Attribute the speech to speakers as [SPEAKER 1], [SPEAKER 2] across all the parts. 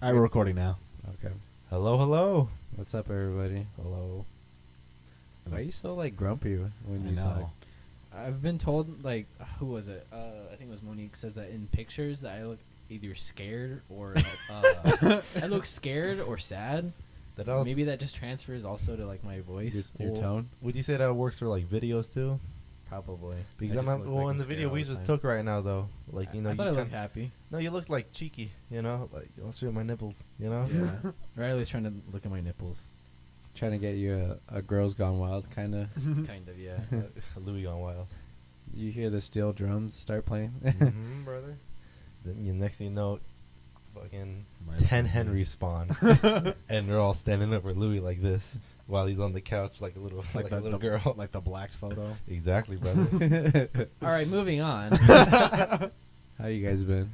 [SPEAKER 1] I we're recording now.
[SPEAKER 2] Okay. Hello, hello. What's up, everybody? Hello.
[SPEAKER 1] Hello.
[SPEAKER 2] Why are you so like grumpy when
[SPEAKER 1] I
[SPEAKER 2] you talk?
[SPEAKER 1] know.
[SPEAKER 3] I've been told like who was it? Uh, I think it was Monique says that in pictures that I look either scared or uh, I look scared or sad.
[SPEAKER 4] That all
[SPEAKER 3] Maybe that just transfers also to like my
[SPEAKER 2] Your,
[SPEAKER 3] voice.
[SPEAKER 2] your
[SPEAKER 4] Well,
[SPEAKER 2] tone.
[SPEAKER 4] would you say that works for like videos too?
[SPEAKER 3] Probably
[SPEAKER 4] Because
[SPEAKER 3] I
[SPEAKER 4] I'm
[SPEAKER 3] just
[SPEAKER 4] not,
[SPEAKER 3] look
[SPEAKER 4] well
[SPEAKER 3] like
[SPEAKER 4] in
[SPEAKER 3] I'm
[SPEAKER 4] the
[SPEAKER 3] scared
[SPEAKER 4] video
[SPEAKER 3] all
[SPEAKER 4] we
[SPEAKER 3] the
[SPEAKER 4] just
[SPEAKER 3] time.
[SPEAKER 4] took right now though, like
[SPEAKER 3] I-
[SPEAKER 4] you know
[SPEAKER 3] I thought
[SPEAKER 4] you
[SPEAKER 3] I looked
[SPEAKER 4] kinda-
[SPEAKER 3] happy.
[SPEAKER 4] no you look like cheeky, you know, like let's show my nipples, you know.
[SPEAKER 3] Yeah, Riley's trying to look at my nipples.
[SPEAKER 2] Trying to get you a, a girls gone wild kind of.
[SPEAKER 3] kind of, yeah.
[SPEAKER 4] Louis on wild.
[SPEAKER 2] you hear the steel drums start playing.
[SPEAKER 3] Mm-hmm.
[SPEAKER 4] hmm brother. Then you next thing you know, fucking
[SPEAKER 1] My
[SPEAKER 4] ten
[SPEAKER 1] little
[SPEAKER 4] Henry spawn, and they're all standing over Louis like this while he's on the couch like a little like,
[SPEAKER 1] the,
[SPEAKER 4] a little
[SPEAKER 1] the-
[SPEAKER 4] girl.
[SPEAKER 1] like the blacked photo.
[SPEAKER 4] exactly, brother.
[SPEAKER 3] All right, moving on.
[SPEAKER 2] How you guys been?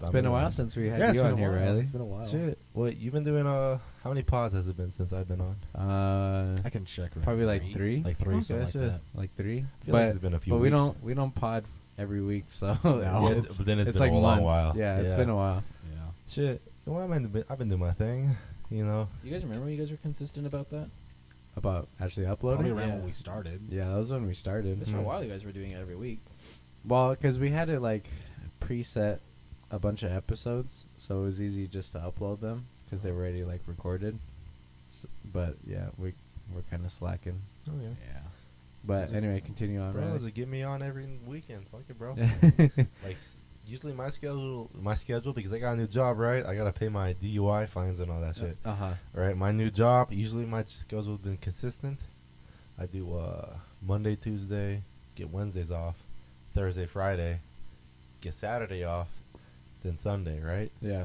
[SPEAKER 2] It's been a while since we had
[SPEAKER 1] Yeah, it's
[SPEAKER 2] you
[SPEAKER 1] been
[SPEAKER 2] on
[SPEAKER 1] a
[SPEAKER 2] here,
[SPEAKER 1] while.
[SPEAKER 2] Riley.
[SPEAKER 1] It's been a while.
[SPEAKER 2] Shit.
[SPEAKER 4] What you've been doing? Uh, how many pods has it been since I've been on?
[SPEAKER 2] Uh,
[SPEAKER 1] I can check. Right
[SPEAKER 2] probably
[SPEAKER 1] now.
[SPEAKER 2] like three,
[SPEAKER 1] like three,
[SPEAKER 4] Yeah,
[SPEAKER 1] something like
[SPEAKER 4] sure.
[SPEAKER 1] that.
[SPEAKER 2] like three.
[SPEAKER 4] I
[SPEAKER 2] But
[SPEAKER 4] feel like it's been a few
[SPEAKER 2] but we
[SPEAKER 4] weeks.
[SPEAKER 2] don't we don't pod every week, so
[SPEAKER 1] No.
[SPEAKER 2] Oh, it's,
[SPEAKER 4] but then
[SPEAKER 2] it's,
[SPEAKER 4] it's been
[SPEAKER 2] like
[SPEAKER 4] a long
[SPEAKER 2] months.
[SPEAKER 4] while.
[SPEAKER 2] Yeah, it's
[SPEAKER 4] Yeah.
[SPEAKER 2] been a while.
[SPEAKER 1] Yeah.
[SPEAKER 4] Shit. Well, I've been, I've been doing my thing, you know.
[SPEAKER 3] you guys remember when you guys were consistent about that?
[SPEAKER 2] About actually
[SPEAKER 1] Probably
[SPEAKER 2] uploading.
[SPEAKER 1] around when
[SPEAKER 3] Yeah.
[SPEAKER 1] we started.
[SPEAKER 2] Yeah, that was when we started.
[SPEAKER 4] Mm-hmm.
[SPEAKER 3] Just for a while, you guys were doing it every week.
[SPEAKER 2] Well, because we had it like preset a bunch of episodes, so it was easy just to upload them because they were already like recorded. S but yeah, we we're kind of slacking.
[SPEAKER 4] Oh
[SPEAKER 1] Yeah.
[SPEAKER 2] But
[SPEAKER 4] Is it-
[SPEAKER 2] anyway, continue on.
[SPEAKER 4] Bro,
[SPEAKER 2] Riley.
[SPEAKER 4] just get me on every weekend. Fuck it, bro.
[SPEAKER 2] yeah,
[SPEAKER 4] like s- usually my schedule, my schedule because I got a new job, right? I gotta pay my DUI fines and all that shit,
[SPEAKER 2] uh huh.
[SPEAKER 4] right? My new job. Usually my schedule's been consistent. I do uh Monday, Tuesday, get Wednesdays off, Thursday, Friday, get Saturday off, then Sunday, right?
[SPEAKER 2] Yeah,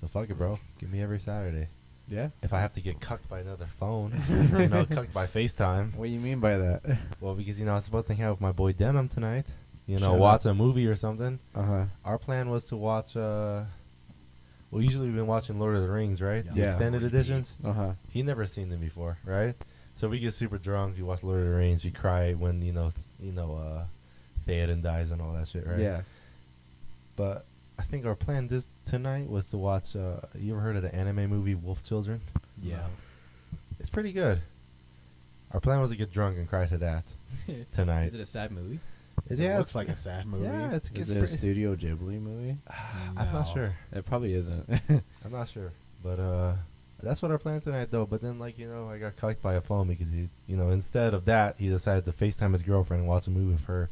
[SPEAKER 4] So fuck it, bro. Give me every Saturday.
[SPEAKER 2] yeah.
[SPEAKER 4] If I have to get cucked by another phone, you know, cucked by FaceTime.
[SPEAKER 2] What do you mean by that?
[SPEAKER 4] Well, because you know I was supposed to hang out with my boy Denim tonight. You know,
[SPEAKER 2] Shut up.
[SPEAKER 4] watch a movie or something.
[SPEAKER 2] Uh huh.
[SPEAKER 4] Our plan was to watch. uh Well, usually we've been watching Lord of the Rings, right? The
[SPEAKER 2] Yeah.
[SPEAKER 4] extended
[SPEAKER 1] Repeat.
[SPEAKER 4] editions.
[SPEAKER 2] Uh huh.
[SPEAKER 4] He never seen them before, right? So we get super drunk. We watch Lord of the Rings. We cry when you know, th- you know, uh Theoden dies and all that shit, right?
[SPEAKER 2] Yeah.
[SPEAKER 4] But I think our plan this tonight was to watch. uh You ever heard of the anime movie Wolf Children?
[SPEAKER 1] Yeah.
[SPEAKER 4] It's pretty good. Our plan was to get drunk and cry to that tonight.
[SPEAKER 3] Is it a sad movie?
[SPEAKER 1] It
[SPEAKER 4] yeah,
[SPEAKER 1] looks
[SPEAKER 4] it's-
[SPEAKER 1] like a sad movie.
[SPEAKER 4] Yeah, it's,
[SPEAKER 2] Is
[SPEAKER 4] it's
[SPEAKER 2] it a
[SPEAKER 4] pretty-
[SPEAKER 2] Studio Ghibli movie?
[SPEAKER 4] I'm not
[SPEAKER 1] No.
[SPEAKER 4] sure.
[SPEAKER 2] It probably isn't.
[SPEAKER 4] I'm not sure. But uh that's what our plan tonight though. But then like, you know, I got cucked by a phone because he you know, instead of that he decided to FaceTime his girlfriend and watch a movie with her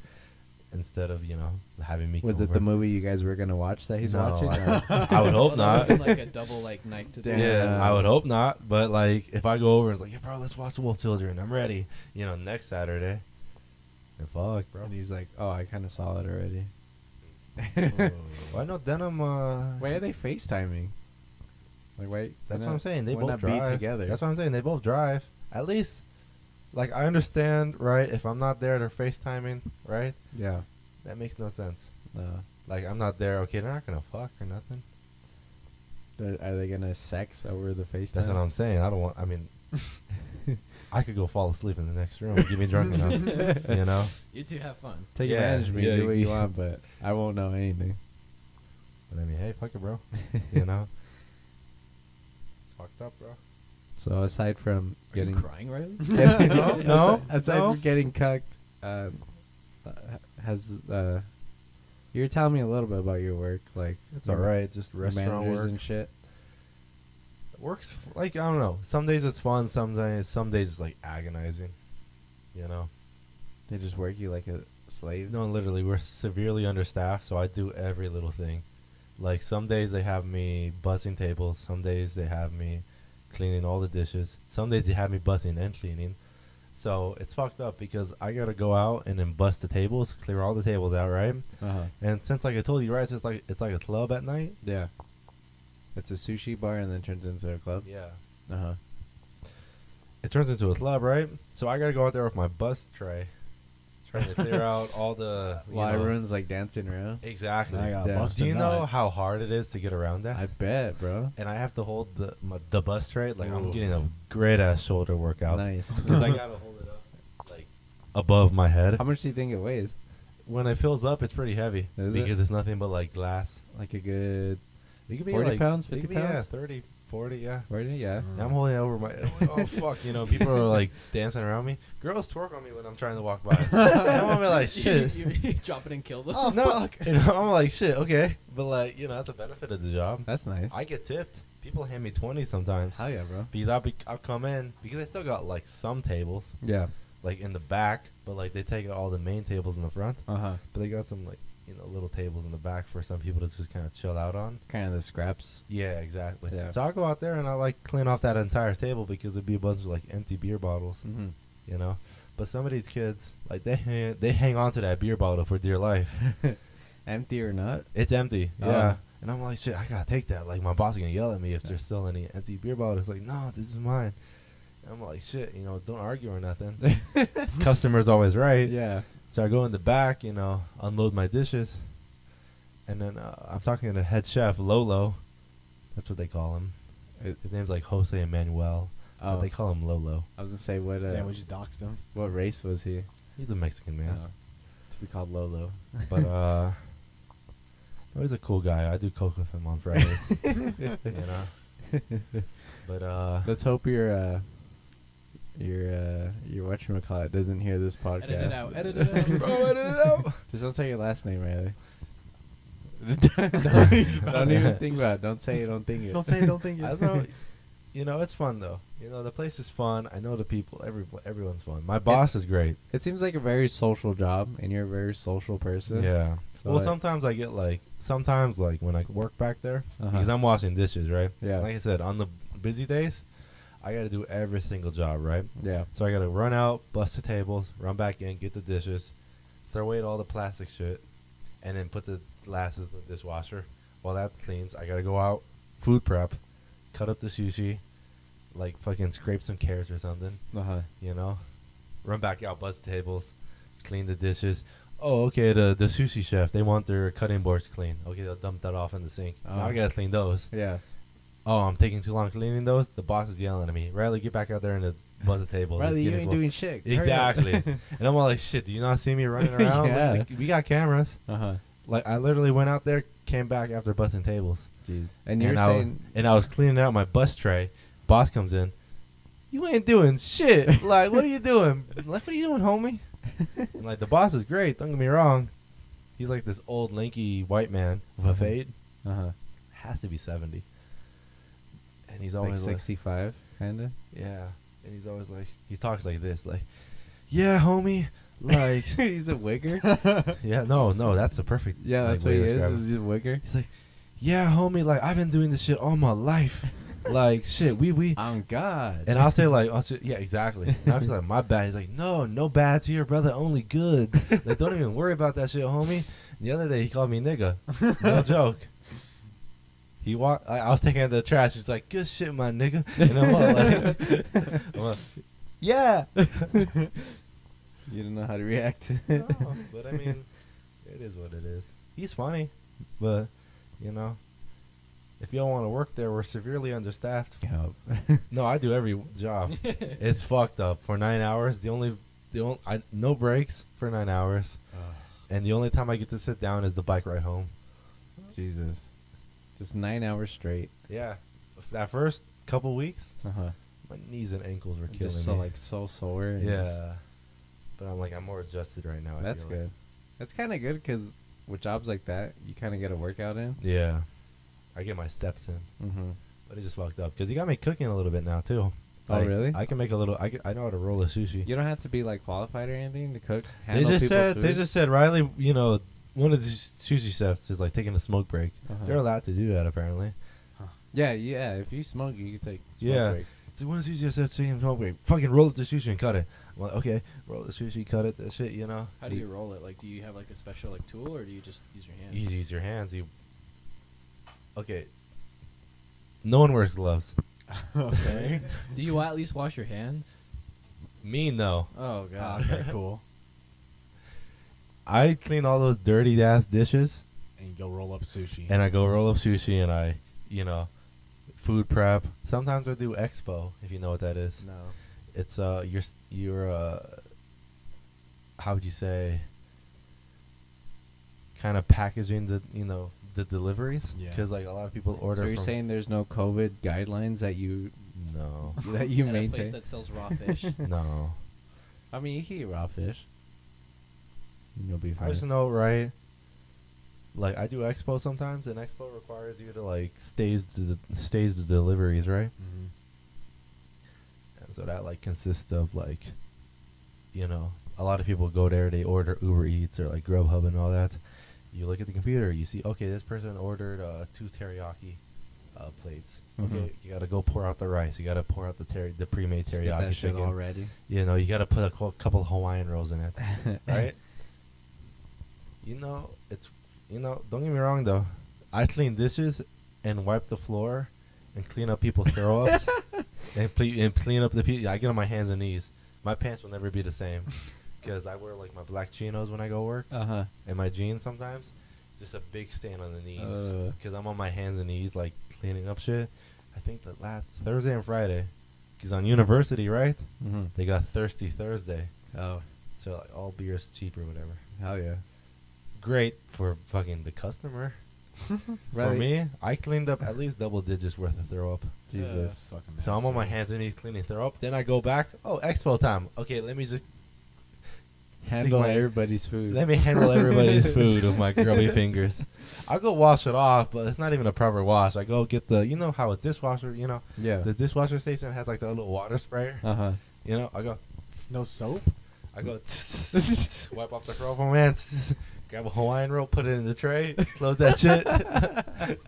[SPEAKER 4] instead of, you know, having me
[SPEAKER 2] Was
[SPEAKER 4] come
[SPEAKER 2] it the
[SPEAKER 4] over.
[SPEAKER 2] movie you guys were gonna watch that he's
[SPEAKER 4] No,
[SPEAKER 2] watching?
[SPEAKER 4] I-
[SPEAKER 2] or-
[SPEAKER 4] I would hope
[SPEAKER 3] Well, that
[SPEAKER 4] not.
[SPEAKER 3] would've been like a double like knife to the
[SPEAKER 2] Damn.
[SPEAKER 4] Yeah,
[SPEAKER 2] Yeah.
[SPEAKER 4] I would hope not. But like if I go over and it's like, Yeah bro, let's watch the Wolf Children, I'm ready, you know, next Saturday. And fuck, bro.
[SPEAKER 2] And he's like, "Oh, I kind of saw it already."
[SPEAKER 4] Why no denim uh
[SPEAKER 2] Why are they FaceTiming? Like, wait,
[SPEAKER 4] That's what I'm saying. They
[SPEAKER 2] why
[SPEAKER 4] both
[SPEAKER 2] not
[SPEAKER 4] drive.
[SPEAKER 2] be together.
[SPEAKER 4] That's what I'm saying. They both drive. At least, like I understand, right? If I'm not there, they're FaceTiming, right?
[SPEAKER 2] yeah.
[SPEAKER 4] That makes no sense.
[SPEAKER 2] No.
[SPEAKER 4] Like I'm not there. Okay, they're not gonna fuck or nothing.
[SPEAKER 2] They're, are they gonna sex over the FaceTime?
[SPEAKER 4] That's what I'm saying. I don't want. I mean, I could go fall asleep in the next room. Get me drunk enough, you know.
[SPEAKER 3] You two have fun.
[SPEAKER 2] Take
[SPEAKER 4] Yeah,
[SPEAKER 2] advantage of me.
[SPEAKER 4] yeah,
[SPEAKER 2] do what you
[SPEAKER 4] yeah.
[SPEAKER 2] want, but I won't know anything.
[SPEAKER 4] But I mean, hey, fuck it, bro. You know. It's fucked up, bro.
[SPEAKER 2] So aside from
[SPEAKER 3] Are
[SPEAKER 2] getting,
[SPEAKER 3] you crying, Riley?
[SPEAKER 2] getting-
[SPEAKER 4] No,
[SPEAKER 2] asi-
[SPEAKER 4] no,
[SPEAKER 2] aside
[SPEAKER 4] no.
[SPEAKER 2] from getting cucked, um, uh, has uh, you were telling me a little bit about your work, like
[SPEAKER 4] It's
[SPEAKER 2] your
[SPEAKER 4] all right. Just
[SPEAKER 2] ma-
[SPEAKER 4] restaurant
[SPEAKER 2] managers
[SPEAKER 4] work.
[SPEAKER 2] and shit.
[SPEAKER 4] works f- like I don't know. Some days it's fun. Some days, some days it's like agonizing. You know.
[SPEAKER 2] They just work you like a slave.
[SPEAKER 4] No, literally, we're severely understaffed, so I do every little thing. Like some days they have me bussing tables, some days they have me cleaning all the dishes, some days they have me bussing and cleaning. So it's fucked up because I gotta go out and then bust the tables, clear all the tables out, right?
[SPEAKER 2] Uh huh.
[SPEAKER 4] And since like I told you, right, it's like it's like a club at night.
[SPEAKER 2] Yeah. It's a sushi bar and then turns into a club.
[SPEAKER 4] Yeah.
[SPEAKER 2] Uh huh.
[SPEAKER 4] it turns into a club, right? So I gotta go out there with my bus tray, trying to clear out all the. you
[SPEAKER 2] Well,
[SPEAKER 4] know-
[SPEAKER 2] everyone's like dancing around.
[SPEAKER 4] Exactly.
[SPEAKER 1] I got
[SPEAKER 2] Yeah.
[SPEAKER 1] busted.
[SPEAKER 4] Do you know
[SPEAKER 1] nut.
[SPEAKER 4] how hard it is to get around that?
[SPEAKER 2] I bet, bro.
[SPEAKER 4] and I have to hold the my, the bus straight. Like I'm
[SPEAKER 1] Ooh.
[SPEAKER 4] getting a great ass shoulder workout
[SPEAKER 2] Nice.
[SPEAKER 4] because I gotta hold it up like above my head.
[SPEAKER 2] How much do you think it weighs?
[SPEAKER 4] When it fills up, it's pretty heavy
[SPEAKER 2] Is it?
[SPEAKER 4] because it's nothing but like glass.
[SPEAKER 2] Like a good
[SPEAKER 4] It could be
[SPEAKER 2] 40
[SPEAKER 4] like-
[SPEAKER 2] pounds,
[SPEAKER 4] it could
[SPEAKER 2] 50
[SPEAKER 4] be, Yeah,
[SPEAKER 2] pounds?
[SPEAKER 4] 30, 40, yeah.
[SPEAKER 2] Right? Yeah.
[SPEAKER 1] Mm.
[SPEAKER 4] And I'm holding it over my. Oh fuck! You know, people are like dancing around me. Girls twerk on me when I'm trying to walk by. and I'm gonna be like, shit. Oh.
[SPEAKER 3] You, you, you drop it and kill them.
[SPEAKER 2] oh,
[SPEAKER 4] no, you know, I'm like, shit. Okay, but like, you know, that's a benefit of the job.
[SPEAKER 2] That's nice.
[SPEAKER 4] I get tipped. People hand me twenty sometimes
[SPEAKER 2] Hell yeah, bro.
[SPEAKER 4] because I'll be I'll come in because I still got like some tables
[SPEAKER 2] Yeah.
[SPEAKER 4] like in the back, but like they take out all the main tables in the front,
[SPEAKER 2] Uh huh.
[SPEAKER 4] but they got some like you know little tables in the back for some people to just kind of chill out on.
[SPEAKER 2] Kind of the scraps.
[SPEAKER 4] Yeah, exactly.
[SPEAKER 2] Yeah.
[SPEAKER 4] So I'll go out there and I'll like clean off that entire table because it'd be a bunch of like empty beer bottles,
[SPEAKER 2] Mm-hmm.
[SPEAKER 4] you know. But some of these kids, like they hang, they hang on to that beer bottle for dear life.
[SPEAKER 2] Empty or not?
[SPEAKER 4] It's empty.
[SPEAKER 2] Oh.
[SPEAKER 4] Yeah. And I'm like, shit, I gotta take that. Like my boss is gonna yell at me if there's still any empty beer bottles. Like, no, this is mine. And I'm like, shit, you know, don't argue or nothing. Customer's always right.
[SPEAKER 2] Yeah.
[SPEAKER 4] So I go in the back, you know, unload my dishes, and then uh, I'm talking to the head chef Lolo. That's what they call him.
[SPEAKER 2] It-
[SPEAKER 4] His name's like Jose Emmanuel. but
[SPEAKER 2] Oh,
[SPEAKER 4] they call him Lolo.
[SPEAKER 2] I was gonna say what uh,
[SPEAKER 1] yeah, we just doxed him.
[SPEAKER 2] what race was he?
[SPEAKER 4] He's a Mexican man
[SPEAKER 2] Oh.
[SPEAKER 4] to be called Lolo. But uh, no, he's a cool guy. I do coke with him on Fridays, you know. But uh,
[SPEAKER 2] Let's hope your uh, your uh, your whatchamacallit doesn't hear this podcast.
[SPEAKER 3] Edit it out. Edit it out. Bro, edit it out.
[SPEAKER 2] Just don't say your last name, Riley.
[SPEAKER 1] No, he's
[SPEAKER 2] don't,
[SPEAKER 1] about
[SPEAKER 2] don't
[SPEAKER 1] to-
[SPEAKER 2] even think about it. Don't say it. Don't think it.
[SPEAKER 1] Don't say it, don't think it.
[SPEAKER 4] I don't know. You know, it's fun though. You know, the place is fun. I know the people. Every everyone's fun. My boss is great.
[SPEAKER 2] It seems like a very social job, and you're a very social person.
[SPEAKER 4] Yeah.
[SPEAKER 2] So,
[SPEAKER 4] well,
[SPEAKER 2] like-
[SPEAKER 4] sometimes I get like sometimes like when I work back there
[SPEAKER 2] Uh-huh.
[SPEAKER 4] because I'm washing dishes, right?
[SPEAKER 2] Yeah.
[SPEAKER 4] Like I said, on the busy days, I got to do every single job, right?
[SPEAKER 2] Yeah.
[SPEAKER 4] So I got to run out, bust the tables, run back in, get the dishes, throw away all the plastic shit, and then put the glasses in the dishwasher. While that cleans, I got to go out, food prep, cut up the sushi, like fucking scrape some carrots or something
[SPEAKER 2] Uh huh.
[SPEAKER 4] you know run back out buzz tables clean the dishes oh okay the the sushi chef they want their cutting boards clean okay they'll dump that off in the sink now
[SPEAKER 2] Oh.
[SPEAKER 4] i gotta clean those
[SPEAKER 2] Yeah.
[SPEAKER 4] oh i'm taking too long cleaning those the boss is yelling at me riley get back out there and the buzz the table Let's
[SPEAKER 2] Riley,
[SPEAKER 4] get
[SPEAKER 2] you
[SPEAKER 4] it
[SPEAKER 2] ain't
[SPEAKER 4] full."
[SPEAKER 2] doing shit.
[SPEAKER 4] exactly and i'm all like shit do you not see me running around
[SPEAKER 2] Yeah.
[SPEAKER 4] Like, we got cameras
[SPEAKER 2] Uh huh.
[SPEAKER 4] like i literally went out there came back after bussing tables
[SPEAKER 2] Jeez. And you're
[SPEAKER 4] and, I,
[SPEAKER 2] saying
[SPEAKER 4] and I was cleaning out my bus tray. Boss comes in. You ain't doing shit. Like, what are you doing? Like, what are you doing, homie? And, like, the boss is great. Don't get me wrong. He's like this old, lanky white man with a
[SPEAKER 2] Uh-huh.
[SPEAKER 4] fade.
[SPEAKER 2] uh huh.
[SPEAKER 4] Has to be 70. And he's
[SPEAKER 2] Like
[SPEAKER 4] always like,
[SPEAKER 2] 65, kinda.
[SPEAKER 4] yeah. And he's always like, he talks like this, like, yeah, homie. Like,
[SPEAKER 2] he's a wigger.
[SPEAKER 4] yeah, no, no, that's the perfect.
[SPEAKER 2] yeah,
[SPEAKER 4] like,
[SPEAKER 2] that's
[SPEAKER 4] way
[SPEAKER 2] what he
[SPEAKER 4] to
[SPEAKER 2] is.
[SPEAKER 4] describe it.
[SPEAKER 2] Is he's a wigger.
[SPEAKER 4] He's like, yeah, homie. Like, I've been doing this shit all my life. like, shit, we we.
[SPEAKER 2] On God.
[SPEAKER 4] And I'll say like, I'll say, yeah, exactly. And I'll be like, my bad. He's like, no, no bads here, brother. Only goods. Like, don't even worry about that shit, homie. The other day he called me nigga. No joke. He walked. I, I was taking out the trash. He's like, good shit, my nigga. And I'm all like, I'm like, yeah.
[SPEAKER 2] you don't know how to react to it.
[SPEAKER 4] No, Oh, but I mean, it is what it is. He's funny, but you know, if you don't want to work there, we're severely understaffed. No, I do every job. it's fucked up for nine hours. The only, the only, I, no breaks for nine hours, and the only time I get to sit down is the bike ride home.
[SPEAKER 2] Jesus. Just nine hours straight.
[SPEAKER 4] Yeah, that first couple weeks,
[SPEAKER 2] Uh huh.
[SPEAKER 4] my knees and ankles were killing
[SPEAKER 2] Just so
[SPEAKER 4] me.
[SPEAKER 2] like so sore. and just-
[SPEAKER 4] yeah, but I'm like I'm more adjusted right now. I
[SPEAKER 2] That's
[SPEAKER 4] feel like.
[SPEAKER 2] good. That's kind of good because with jobs like that, you kind of get a workout in.
[SPEAKER 4] Yeah, I get my steps in.
[SPEAKER 2] Mm-hmm.
[SPEAKER 4] But it just fucked up because you got me cooking a little bit now too.
[SPEAKER 2] Oh, really?
[SPEAKER 4] I can make a little. I, can- I know how to roll a sushi.
[SPEAKER 2] You don't have to be like qualified or anything to cook.
[SPEAKER 4] they
[SPEAKER 2] handle
[SPEAKER 4] just
[SPEAKER 2] people's
[SPEAKER 4] said they
[SPEAKER 2] food.
[SPEAKER 4] just said Riley. You know, one of the s- sushi chefs is like taking a smoke break.
[SPEAKER 2] Uh-huh.
[SPEAKER 4] They're allowed to do that apparently.
[SPEAKER 2] yeah, yeah. If you smoke, you can take smoke
[SPEAKER 4] Yeah.
[SPEAKER 2] breaks.
[SPEAKER 4] So one of the sushi chefs said taking a smoke break. Fucking roll up the sushi and cut it. I'm like, okay, roll the sushi, cut it. That shit, you know.
[SPEAKER 3] How do you roll it? Like, do you have like a special like tool, or do you just use your hand?
[SPEAKER 4] You just use your hands. You. Okay. No one wears gloves.
[SPEAKER 1] okay.
[SPEAKER 3] Do you at least wash your hands?
[SPEAKER 4] Me no.
[SPEAKER 3] Oh
[SPEAKER 1] Ah,
[SPEAKER 3] god.
[SPEAKER 1] okay, cool.
[SPEAKER 4] I clean all those dirty ass dishes.
[SPEAKER 1] And you go roll up sushi.
[SPEAKER 4] and I go roll up sushi and I, you know, food prep. Sometimes I do expo if you know what that is.
[SPEAKER 2] No.
[SPEAKER 4] It's uh your s- your uh how would you say kind of packaging the you know the deliveries
[SPEAKER 1] Yeah.
[SPEAKER 4] because like a lot of people order.
[SPEAKER 2] So you're
[SPEAKER 4] from-
[SPEAKER 2] saying there's no COVID guidelines that you
[SPEAKER 4] no,
[SPEAKER 2] that you
[SPEAKER 3] at a place
[SPEAKER 2] maintain?
[SPEAKER 3] that sells raw fish.
[SPEAKER 4] no.
[SPEAKER 2] I mean, you can eat raw fish. And You'll be
[SPEAKER 4] I
[SPEAKER 1] Mm-hmm.
[SPEAKER 2] fine.
[SPEAKER 4] just know right. Like I do expo sometimes, and expo requires you to like stage the stage the deliveries, right?
[SPEAKER 1] Mm-hmm.
[SPEAKER 4] And so that like consists of like, you know, a lot of people go there, they order Uber Eats or like Grubhub and all that. You look at the computer, you see, okay, this person ordered uh, two teriyaki uh, plates. Okay,
[SPEAKER 2] Mhm.
[SPEAKER 4] you gotta go pour out the rice. You gotta pour out the ter- the pre-made
[SPEAKER 2] Just get
[SPEAKER 4] teriyaki
[SPEAKER 2] that shit
[SPEAKER 4] chicken.
[SPEAKER 2] all ready.
[SPEAKER 4] You know, you gotta put a cou- couple Hawaiian rolls in it, right? You know, it's you know. Don't get me wrong though. I clean dishes and wipe the floor and clean up people's throw ups and, ple- and clean up the people. I get on my hands and knees. My pants will never be the same because I wear like my black chinos when I go work
[SPEAKER 2] Uh huh.
[SPEAKER 4] and my jeans sometimes. Just a big stain on the knees
[SPEAKER 2] Uh.
[SPEAKER 4] because I'm on my hands and knees like cleaning up shit. I think the last Thursday and Friday, because on university right,
[SPEAKER 2] Mm-hmm.
[SPEAKER 4] they got Thirsty Thursday,
[SPEAKER 2] Oh,
[SPEAKER 4] so like all beers cheap or whatever.
[SPEAKER 2] hell yeah.
[SPEAKER 4] Great for fucking the customer. For
[SPEAKER 2] Right.
[SPEAKER 4] me, I cleaned up at least double digits worth of throw up.
[SPEAKER 2] Jesus.
[SPEAKER 1] That's fucking
[SPEAKER 4] So I'm on my
[SPEAKER 1] nasty.
[SPEAKER 4] hands and knees cleaning throw up. Then I go back. Oh, expo time. Okay, let me just
[SPEAKER 2] Handle
[SPEAKER 4] my-
[SPEAKER 2] everybody's food.
[SPEAKER 4] let me handle everybody's food with my grubby fingers. I go wash it off, but it's not even a proper wash. I go get the you know how a dishwasher you know
[SPEAKER 2] yeah.
[SPEAKER 4] the dishwasher station has like the little water sprayer.
[SPEAKER 2] Uh huh.
[SPEAKER 4] You know, I go
[SPEAKER 1] No soap?
[SPEAKER 4] I go wipe off the throw up, man. Grab a Hawaiian roll, put it in the tray, close that shit,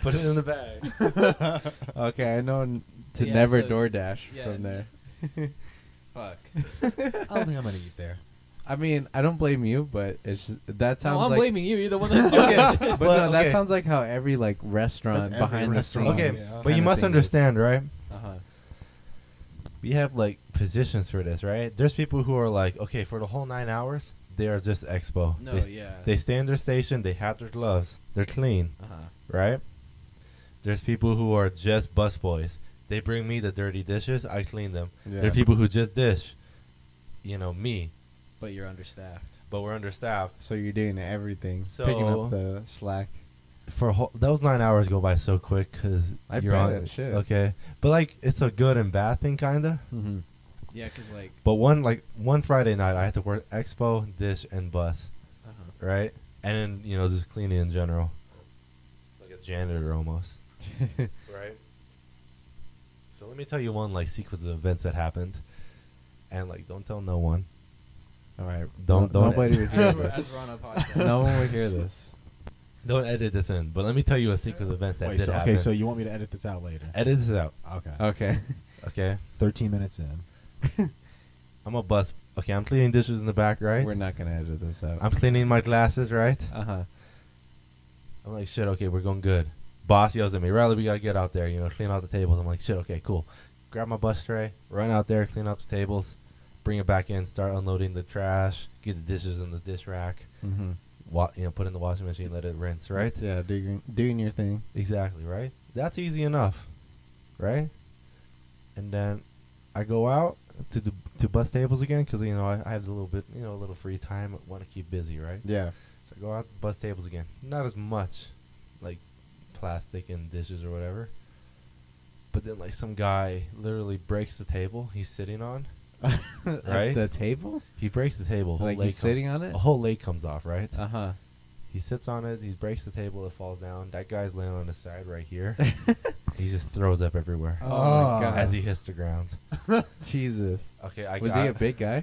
[SPEAKER 4] put it in the bag.
[SPEAKER 2] Okay, I know n- to
[SPEAKER 3] Yeah,
[SPEAKER 2] never
[SPEAKER 3] so-
[SPEAKER 2] DoorDash
[SPEAKER 3] yeah,
[SPEAKER 2] from there.
[SPEAKER 3] Fuck.
[SPEAKER 1] I don't think I'm gonna eat there.
[SPEAKER 2] I mean, I don't blame you, but it's just, that sounds
[SPEAKER 3] No, I'm
[SPEAKER 2] like.
[SPEAKER 3] blaming you. You're the one that's doing it.
[SPEAKER 2] But, no, that
[SPEAKER 4] okay.
[SPEAKER 2] sounds like how every like restaurant
[SPEAKER 1] That's every
[SPEAKER 2] behind
[SPEAKER 1] restaurant.
[SPEAKER 2] the
[SPEAKER 4] Okay,
[SPEAKER 2] scenes.
[SPEAKER 1] Yeah.
[SPEAKER 4] but you must understand, right?
[SPEAKER 2] Uh
[SPEAKER 3] Uh-huh.
[SPEAKER 2] huh.
[SPEAKER 4] We have like positions for this, right? There's people who are like, okay, for the whole nine hours, they are just expo.
[SPEAKER 3] No,
[SPEAKER 4] they, s-
[SPEAKER 3] yeah.
[SPEAKER 4] they stay in their station, they have their gloves, they're clean,
[SPEAKER 3] uh-huh.
[SPEAKER 4] right? There's people who are just busboys. They bring me the dirty dishes, I clean them. There
[SPEAKER 2] Yeah.
[SPEAKER 4] are people who just dish, you know, me,
[SPEAKER 3] But you're understaffed.
[SPEAKER 4] but we're understaffed.
[SPEAKER 2] So you're doing everything, picking
[SPEAKER 4] So-
[SPEAKER 2] up the slack.
[SPEAKER 4] for a whole, those nine hours go by so quick because
[SPEAKER 2] I
[SPEAKER 4] you're
[SPEAKER 2] bet
[SPEAKER 4] on
[SPEAKER 2] that shit.
[SPEAKER 4] Okay, but like it's a good and bad thing, kinda.
[SPEAKER 2] Mm-hmm.
[SPEAKER 3] Yeah, because, like,
[SPEAKER 4] But one like one Friday night, I had to work expo, dish, and bus,
[SPEAKER 3] uh-huh.
[SPEAKER 4] right? And then you know just cleaning in general, like a janitor almost, right? So let me tell you one like sequence of events that happened, and like don't tell no one.
[SPEAKER 2] All right.
[SPEAKER 4] Don't- don't-
[SPEAKER 2] Nobody would hear
[SPEAKER 3] as, we're, as
[SPEAKER 2] this.
[SPEAKER 3] we're on a podcast.
[SPEAKER 2] no one would hear this.
[SPEAKER 4] Don't edit this in. But let me tell you a sequence of events that
[SPEAKER 1] Wait,
[SPEAKER 4] did
[SPEAKER 1] so,
[SPEAKER 4] happen.
[SPEAKER 1] okay, so you want me to edit this out later?
[SPEAKER 4] edit this out,
[SPEAKER 1] okay.
[SPEAKER 2] Okay.
[SPEAKER 4] okay?
[SPEAKER 1] 13 minutes in.
[SPEAKER 4] I'm a bus. Okay, I'm cleaning dishes in the back, right?
[SPEAKER 2] We're not gonna edit this out.
[SPEAKER 4] I'm cleaning my glasses, right?
[SPEAKER 2] Uh huh.
[SPEAKER 4] I'm like, shit, okay, we're going good. Boss yells at me, Riley, we gotta get out there, you know, clean out the tables. I'm like, shit, okay, cool. Grab my bus tray, run out there, clean out the tables, bring it back in, start unloading the trash, get the dishes in the dish rack,
[SPEAKER 2] Mm-hmm.
[SPEAKER 4] wa- you know, put in the washing machine, let it rinse, right?
[SPEAKER 2] Yeah, doing doing your thing.
[SPEAKER 4] Exactly, right? That's easy enough, right? And then I go out to the to bus tables again because you know I, I have a little bit, you know, a little free time. Want to keep busy, right?
[SPEAKER 2] Yeah.
[SPEAKER 4] So I go out to bus tables again. Not as much, like plastic and dishes or whatever. But then like some guy literally breaks the table he's sitting on.
[SPEAKER 2] At
[SPEAKER 4] Right?
[SPEAKER 2] The table.
[SPEAKER 4] He breaks the table. whole
[SPEAKER 2] Like
[SPEAKER 4] leg
[SPEAKER 2] he's sitting on it.
[SPEAKER 4] A whole leg comes off, right?
[SPEAKER 2] Uh huh.
[SPEAKER 4] He sits on it. He breaks the table. It falls down. That guy's laying on the side right here. he just throws up everywhere
[SPEAKER 2] Oh my God.
[SPEAKER 4] as he hits the ground.
[SPEAKER 2] Jesus.
[SPEAKER 4] Okay, I
[SPEAKER 2] was
[SPEAKER 4] I,
[SPEAKER 2] he a big guy?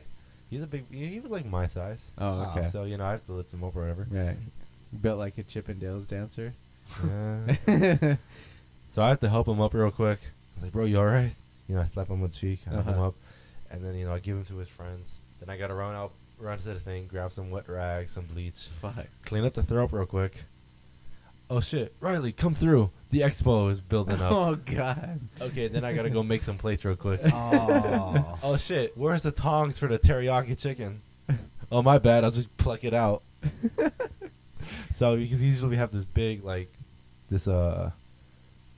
[SPEAKER 4] He's a big. He he was like my size.
[SPEAKER 2] Oh,
[SPEAKER 1] Ah,
[SPEAKER 2] okay.
[SPEAKER 4] So you know I have to lift him up or whatever.
[SPEAKER 2] Right. Built like a Chippendales dancer.
[SPEAKER 4] Yeah. So I have to help him up real quick. I was like, bro, you alright? You know, I slap him on the cheek, I help him
[SPEAKER 2] Uh-huh.
[SPEAKER 4] up, and then you know I give him to his friends. Then I gotta run out, run to the thing, grab some wet rags, some bleach,
[SPEAKER 2] Fuck.
[SPEAKER 4] clean up the throw up real quick. Oh shit, Riley, come through. The expo is building up.
[SPEAKER 2] Oh God.
[SPEAKER 4] okay, then I gotta go make some plates real quick.
[SPEAKER 1] Oh.
[SPEAKER 4] oh shit, where's the tongs for the teriyaki chicken? oh my bad, I'll just pluck it out. so because usually we have this big like this uh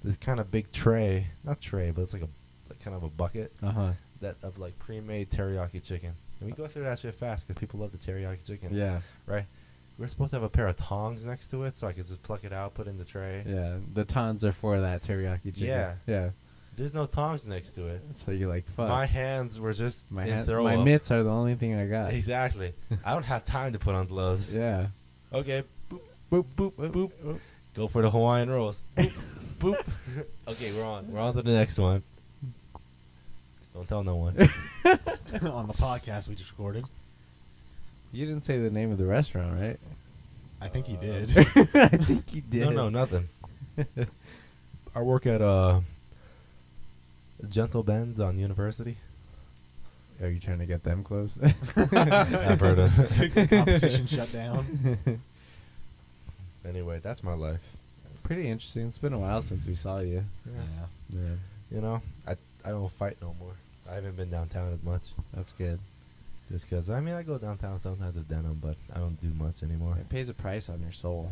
[SPEAKER 4] this kind of big tray, not tray, but it's like a like kind of a bucket
[SPEAKER 2] Uh huh.
[SPEAKER 4] that of like pre-made teriyaki chicken. And we go through that shit fast because people love the teriyaki chicken.
[SPEAKER 2] Yeah.
[SPEAKER 4] Right. We're supposed to have a pair of tongs next to it so I could just pluck it out, put it in the tray.
[SPEAKER 2] Yeah, the tons are for that teriyaki chicken.
[SPEAKER 4] Yeah.
[SPEAKER 2] yeah.
[SPEAKER 4] There's no tongs next to it.
[SPEAKER 2] So you're like, fuck.
[SPEAKER 4] My hands were just
[SPEAKER 2] my,
[SPEAKER 4] in
[SPEAKER 2] hand-
[SPEAKER 4] throw
[SPEAKER 2] my
[SPEAKER 4] up.
[SPEAKER 2] mitts are the only thing I got.
[SPEAKER 4] Exactly. I don't have time to put on gloves.
[SPEAKER 2] Yeah.
[SPEAKER 4] Okay,
[SPEAKER 2] Boop boop boop.
[SPEAKER 4] go for the Hawaiian rolls. Boop, boop. Okay, we're on. We're on to the next one. Don't tell no one.
[SPEAKER 1] on the podcast we just recorded.
[SPEAKER 2] You didn't say the name of the restaurant, right?
[SPEAKER 1] I think he
[SPEAKER 4] Uh,
[SPEAKER 1] did.
[SPEAKER 2] I think you did.
[SPEAKER 4] no, no, nothing. I work at uh, Gentle Ben's on University.
[SPEAKER 2] Are you trying to get them closed?
[SPEAKER 4] Alberta.
[SPEAKER 1] Competition shut down.
[SPEAKER 4] Anyway, that's my life.
[SPEAKER 2] Pretty interesting. It's been a while since we saw you.
[SPEAKER 1] Yeah.
[SPEAKER 2] Yeah,
[SPEAKER 4] You know, I I don't fight no more. I haven't been downtown as much.
[SPEAKER 2] that's good.
[SPEAKER 4] Just 'cause I mean, I go downtown sometimes with denim, but I don't do much anymore.
[SPEAKER 2] It pays a price on your soul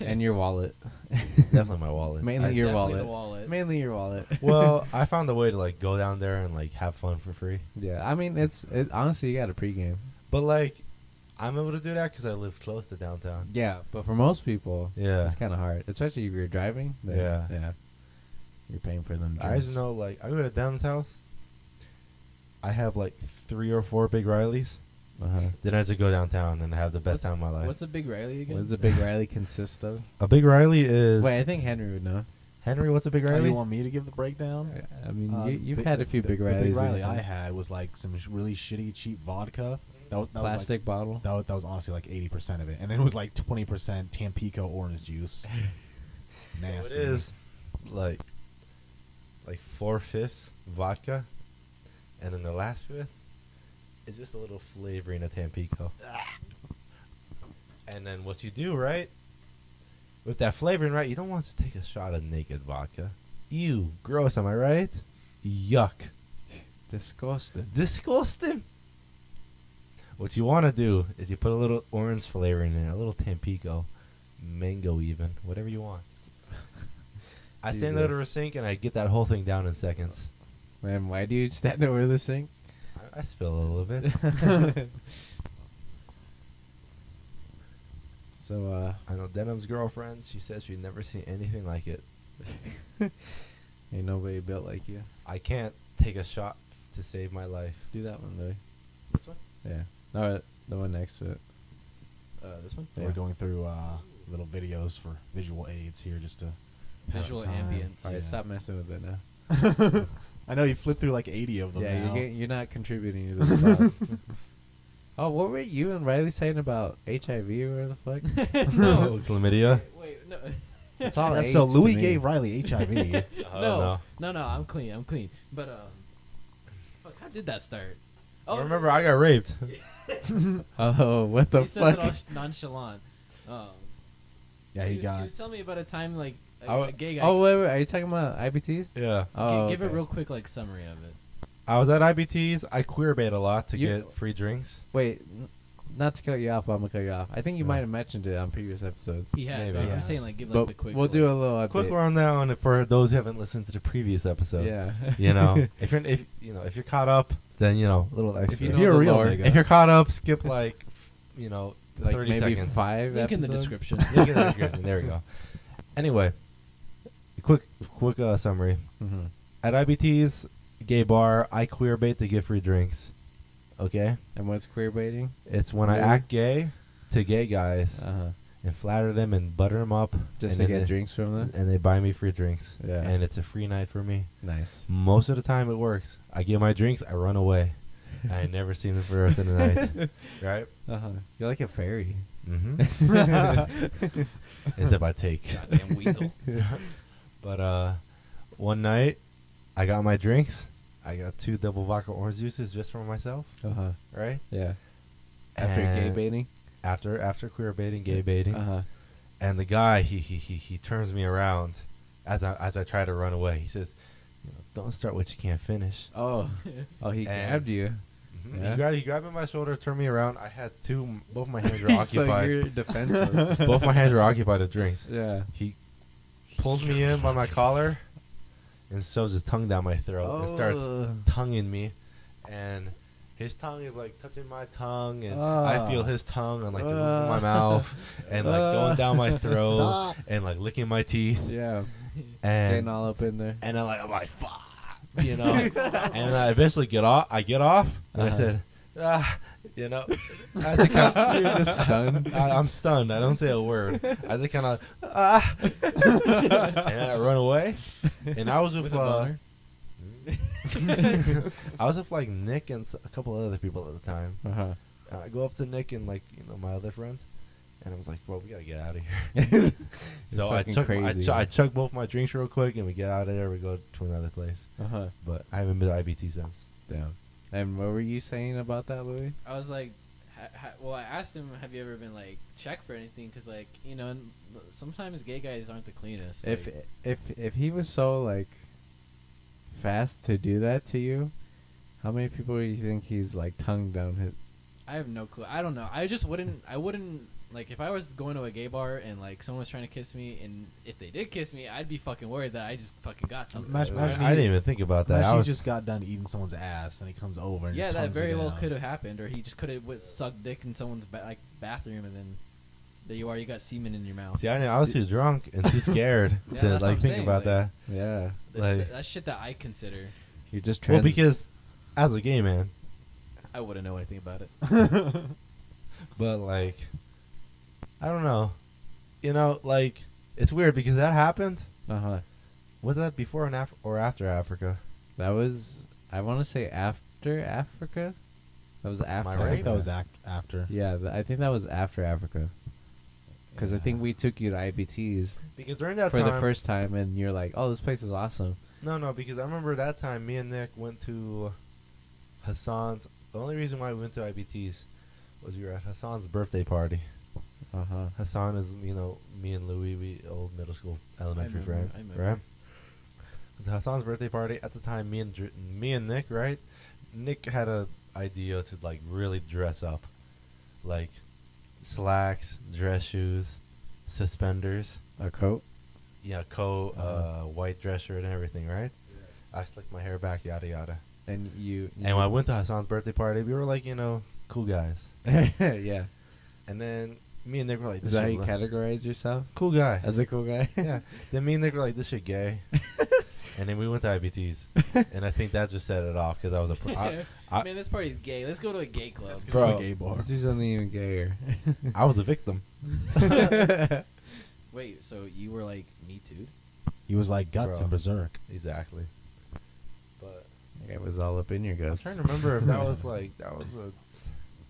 [SPEAKER 2] and your wallet.
[SPEAKER 4] Definitely my wallet.
[SPEAKER 2] Mainly
[SPEAKER 4] I
[SPEAKER 2] your
[SPEAKER 4] definitely-
[SPEAKER 2] wallet.
[SPEAKER 3] Definitely the wallet.
[SPEAKER 2] Mainly your wallet.
[SPEAKER 4] well, I found a way to like go down there and like have fun for free.
[SPEAKER 2] yeah, I mean it's it, honestly you got a pregame.
[SPEAKER 4] But like, I'm able to do that 'cause I live close to downtown.
[SPEAKER 2] Yeah, but for most people,
[SPEAKER 4] Yeah.
[SPEAKER 2] it's kind of hard, especially if you're driving. then-
[SPEAKER 4] Yeah.
[SPEAKER 2] yeah, you're paying for them.
[SPEAKER 4] I just
[SPEAKER 2] drinks.
[SPEAKER 4] know like I go to Dem's house. I have like three or four big Rileys.
[SPEAKER 2] Uh-huh.
[SPEAKER 4] Then I just go downtown and have the best time of my life.
[SPEAKER 3] What's a big Riley again?
[SPEAKER 2] What does a big Riley consist of?
[SPEAKER 4] a big Riley is
[SPEAKER 2] Wait, I think Henry would know.
[SPEAKER 4] Henry. What's a big
[SPEAKER 1] Oh,
[SPEAKER 4] Riley?
[SPEAKER 1] you want me to give the breakdown?
[SPEAKER 2] I mean,
[SPEAKER 1] Uh,
[SPEAKER 2] you, you've
[SPEAKER 1] the-
[SPEAKER 2] had a few
[SPEAKER 1] the-
[SPEAKER 2] big
[SPEAKER 1] the
[SPEAKER 2] Rileys.
[SPEAKER 1] Big
[SPEAKER 2] in
[SPEAKER 1] Riley
[SPEAKER 2] your
[SPEAKER 1] I
[SPEAKER 2] time.
[SPEAKER 1] had was like some sh- really shitty, cheap vodka. That was that was like,
[SPEAKER 2] plastic bottle.
[SPEAKER 1] that was, that was honestly like eighty percent of it, and then it was like twenty percent Tampico orange juice.
[SPEAKER 4] So
[SPEAKER 1] Nasty.
[SPEAKER 4] it is like like four fifths vodka, and then the last fifth is just a little flavoring of Tampico. and then what you do, right? With that flavoring, right? You don't want to take a shot of naked vodka. Ew, gross. Am I right? Yuck,
[SPEAKER 2] Disgusting.
[SPEAKER 4] disgusting. What you want to do is you put a little orange flavoring in, it, a little Tampico, mango even, whatever you want. I stand
[SPEAKER 2] Jesus.
[SPEAKER 4] over a sink and I get that whole thing down in seconds.
[SPEAKER 2] Man, why do you stand over the sink?
[SPEAKER 4] I, I spill a little bit.
[SPEAKER 2] so, uh,
[SPEAKER 4] I know Denim's girlfriend. She says she'd never seen anything like it.
[SPEAKER 2] uh, ain't nobody built like you.
[SPEAKER 4] I can't take a shot to save my life.
[SPEAKER 2] Do that one, Louis.
[SPEAKER 4] This one?
[SPEAKER 2] Yeah. All right, the one next to it.
[SPEAKER 4] Uh, this one?
[SPEAKER 2] Yeah.
[SPEAKER 1] We're going through uh, little videos for visual aids here, just to pass
[SPEAKER 3] Visual
[SPEAKER 1] the time.
[SPEAKER 3] ambience.
[SPEAKER 2] All right,
[SPEAKER 1] Yeah.
[SPEAKER 2] stop messing with it now.
[SPEAKER 1] I know you flipped through like eighty of them.
[SPEAKER 2] yeah,
[SPEAKER 1] now.
[SPEAKER 2] you're, getting, you're not contributing to this. job. oh, what were you and Riley saying about HIV or whatever the fuck?
[SPEAKER 4] no. Chlamydia?
[SPEAKER 3] Wait, no.
[SPEAKER 2] It's all
[SPEAKER 1] Yeah, so
[SPEAKER 2] AIDS to
[SPEAKER 1] Louis
[SPEAKER 2] me.
[SPEAKER 1] gave Riley HIV.
[SPEAKER 2] Oh,
[SPEAKER 4] I don't
[SPEAKER 3] no,
[SPEAKER 4] know.
[SPEAKER 3] no, no, I'm clean. I'm clean. But um, fuck, how did that start?
[SPEAKER 4] Oh, remember, I got raped.
[SPEAKER 2] Oh, what
[SPEAKER 3] he
[SPEAKER 2] the
[SPEAKER 3] says it
[SPEAKER 2] fuck?
[SPEAKER 3] all sh- nonchalant. Um,
[SPEAKER 1] yeah, he
[SPEAKER 3] was, He
[SPEAKER 1] got.
[SPEAKER 3] was telling me about a time like a,
[SPEAKER 4] I wa-
[SPEAKER 3] a gay guy.
[SPEAKER 2] Oh, wait, wait, are you talking about IBTs?
[SPEAKER 4] yeah.
[SPEAKER 2] Oh,
[SPEAKER 3] Gi- give
[SPEAKER 2] okay.
[SPEAKER 3] a real quick like summary of it.
[SPEAKER 4] I was at IBT's. I queer bait a lot to
[SPEAKER 2] You-
[SPEAKER 4] get free drinks.
[SPEAKER 2] Wait, n- not to cut you off, but I'm gonna cut you off. I think you
[SPEAKER 4] Yeah.
[SPEAKER 2] might have mentioned it on previous episodes.
[SPEAKER 3] He
[SPEAKER 4] Maybe.
[SPEAKER 3] has. But
[SPEAKER 1] He
[SPEAKER 3] I'm
[SPEAKER 1] has.
[SPEAKER 3] saying like give like
[SPEAKER 2] but
[SPEAKER 3] the quick.
[SPEAKER 2] we'll
[SPEAKER 3] like,
[SPEAKER 2] do a little update.
[SPEAKER 4] Quick rundown on it for those who haven't listened to the previous episode.
[SPEAKER 2] Yeah.
[SPEAKER 4] You know, if you're if you know if you're caught up, then you know a little extra.
[SPEAKER 2] If you
[SPEAKER 1] If
[SPEAKER 2] know
[SPEAKER 1] you're
[SPEAKER 2] the
[SPEAKER 1] a real
[SPEAKER 2] lore,
[SPEAKER 1] nigga.
[SPEAKER 4] If you're caught up, skip like, you know,
[SPEAKER 2] like
[SPEAKER 4] 30
[SPEAKER 2] maybe
[SPEAKER 4] seconds.
[SPEAKER 2] five.
[SPEAKER 3] Link in the
[SPEAKER 2] episodes?
[SPEAKER 3] description.
[SPEAKER 4] Link in the description. There we go. Anyway, quick, quick uh, summary.
[SPEAKER 2] Mhm.
[SPEAKER 4] At IBT's gay bar, I queer bait to get free drinks. Okay,
[SPEAKER 2] And what's queer baiting?
[SPEAKER 4] it's when I
[SPEAKER 2] Really?
[SPEAKER 4] act gay to gay guys
[SPEAKER 2] Uh huh.
[SPEAKER 4] and flatter them and butter them up,
[SPEAKER 2] Just
[SPEAKER 4] and
[SPEAKER 2] to
[SPEAKER 4] then
[SPEAKER 2] get
[SPEAKER 4] they-
[SPEAKER 2] drinks from them.
[SPEAKER 4] and they buy me free drinks.
[SPEAKER 2] Yeah.
[SPEAKER 4] and it's a free night for me.
[SPEAKER 2] Nice.
[SPEAKER 4] Most of the time, it works. I get my drinks, I run away. I ain't never seen them for the rest of the night. Right?
[SPEAKER 2] Uh huh. You're like a fairy. Uh-huh.
[SPEAKER 4] Mm-hmm. Except I take.
[SPEAKER 3] Goddamn weasel.
[SPEAKER 4] But uh, one night, I got my drinks. I got two double vodka orange juices just for myself,
[SPEAKER 2] Uh huh.
[SPEAKER 4] right?
[SPEAKER 2] Yeah. After gay
[SPEAKER 4] And
[SPEAKER 2] baiting.
[SPEAKER 4] After after queer baiting, gay baiting,
[SPEAKER 2] Uh huh.
[SPEAKER 4] and the guy he, he he he turns me around as I as I try to run away. He says, you know, "Don't start what you can't finish."
[SPEAKER 2] Oh. Oh, he
[SPEAKER 4] And-
[SPEAKER 2] grabbed you.
[SPEAKER 4] Mhm.
[SPEAKER 2] Mm-hmm. Yeah.
[SPEAKER 4] He, grabbed, he grabbed me by my shoulder, turned me around. I had two, both my hands were
[SPEAKER 2] so
[SPEAKER 4] occupied.
[SPEAKER 2] you're defensive.
[SPEAKER 4] both my hands were occupied with drinks.
[SPEAKER 2] yeah.
[SPEAKER 4] He pulls me in by my collar and shoves his tongue down my throat and starts
[SPEAKER 2] Oh.
[SPEAKER 4] tonguing me. And his tongue is like touching my tongue, and I feel his tongue on like the roof of my
[SPEAKER 2] Ah.
[SPEAKER 4] mouth, and like going down my throat,
[SPEAKER 1] Stop.
[SPEAKER 4] and like licking my teeth,
[SPEAKER 2] Yeah. Staying
[SPEAKER 4] and
[SPEAKER 2] all up in there.
[SPEAKER 4] and I'm like, I'm like, fuck, you know. and I eventually get off. I get off, and I
[SPEAKER 2] Uh-huh.
[SPEAKER 4] said, ah, you know, as it kind
[SPEAKER 2] You're just stunned.
[SPEAKER 4] I, I'm stunned. I don't say a word. I just kind of ah, and I run away. And I was with,
[SPEAKER 3] With a
[SPEAKER 4] uh,
[SPEAKER 3] boner?
[SPEAKER 4] I was with like Nick and s- a couple other people at the time.
[SPEAKER 2] Uh-huh.
[SPEAKER 4] And I go up to Nick and like you know my other friends, and I was like, "Bro, we gotta get out of here." so I
[SPEAKER 2] fucking
[SPEAKER 4] chuck, I,
[SPEAKER 2] crazy.
[SPEAKER 4] chu- I chuck both my drinks real quick, and we get out of there. We go to another place.
[SPEAKER 2] Uh-huh.
[SPEAKER 4] But I haven't been to IBT since.
[SPEAKER 2] Damn. And what were you saying about that, Louis?
[SPEAKER 3] I was like, ha, ha, well, I asked him, have you ever been like checked for anything? Because like you know, n- sometimes gay guys aren't the cleanest.
[SPEAKER 2] If
[SPEAKER 3] like-
[SPEAKER 2] if if he was so like fast to do that to you, how many people do you think he's like tongue down his
[SPEAKER 3] I have no clue. I don't know. I just wouldn't. I wouldn't like if I was going to a gay bar and like someone was trying to kiss me, and if they did kiss me, I'd be fucking worried that I just fucking got something.
[SPEAKER 1] Imagine-
[SPEAKER 4] I,
[SPEAKER 1] imagine
[SPEAKER 4] I
[SPEAKER 1] you-
[SPEAKER 4] didn't even think about that.
[SPEAKER 1] Unless
[SPEAKER 4] I
[SPEAKER 1] you
[SPEAKER 4] was
[SPEAKER 1] just got done eating someone's ass and he comes over and
[SPEAKER 3] yeah,
[SPEAKER 1] just
[SPEAKER 3] that
[SPEAKER 1] tongues you
[SPEAKER 3] very well
[SPEAKER 1] down.
[SPEAKER 3] could have happened, or he just could have sucked dick in someone's ba- like bathroom, and then there you are, you got semen in your mouth.
[SPEAKER 4] see. I, didn't, I was too drunk and too scared
[SPEAKER 3] Yeah,
[SPEAKER 4] to
[SPEAKER 3] that's what
[SPEAKER 4] like
[SPEAKER 3] I'm
[SPEAKER 4] think
[SPEAKER 3] saying,
[SPEAKER 4] about
[SPEAKER 3] like-
[SPEAKER 4] that.
[SPEAKER 2] Yeah.
[SPEAKER 3] That's,
[SPEAKER 4] like-
[SPEAKER 3] that's shit that I consider.
[SPEAKER 2] You just
[SPEAKER 4] well,
[SPEAKER 2] trans-
[SPEAKER 4] because as a gay man,
[SPEAKER 3] I wouldn't know anything about it.
[SPEAKER 4] but like, I don't know. You know, like it's weird because that happened.
[SPEAKER 2] uh-huh.
[SPEAKER 4] Was that before and af- or after Africa?
[SPEAKER 2] That was I want to say after Africa. That was after.
[SPEAKER 1] I think
[SPEAKER 4] right?
[SPEAKER 1] that was
[SPEAKER 2] Africa.
[SPEAKER 1] ac- after.
[SPEAKER 2] Yeah, th- I think that was after Africa. Because I
[SPEAKER 1] Yeah.
[SPEAKER 2] think we took you to IBTs
[SPEAKER 4] Because during that
[SPEAKER 2] for
[SPEAKER 4] time,
[SPEAKER 2] the first time, and you're like, "Oh, this place is awesome."
[SPEAKER 4] no, no, because I remember that time me and Nick went to Hassan's. The only reason why we went to IBTs was we were at Hassan's birthday party.
[SPEAKER 2] Uh
[SPEAKER 4] Uh-huh.
[SPEAKER 2] huh.
[SPEAKER 4] Hassan is, you know, me and Louis, we old middle school, elementary
[SPEAKER 3] remember,
[SPEAKER 4] friends,
[SPEAKER 3] I remember.
[SPEAKER 4] right? It's Hassan's birthday party at the time, me and Dr- me and Nick, right? Nick had a idea to like really dress up, like slacks, dress shoes, suspenders,
[SPEAKER 2] A coat.
[SPEAKER 4] yeah, coat, uh
[SPEAKER 2] Uh-huh.
[SPEAKER 4] white dress shirt, and everything, right? I slicked my hair back, yada yada.
[SPEAKER 2] And you. you
[SPEAKER 4] And when I went to Hassan's birthday party, we were like, you know, cool guys.
[SPEAKER 2] yeah.
[SPEAKER 4] And then me and Nick were like,
[SPEAKER 2] Is
[SPEAKER 4] this
[SPEAKER 2] that how
[SPEAKER 4] shit
[SPEAKER 2] you
[SPEAKER 4] look-
[SPEAKER 2] categorize yourself?
[SPEAKER 4] cool guy.
[SPEAKER 2] As a cool guy.
[SPEAKER 4] yeah. Then me and Nick were like, "This shit gay," and then we went to IBTs, and I think that just set it off because I was a pro- I, I-
[SPEAKER 3] Man, this party's gay. Let's go to a gay club.
[SPEAKER 4] go. Bro.
[SPEAKER 1] The gay bar.
[SPEAKER 2] Let's do something even gayer.
[SPEAKER 4] I was a victim.
[SPEAKER 3] Wait, so you were like me too?
[SPEAKER 1] He was like guts
[SPEAKER 4] Bro.
[SPEAKER 1] and berserk.
[SPEAKER 4] Exactly. But
[SPEAKER 2] it was all up in your
[SPEAKER 4] I'm
[SPEAKER 2] guts.
[SPEAKER 4] trying to remember if that was like that was a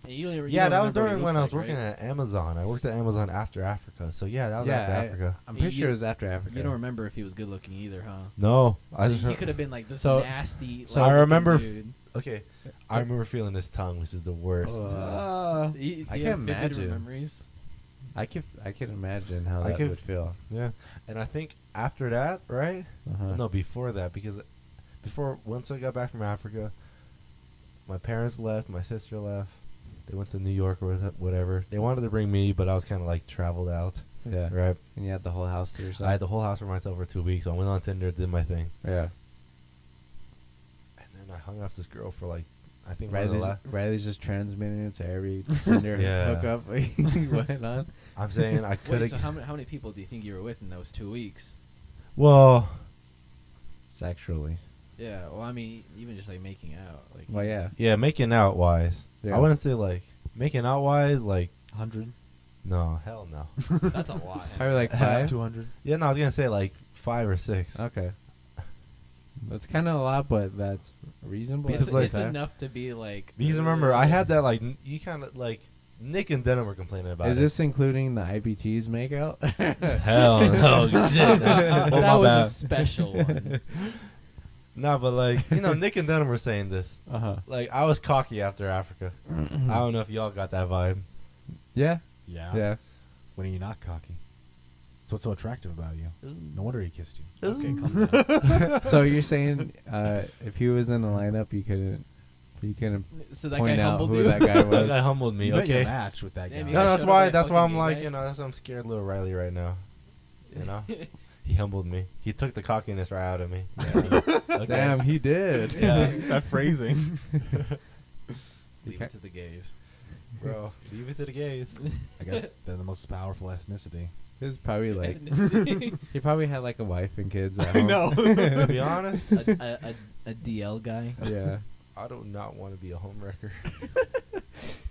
[SPEAKER 3] And you don't- you
[SPEAKER 4] yeah
[SPEAKER 3] don't
[SPEAKER 4] that was
[SPEAKER 3] remember what
[SPEAKER 4] during
[SPEAKER 3] he
[SPEAKER 4] when I was
[SPEAKER 3] looks like,
[SPEAKER 4] working
[SPEAKER 3] right?
[SPEAKER 4] at Amazon. I worked at Amazon after Africa, so yeah, that was
[SPEAKER 2] Yeah,
[SPEAKER 4] after
[SPEAKER 2] I-
[SPEAKER 4] Africa.
[SPEAKER 2] I'm pretty
[SPEAKER 3] You-
[SPEAKER 2] sure it was after Africa.
[SPEAKER 3] You don't remember if he was good looking either, huh?
[SPEAKER 4] No, I
[SPEAKER 3] So
[SPEAKER 4] just
[SPEAKER 3] he
[SPEAKER 4] rem-
[SPEAKER 3] could have been like this
[SPEAKER 4] So-
[SPEAKER 3] nasty.
[SPEAKER 4] so I
[SPEAKER 3] loud-looking
[SPEAKER 4] remember-
[SPEAKER 3] Dude.
[SPEAKER 4] okay. I remember feeling this tongue, which is the worst.
[SPEAKER 2] Uh,
[SPEAKER 3] Do you- do
[SPEAKER 2] I
[SPEAKER 3] you
[SPEAKER 2] can't
[SPEAKER 3] have vivid
[SPEAKER 2] imagine.
[SPEAKER 3] Memories.
[SPEAKER 2] I can I can imagine how
[SPEAKER 4] I
[SPEAKER 2] that
[SPEAKER 4] could-
[SPEAKER 2] would feel.
[SPEAKER 4] yeah, and I think after that, right?
[SPEAKER 2] Uh-huh.
[SPEAKER 4] No, before that, because before once I got back from Africa, my parents left, my sister left. They went to New York or wha- whatever. They wanted to bring me, but I was kind of like traveled out,
[SPEAKER 2] Yeah.
[SPEAKER 4] right?
[SPEAKER 2] And you had the whole house to
[SPEAKER 4] So
[SPEAKER 2] yourself.
[SPEAKER 4] I had the whole house for myself for two weeks. I went on Tinder, did my thing,
[SPEAKER 2] yeah.
[SPEAKER 4] and then I hung off this girl for like, I think one of the
[SPEAKER 2] Riley's,
[SPEAKER 4] la-
[SPEAKER 2] Riley's just transmitting it to every Tinder
[SPEAKER 4] Yeah.
[SPEAKER 2] hookup he went on.
[SPEAKER 4] I'm saying I could
[SPEAKER 3] Wait,
[SPEAKER 4] have.
[SPEAKER 3] so how many, how many people do you think you were with in those two weeks?
[SPEAKER 4] well,
[SPEAKER 2] Sexually.
[SPEAKER 3] Yeah. Well, I mean, even just like making out, like
[SPEAKER 2] Well, yeah.
[SPEAKER 4] yeah, making out wise,
[SPEAKER 2] Yeah.
[SPEAKER 4] I wouldn't say like making out wise, like
[SPEAKER 1] 100?
[SPEAKER 4] no, hell no.
[SPEAKER 3] that's a lot.
[SPEAKER 2] Probably like five.
[SPEAKER 1] 200?
[SPEAKER 4] yeah, no, I was gonna say like five or six.
[SPEAKER 2] Okay. That's kind of a lot, but that's reasonable.
[SPEAKER 3] it's,
[SPEAKER 2] at the
[SPEAKER 4] like-
[SPEAKER 3] it's
[SPEAKER 2] same time.
[SPEAKER 3] enough to be like.
[SPEAKER 4] Because remember, I
[SPEAKER 3] "Ugh."
[SPEAKER 4] had that like n- you kind of like Nick and Denim were complaining about.
[SPEAKER 2] Is
[SPEAKER 4] it.
[SPEAKER 2] this including the IBTs makeout?
[SPEAKER 4] hell no shit?
[SPEAKER 3] that
[SPEAKER 4] Oh, my
[SPEAKER 3] was
[SPEAKER 4] bad.
[SPEAKER 3] a special one.
[SPEAKER 4] nah, but like you know, Nick and Denim were saying this.
[SPEAKER 2] uh huh.
[SPEAKER 4] Like I was cocky after Africa.
[SPEAKER 2] Mm-hmm.
[SPEAKER 4] I don't know if y'all got that vibe.
[SPEAKER 2] Uh, Yeah.
[SPEAKER 1] Yeah.
[SPEAKER 2] Yeah.
[SPEAKER 1] When are you not cocky? That's what's so attractive about you. No wonder he kissed you.
[SPEAKER 3] okay, calm down.
[SPEAKER 2] So you're saying uh, if he was in the lineup, you couldn't, you couldn't
[SPEAKER 3] So that
[SPEAKER 2] point
[SPEAKER 3] guy
[SPEAKER 2] out
[SPEAKER 3] humbled
[SPEAKER 2] who
[SPEAKER 3] you.
[SPEAKER 2] that guy
[SPEAKER 4] That guy
[SPEAKER 2] was.
[SPEAKER 4] humbled me.
[SPEAKER 1] you bet your
[SPEAKER 4] okay. No,
[SPEAKER 1] match with that guy.
[SPEAKER 3] Damn, you guys
[SPEAKER 4] that's
[SPEAKER 3] showed
[SPEAKER 4] why.
[SPEAKER 3] up like
[SPEAKER 4] That's why
[SPEAKER 3] fucking
[SPEAKER 4] I'm like
[SPEAKER 3] gay.
[SPEAKER 4] you know. That's why I'm scared, little Riley, right now. You know, he humbled me. He took the cockiness right out of me. okay.
[SPEAKER 2] Damn, he did.
[SPEAKER 4] Yeah.
[SPEAKER 1] that phrasing.
[SPEAKER 2] You
[SPEAKER 3] Leave it
[SPEAKER 2] can't-
[SPEAKER 3] to the gays.
[SPEAKER 4] bro. Leave it to the gays.
[SPEAKER 1] I guess they're the most powerful ethnicity.
[SPEAKER 2] He was probably like
[SPEAKER 3] Ethnicity.
[SPEAKER 2] he probably had like a wife and kids. At
[SPEAKER 1] I
[SPEAKER 2] home.
[SPEAKER 1] know.
[SPEAKER 4] to be honest,
[SPEAKER 3] a, a, a, a DL guy.
[SPEAKER 2] yeah.
[SPEAKER 4] I do not want to be a homewrecker.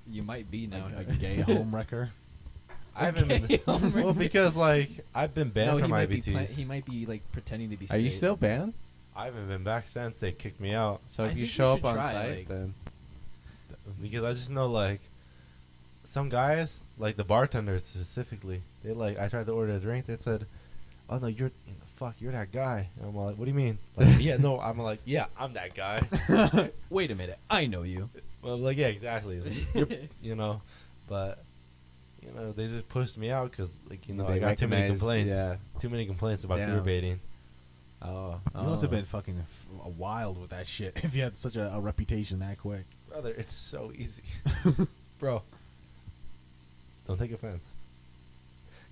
[SPEAKER 3] You might be now.
[SPEAKER 1] Like a gay homewrecker.
[SPEAKER 4] I haven't.
[SPEAKER 3] Okay,
[SPEAKER 4] Been, well,
[SPEAKER 3] homewrecker.
[SPEAKER 4] because like I've been banned
[SPEAKER 3] no, he
[SPEAKER 4] from
[SPEAKER 3] might be
[SPEAKER 4] IBTs.
[SPEAKER 3] pla- he might be like pretending to be.
[SPEAKER 2] Are you
[SPEAKER 3] straight.
[SPEAKER 2] still banned?
[SPEAKER 4] I haven't been back since they kicked me out
[SPEAKER 2] So
[SPEAKER 3] I
[SPEAKER 2] if you
[SPEAKER 3] think you
[SPEAKER 2] show up
[SPEAKER 3] should
[SPEAKER 2] on
[SPEAKER 3] try,
[SPEAKER 2] site,
[SPEAKER 3] like-
[SPEAKER 2] then
[SPEAKER 4] because I just know like some guys, like the bartenders specifically, they like I tried to order a drink. They said, "Oh no, you're fuck, you're that guy." And I'm like, "What do you mean?" Like, yeah, no, I'm like, "Yeah, I'm that guy."
[SPEAKER 3] Wait a minute. I know you.
[SPEAKER 4] Well, like yeah, exactly. Like, you're- you know, but you know they just pushed me out because like you know
[SPEAKER 2] They
[SPEAKER 4] I got too many
[SPEAKER 2] recognize-
[SPEAKER 4] complaints.
[SPEAKER 2] yeah.
[SPEAKER 4] Too many complaints about
[SPEAKER 2] Damn.
[SPEAKER 4] queer baiting.
[SPEAKER 2] oh,
[SPEAKER 1] You must have been fucking f- uh, wild with that shit if you had such a, a reputation that quick.
[SPEAKER 4] Brother, it's so easy, bro. Don't take offense.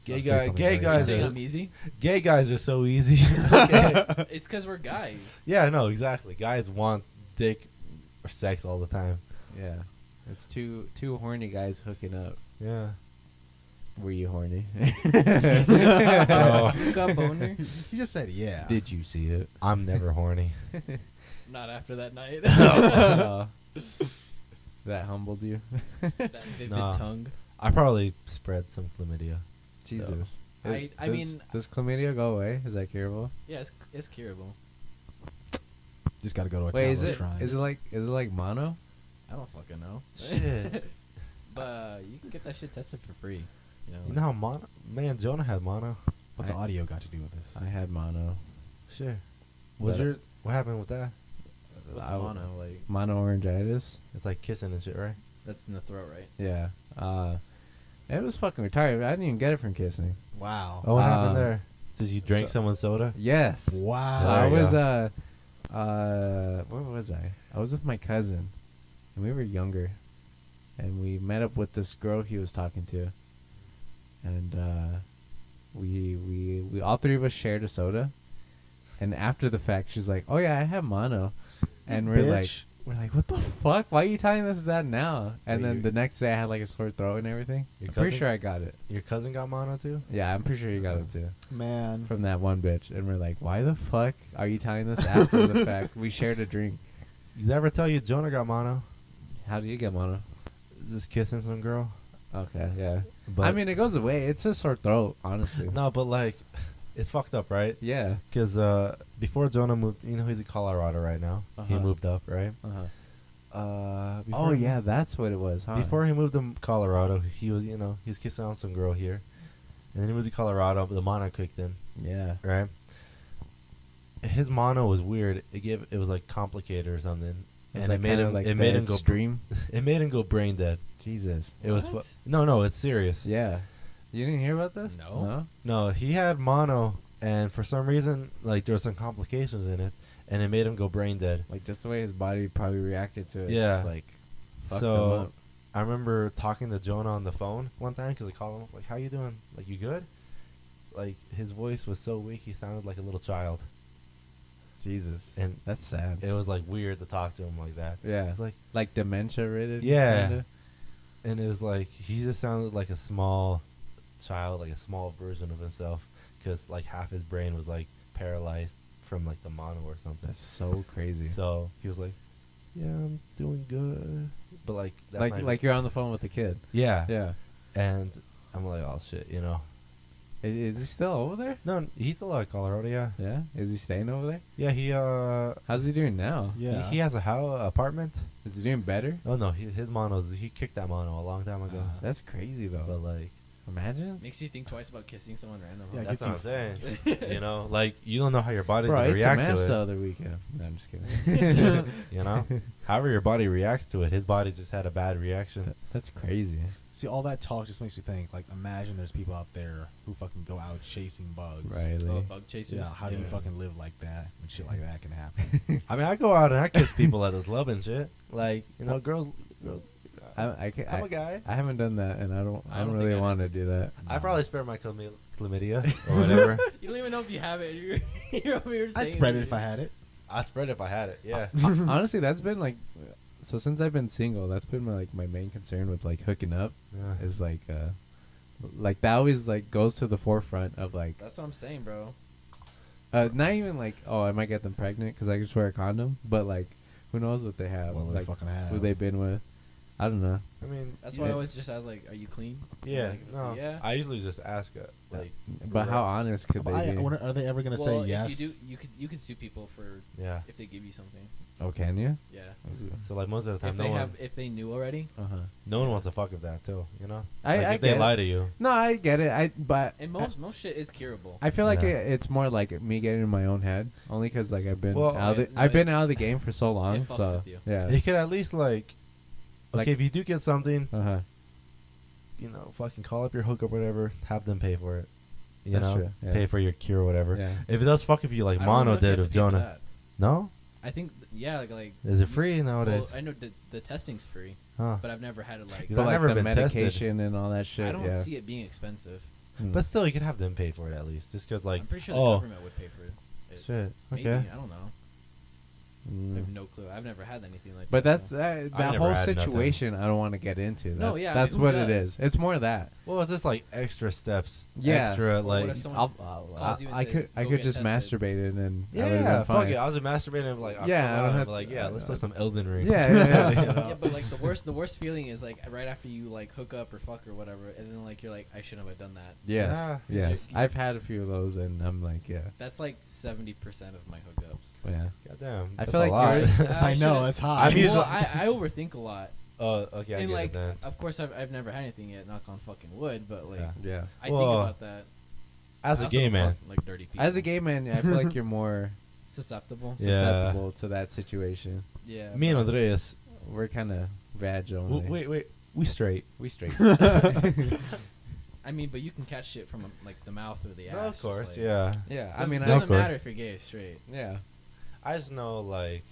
[SPEAKER 4] Gay
[SPEAKER 1] I'll say
[SPEAKER 4] guy,
[SPEAKER 1] something
[SPEAKER 4] gay
[SPEAKER 1] very
[SPEAKER 3] You
[SPEAKER 4] guys,
[SPEAKER 1] easy.
[SPEAKER 3] think
[SPEAKER 4] are,
[SPEAKER 3] I'm easy?
[SPEAKER 4] gay guys are so easy. Okay.
[SPEAKER 3] It's because we're guys.
[SPEAKER 4] yeah, no, exactly. Guys want dick or sex all the time.
[SPEAKER 2] Yeah, it's two two horny guys hooking up.
[SPEAKER 4] Yeah,
[SPEAKER 2] Were you horny?
[SPEAKER 4] Oh.
[SPEAKER 3] You got boner?
[SPEAKER 1] He just said, yeah.
[SPEAKER 2] Did you see it?
[SPEAKER 4] I'm never horny.
[SPEAKER 3] Not after that night.
[SPEAKER 2] Uh, that humbled you,
[SPEAKER 3] that vivid
[SPEAKER 4] Nah.
[SPEAKER 3] tongue.
[SPEAKER 4] I probably spread some chlamydia.
[SPEAKER 2] Jesus.
[SPEAKER 3] I- I
[SPEAKER 2] does-
[SPEAKER 3] mean-
[SPEAKER 2] does chlamydia go away? Is that curable?
[SPEAKER 3] Yeah, it's, it's curable.
[SPEAKER 1] Just got to go to a
[SPEAKER 2] Wait, is
[SPEAKER 1] Taoist
[SPEAKER 2] it
[SPEAKER 1] shrine.
[SPEAKER 2] is it like is it like mono?
[SPEAKER 3] I don't fucking know.
[SPEAKER 4] Shit.
[SPEAKER 3] but uh, you can get that shit tested for free. You know,
[SPEAKER 4] You know how mono? Man, Jonah had mono.
[SPEAKER 1] What's
[SPEAKER 2] I-
[SPEAKER 1] audio got to do with this?
[SPEAKER 2] I had mono.
[SPEAKER 4] Sure. Was
[SPEAKER 2] But-
[SPEAKER 4] there? What happened with that?
[SPEAKER 3] what's
[SPEAKER 2] I-
[SPEAKER 3] mono like?
[SPEAKER 2] Mono orangitis.
[SPEAKER 4] It's like kissing and shit, right?
[SPEAKER 3] That's in the throat, right?
[SPEAKER 2] Yeah. Uh, it was fucking retarded. I didn't even get it from kissing.
[SPEAKER 1] Wow.
[SPEAKER 4] Oh, what happened
[SPEAKER 2] Uh,
[SPEAKER 4] there? Did you drink
[SPEAKER 2] so-
[SPEAKER 4] someone's soda?
[SPEAKER 2] Yes.
[SPEAKER 1] Wow.
[SPEAKER 2] So
[SPEAKER 4] There
[SPEAKER 2] I
[SPEAKER 4] you
[SPEAKER 2] was
[SPEAKER 4] go.
[SPEAKER 2] uh, uh, where was I? I was with my cousin, and we were younger, and we met up with this girl he was talking to, and uh, we we we all three of us shared a soda, and after the fact, she's like, "Oh yeah, I have mono," and we're like.
[SPEAKER 1] Bitch.
[SPEAKER 2] We're like, what the fuck? Why are you telling us that now? And
[SPEAKER 4] Wait,
[SPEAKER 2] then
[SPEAKER 4] you-
[SPEAKER 2] the next day, I had like a sore throat and everything.
[SPEAKER 4] Your
[SPEAKER 2] I'm pretty
[SPEAKER 4] cousin?
[SPEAKER 2] sure I got it.
[SPEAKER 4] Your cousin got mono too.
[SPEAKER 2] Yeah, I'm pretty sure you got it too
[SPEAKER 1] Man.
[SPEAKER 2] from that one bitch, and we're like, "Why the fuck are you telling us after the fact? We shared a drink.
[SPEAKER 4] Did I ever tell you Jonah got mono?
[SPEAKER 2] How do you get mono?"
[SPEAKER 4] Just kissing some girl.
[SPEAKER 2] Okay, yeah.
[SPEAKER 4] But
[SPEAKER 2] I mean, it goes away. It's a sore throat, honestly.
[SPEAKER 4] no, but like, it's fucked up, right?
[SPEAKER 2] Yeah.
[SPEAKER 4] Because uh, before Jonah moved, you know, he's in Colorado right now. He
[SPEAKER 2] Uh-huh.
[SPEAKER 4] moved up, right?
[SPEAKER 2] Uh-huh.
[SPEAKER 4] Uh,
[SPEAKER 2] Oh
[SPEAKER 4] before-
[SPEAKER 2] yeah, that's what it was, huh?
[SPEAKER 4] Before he moved to Colorado, he was, you know, he was kissing on some girl here, and then he moved to Colorado. But the mono kicked in,
[SPEAKER 2] Yeah.
[SPEAKER 4] right? His mono was weird. It gave, it was like complicated or something, and it made him, it made him go,
[SPEAKER 2] stream.
[SPEAKER 4] it made him go brain dead.
[SPEAKER 2] Jesus.
[SPEAKER 4] It was fu-
[SPEAKER 3] What?
[SPEAKER 4] no, no, it's serious.
[SPEAKER 2] Yeah. You didn't hear about this?
[SPEAKER 3] No.
[SPEAKER 2] No.
[SPEAKER 4] No, he had mono, and for some reason, like there were some complications in it, and it made him go brain dead.
[SPEAKER 2] Like just the way his body probably reacted to it.
[SPEAKER 4] Yeah.
[SPEAKER 2] Just, like. Fucked him
[SPEAKER 4] so
[SPEAKER 2] up.
[SPEAKER 4] I remember talking to Jonah on the phone one time because I called him like, "How you doing? Like you good?" Like his voice was so weak, he sounded like a little child,
[SPEAKER 2] Jesus.
[SPEAKER 4] and
[SPEAKER 2] That's sad.
[SPEAKER 4] it was like weird to talk to him like that.
[SPEAKER 2] yeah.
[SPEAKER 4] It's like,
[SPEAKER 2] like dementia ridden.
[SPEAKER 4] Yeah. and it was like he just sounded like a small child, like a small version of himself, because like half his brain was like paralyzed from like the mono or something.
[SPEAKER 2] That's so crazy.
[SPEAKER 4] So he was like, "Yeah, I'm doing good," but like, that
[SPEAKER 2] like
[SPEAKER 4] might-
[SPEAKER 2] like you're on the phone with the kid.
[SPEAKER 4] yeah,
[SPEAKER 2] Yeah.
[SPEAKER 4] And I'm like, "Oh shit," you know.
[SPEAKER 2] I- Is, he still over there?
[SPEAKER 4] No, n- he's still out of Colorado. Yeah,
[SPEAKER 2] Yeah. Is he staying over there?
[SPEAKER 4] yeah. He uh,
[SPEAKER 2] How's he doing now?
[SPEAKER 1] Yeah.
[SPEAKER 4] he, he has a how apartment.
[SPEAKER 2] Is he doing better?
[SPEAKER 4] Oh no, he, his mono's he kicked that mono a long time ago.
[SPEAKER 1] Uh,
[SPEAKER 2] That's crazy though.
[SPEAKER 4] but like,
[SPEAKER 2] Imagine.
[SPEAKER 3] Makes you think twice about kissing someone random.
[SPEAKER 1] Yeah,
[SPEAKER 3] huh?
[SPEAKER 4] that's
[SPEAKER 1] gets you
[SPEAKER 4] what I'm saying. you know, like you don't know how your body's
[SPEAKER 2] Bro, I
[SPEAKER 4] gonna
[SPEAKER 2] ate some
[SPEAKER 4] react
[SPEAKER 2] ass the
[SPEAKER 4] to it.
[SPEAKER 2] other weekend. No, I'm just kidding.
[SPEAKER 4] You know, however your body reacts to it, his body just had a bad reaction.
[SPEAKER 2] That- That's crazy.
[SPEAKER 1] See, all that talk just makes me think. Like, imagine there's people out there who fucking go out chasing bugs.
[SPEAKER 2] Riley.
[SPEAKER 3] Oh, bug chasers.
[SPEAKER 1] Yeah. How do you fucking live like that when shit like that can happen?
[SPEAKER 4] I mean, I go out and I kiss people at the club and shit. Like, you know, girls, girls
[SPEAKER 2] I, I, ca-
[SPEAKER 4] I'm
[SPEAKER 2] I-
[SPEAKER 4] a guy.
[SPEAKER 2] I haven't done that, and I don't. I
[SPEAKER 3] I
[SPEAKER 2] don't,
[SPEAKER 3] don't
[SPEAKER 2] really
[SPEAKER 3] think I
[SPEAKER 2] want to do that.
[SPEAKER 4] I probably spare my chlamydia, chlamydia or whatever.
[SPEAKER 3] You don't even know if you have it. You're, you're over here saying
[SPEAKER 1] I'd spread it
[SPEAKER 3] that
[SPEAKER 1] if I had it.
[SPEAKER 4] I spread if I had it. Yeah.
[SPEAKER 2] Honestly, that's been like so since I've been single, that's been my, like my main concern with like hooking up
[SPEAKER 4] Yeah.
[SPEAKER 2] is like uh like that always like goes to the forefront of like
[SPEAKER 3] That's what I'm saying, bro.
[SPEAKER 2] uh not even like oh I might get them pregnant because I could wear a condom, but like who knows what they have
[SPEAKER 1] What would they
[SPEAKER 2] like
[SPEAKER 1] fucking have?
[SPEAKER 2] who they've been with. I don't know.
[SPEAKER 4] I mean,
[SPEAKER 3] That's
[SPEAKER 4] you-
[SPEAKER 3] why I always just ask, like, are you clean?
[SPEAKER 4] Yeah,
[SPEAKER 3] Like, if it's a
[SPEAKER 4] no.
[SPEAKER 3] yeah.
[SPEAKER 4] I usually just ask uh, like,
[SPEAKER 2] But how honest could
[SPEAKER 1] But I,
[SPEAKER 2] they
[SPEAKER 1] I
[SPEAKER 2] be?
[SPEAKER 1] wonder, are they ever gonna
[SPEAKER 3] Well,
[SPEAKER 1] say yes?
[SPEAKER 3] If you do, you could you can sue people for
[SPEAKER 4] yeah.
[SPEAKER 3] if they give you something.
[SPEAKER 2] oh, can you?
[SPEAKER 3] Yeah.
[SPEAKER 4] So like most of the
[SPEAKER 3] If
[SPEAKER 4] time,
[SPEAKER 3] they
[SPEAKER 4] no one,
[SPEAKER 3] have, if they knew already,
[SPEAKER 2] Uh huh.
[SPEAKER 4] no one wants to fuck with that too. You know,
[SPEAKER 2] I-
[SPEAKER 4] like
[SPEAKER 2] I
[SPEAKER 4] if they
[SPEAKER 2] get
[SPEAKER 4] lie
[SPEAKER 2] it.
[SPEAKER 4] to you,
[SPEAKER 2] No, I get it. I but
[SPEAKER 3] and most most shit is curable.
[SPEAKER 2] I feel like
[SPEAKER 4] Yeah.
[SPEAKER 2] it, it's more like me getting in my own head, only because like I've been
[SPEAKER 4] Well,
[SPEAKER 2] out. Of
[SPEAKER 3] it-
[SPEAKER 2] the,
[SPEAKER 3] no,
[SPEAKER 2] I've been
[SPEAKER 3] it-
[SPEAKER 2] out of the game for so long.
[SPEAKER 3] fucks
[SPEAKER 2] so
[SPEAKER 3] with you.
[SPEAKER 2] yeah.
[SPEAKER 4] you could at least like,
[SPEAKER 2] Like-
[SPEAKER 4] okay, if you do get something,
[SPEAKER 2] Uh huh.
[SPEAKER 4] you know, fucking call up your hookup, whatever, have them pay for it. You
[SPEAKER 2] That's
[SPEAKER 4] know,
[SPEAKER 2] true, yeah.
[SPEAKER 4] pay for your cure, or whatever.
[SPEAKER 2] Yeah.
[SPEAKER 4] If it does fuck if you like
[SPEAKER 3] I don't know
[SPEAKER 4] Mono
[SPEAKER 3] if
[SPEAKER 4] did
[SPEAKER 3] you have
[SPEAKER 4] with
[SPEAKER 3] to pay for
[SPEAKER 4] Jonah,
[SPEAKER 3] that.
[SPEAKER 4] no,
[SPEAKER 3] I think th- yeah, like, like
[SPEAKER 4] is it
[SPEAKER 3] you-
[SPEAKER 4] free nowadays?
[SPEAKER 3] Well, I know the, the testing's free,
[SPEAKER 4] huh.
[SPEAKER 3] but I've never had it like.
[SPEAKER 4] Because
[SPEAKER 2] But
[SPEAKER 4] I've
[SPEAKER 2] like
[SPEAKER 4] never
[SPEAKER 2] the
[SPEAKER 4] been tested.
[SPEAKER 2] medication and all that shit.
[SPEAKER 3] I don't
[SPEAKER 2] yeah.
[SPEAKER 3] see it being expensive.
[SPEAKER 2] Mm.
[SPEAKER 4] But still, you could have them pay for it at least, just because like,
[SPEAKER 3] I'm pretty sure the
[SPEAKER 4] oh,
[SPEAKER 3] government would pay for it.
[SPEAKER 4] shit,
[SPEAKER 3] Maybe,
[SPEAKER 4] okay.
[SPEAKER 3] I don't know. I
[SPEAKER 2] Mm.
[SPEAKER 3] have no clue. I've never had anything like
[SPEAKER 2] But
[SPEAKER 3] that.
[SPEAKER 2] that's
[SPEAKER 3] so-
[SPEAKER 2] uh, that
[SPEAKER 4] I never
[SPEAKER 2] whole
[SPEAKER 4] had nothing.
[SPEAKER 2] situation. I don't want to get into. That's,
[SPEAKER 3] No, yeah, I mean,
[SPEAKER 2] that's
[SPEAKER 3] who
[SPEAKER 2] what it
[SPEAKER 3] does?
[SPEAKER 2] is. It's more that.
[SPEAKER 4] Well, it's just like extra steps,
[SPEAKER 2] Yeah.
[SPEAKER 4] extra
[SPEAKER 3] Well, what
[SPEAKER 4] like
[SPEAKER 3] if someone
[SPEAKER 2] I'll, I'll,
[SPEAKER 3] calls you
[SPEAKER 2] I-
[SPEAKER 3] and
[SPEAKER 2] I
[SPEAKER 3] says,
[SPEAKER 2] could I
[SPEAKER 3] "Go
[SPEAKER 2] could
[SPEAKER 3] get
[SPEAKER 2] just
[SPEAKER 3] tested."
[SPEAKER 2] masturbate it and I would've
[SPEAKER 4] Yeah,
[SPEAKER 2] been
[SPEAKER 4] fuck
[SPEAKER 2] fine.
[SPEAKER 4] it. I was masturbating. I'm like,
[SPEAKER 2] Yeah,
[SPEAKER 4] yeah,
[SPEAKER 2] I
[SPEAKER 4] I
[SPEAKER 2] don't have-
[SPEAKER 4] like, yeah, let's play
[SPEAKER 2] uh,
[SPEAKER 4] some Elden Ring.
[SPEAKER 2] Yeah, yeah,
[SPEAKER 4] You
[SPEAKER 2] yeah.
[SPEAKER 4] know?
[SPEAKER 3] yeah, but like the worst, the worst feeling is like right after you like hook up or fuck or whatever, and then like you're like, I shouldn't have done that.
[SPEAKER 2] Yes,
[SPEAKER 4] Ah, 'cause
[SPEAKER 2] yes.
[SPEAKER 3] you're-
[SPEAKER 2] I've had a few of those, and I'm like, yeah,
[SPEAKER 3] That's like seventy percent of my hookups.
[SPEAKER 2] yeah.
[SPEAKER 4] Goddamn,
[SPEAKER 2] I
[SPEAKER 4] that's
[SPEAKER 2] feel
[SPEAKER 4] a
[SPEAKER 2] like
[SPEAKER 4] lot.
[SPEAKER 2] yours-
[SPEAKER 3] Uh,
[SPEAKER 1] I know
[SPEAKER 3] should've-
[SPEAKER 1] it's high.
[SPEAKER 4] I'm usually-
[SPEAKER 3] well, I, I overthink a lot,
[SPEAKER 4] Oh, okay, I
[SPEAKER 3] and
[SPEAKER 4] get
[SPEAKER 3] like,
[SPEAKER 4] it then.
[SPEAKER 3] of course, I've, I've never had anything yet. Knock on fucking wood, but like,
[SPEAKER 4] Yeah.
[SPEAKER 2] Yeah.
[SPEAKER 3] I
[SPEAKER 4] Well,
[SPEAKER 3] think about that.
[SPEAKER 4] As
[SPEAKER 3] I
[SPEAKER 4] a
[SPEAKER 3] also
[SPEAKER 4] gay man,
[SPEAKER 3] fuck, like dirty people.
[SPEAKER 2] As a gay man, I feel like you're more
[SPEAKER 3] susceptible.
[SPEAKER 4] Yeah.
[SPEAKER 2] susceptible to that situation.
[SPEAKER 3] Yeah.
[SPEAKER 4] me and Andreas,
[SPEAKER 2] We're kind of vag
[SPEAKER 4] w-
[SPEAKER 2] only.
[SPEAKER 4] wait, wait, we straight.
[SPEAKER 2] we straight.
[SPEAKER 3] I mean, but you can catch shit from like the mouth or the ass.
[SPEAKER 4] No, of
[SPEAKER 3] just,
[SPEAKER 4] course,
[SPEAKER 3] like-
[SPEAKER 4] yeah.
[SPEAKER 2] yeah, I
[SPEAKER 3] Doesn't-
[SPEAKER 2] mean, I,
[SPEAKER 3] doesn't
[SPEAKER 4] Awkward.
[SPEAKER 3] matter if you're gay or straight.
[SPEAKER 2] yeah,
[SPEAKER 4] I just know like,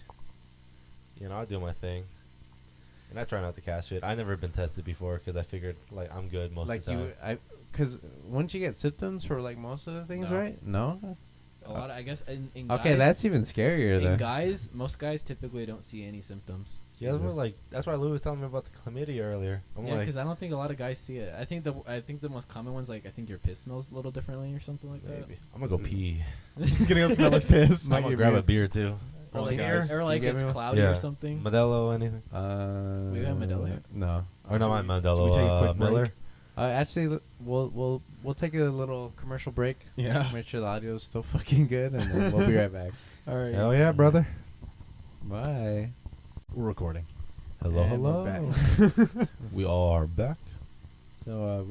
[SPEAKER 4] you know, I do my thing, and I try not to catch it. I never been tested before because I figured like I'm good most
[SPEAKER 2] like
[SPEAKER 4] of the time.
[SPEAKER 2] you, I, because once you get symptoms for like most of the things,
[SPEAKER 3] No.
[SPEAKER 2] right? No.
[SPEAKER 3] A lot, of, I guess. In, in
[SPEAKER 2] Okay,
[SPEAKER 3] guys,
[SPEAKER 2] that's even scarier
[SPEAKER 3] in
[SPEAKER 2] then.
[SPEAKER 3] guys. Most guys typically don't see any symptoms.
[SPEAKER 4] yeah, that's why
[SPEAKER 2] Jesus.
[SPEAKER 4] like that's why Lou was telling me about the chlamydia earlier. I'm
[SPEAKER 3] yeah,
[SPEAKER 4] like,
[SPEAKER 3] because I don't think a lot of guys see it. I think the I think the most common ones like I think your piss smells a little differently or something like
[SPEAKER 4] maybe I'm gonna go
[SPEAKER 3] Mm.
[SPEAKER 4] pee.
[SPEAKER 3] that.
[SPEAKER 1] He's gonna go smell his piss.
[SPEAKER 4] I'm gonna grab a beer too.
[SPEAKER 3] or
[SPEAKER 1] Oh,
[SPEAKER 3] like,
[SPEAKER 1] guys,
[SPEAKER 3] or
[SPEAKER 2] you
[SPEAKER 3] like
[SPEAKER 2] get
[SPEAKER 3] it's
[SPEAKER 2] me one?
[SPEAKER 3] cloudy
[SPEAKER 4] Yeah.
[SPEAKER 3] or something.
[SPEAKER 4] Modelo, anything?
[SPEAKER 2] Uh,
[SPEAKER 3] We have Modelo.
[SPEAKER 2] No.
[SPEAKER 4] Or not my
[SPEAKER 1] Should we- should
[SPEAKER 4] Modelo.
[SPEAKER 1] we take a
[SPEAKER 4] uh,
[SPEAKER 1] quick break?
[SPEAKER 4] Miller.
[SPEAKER 2] Uh, actually, l- we'll we'll we'll take a little commercial break.
[SPEAKER 1] Yeah.
[SPEAKER 2] Make sure the audio is still fucking good, and then we'll be right back.
[SPEAKER 1] All right.
[SPEAKER 4] Hell yeah, brother.
[SPEAKER 2] Bye.
[SPEAKER 1] We're recording.
[SPEAKER 4] Hello,
[SPEAKER 2] And we're
[SPEAKER 4] hello. we all are back.
[SPEAKER 2] So,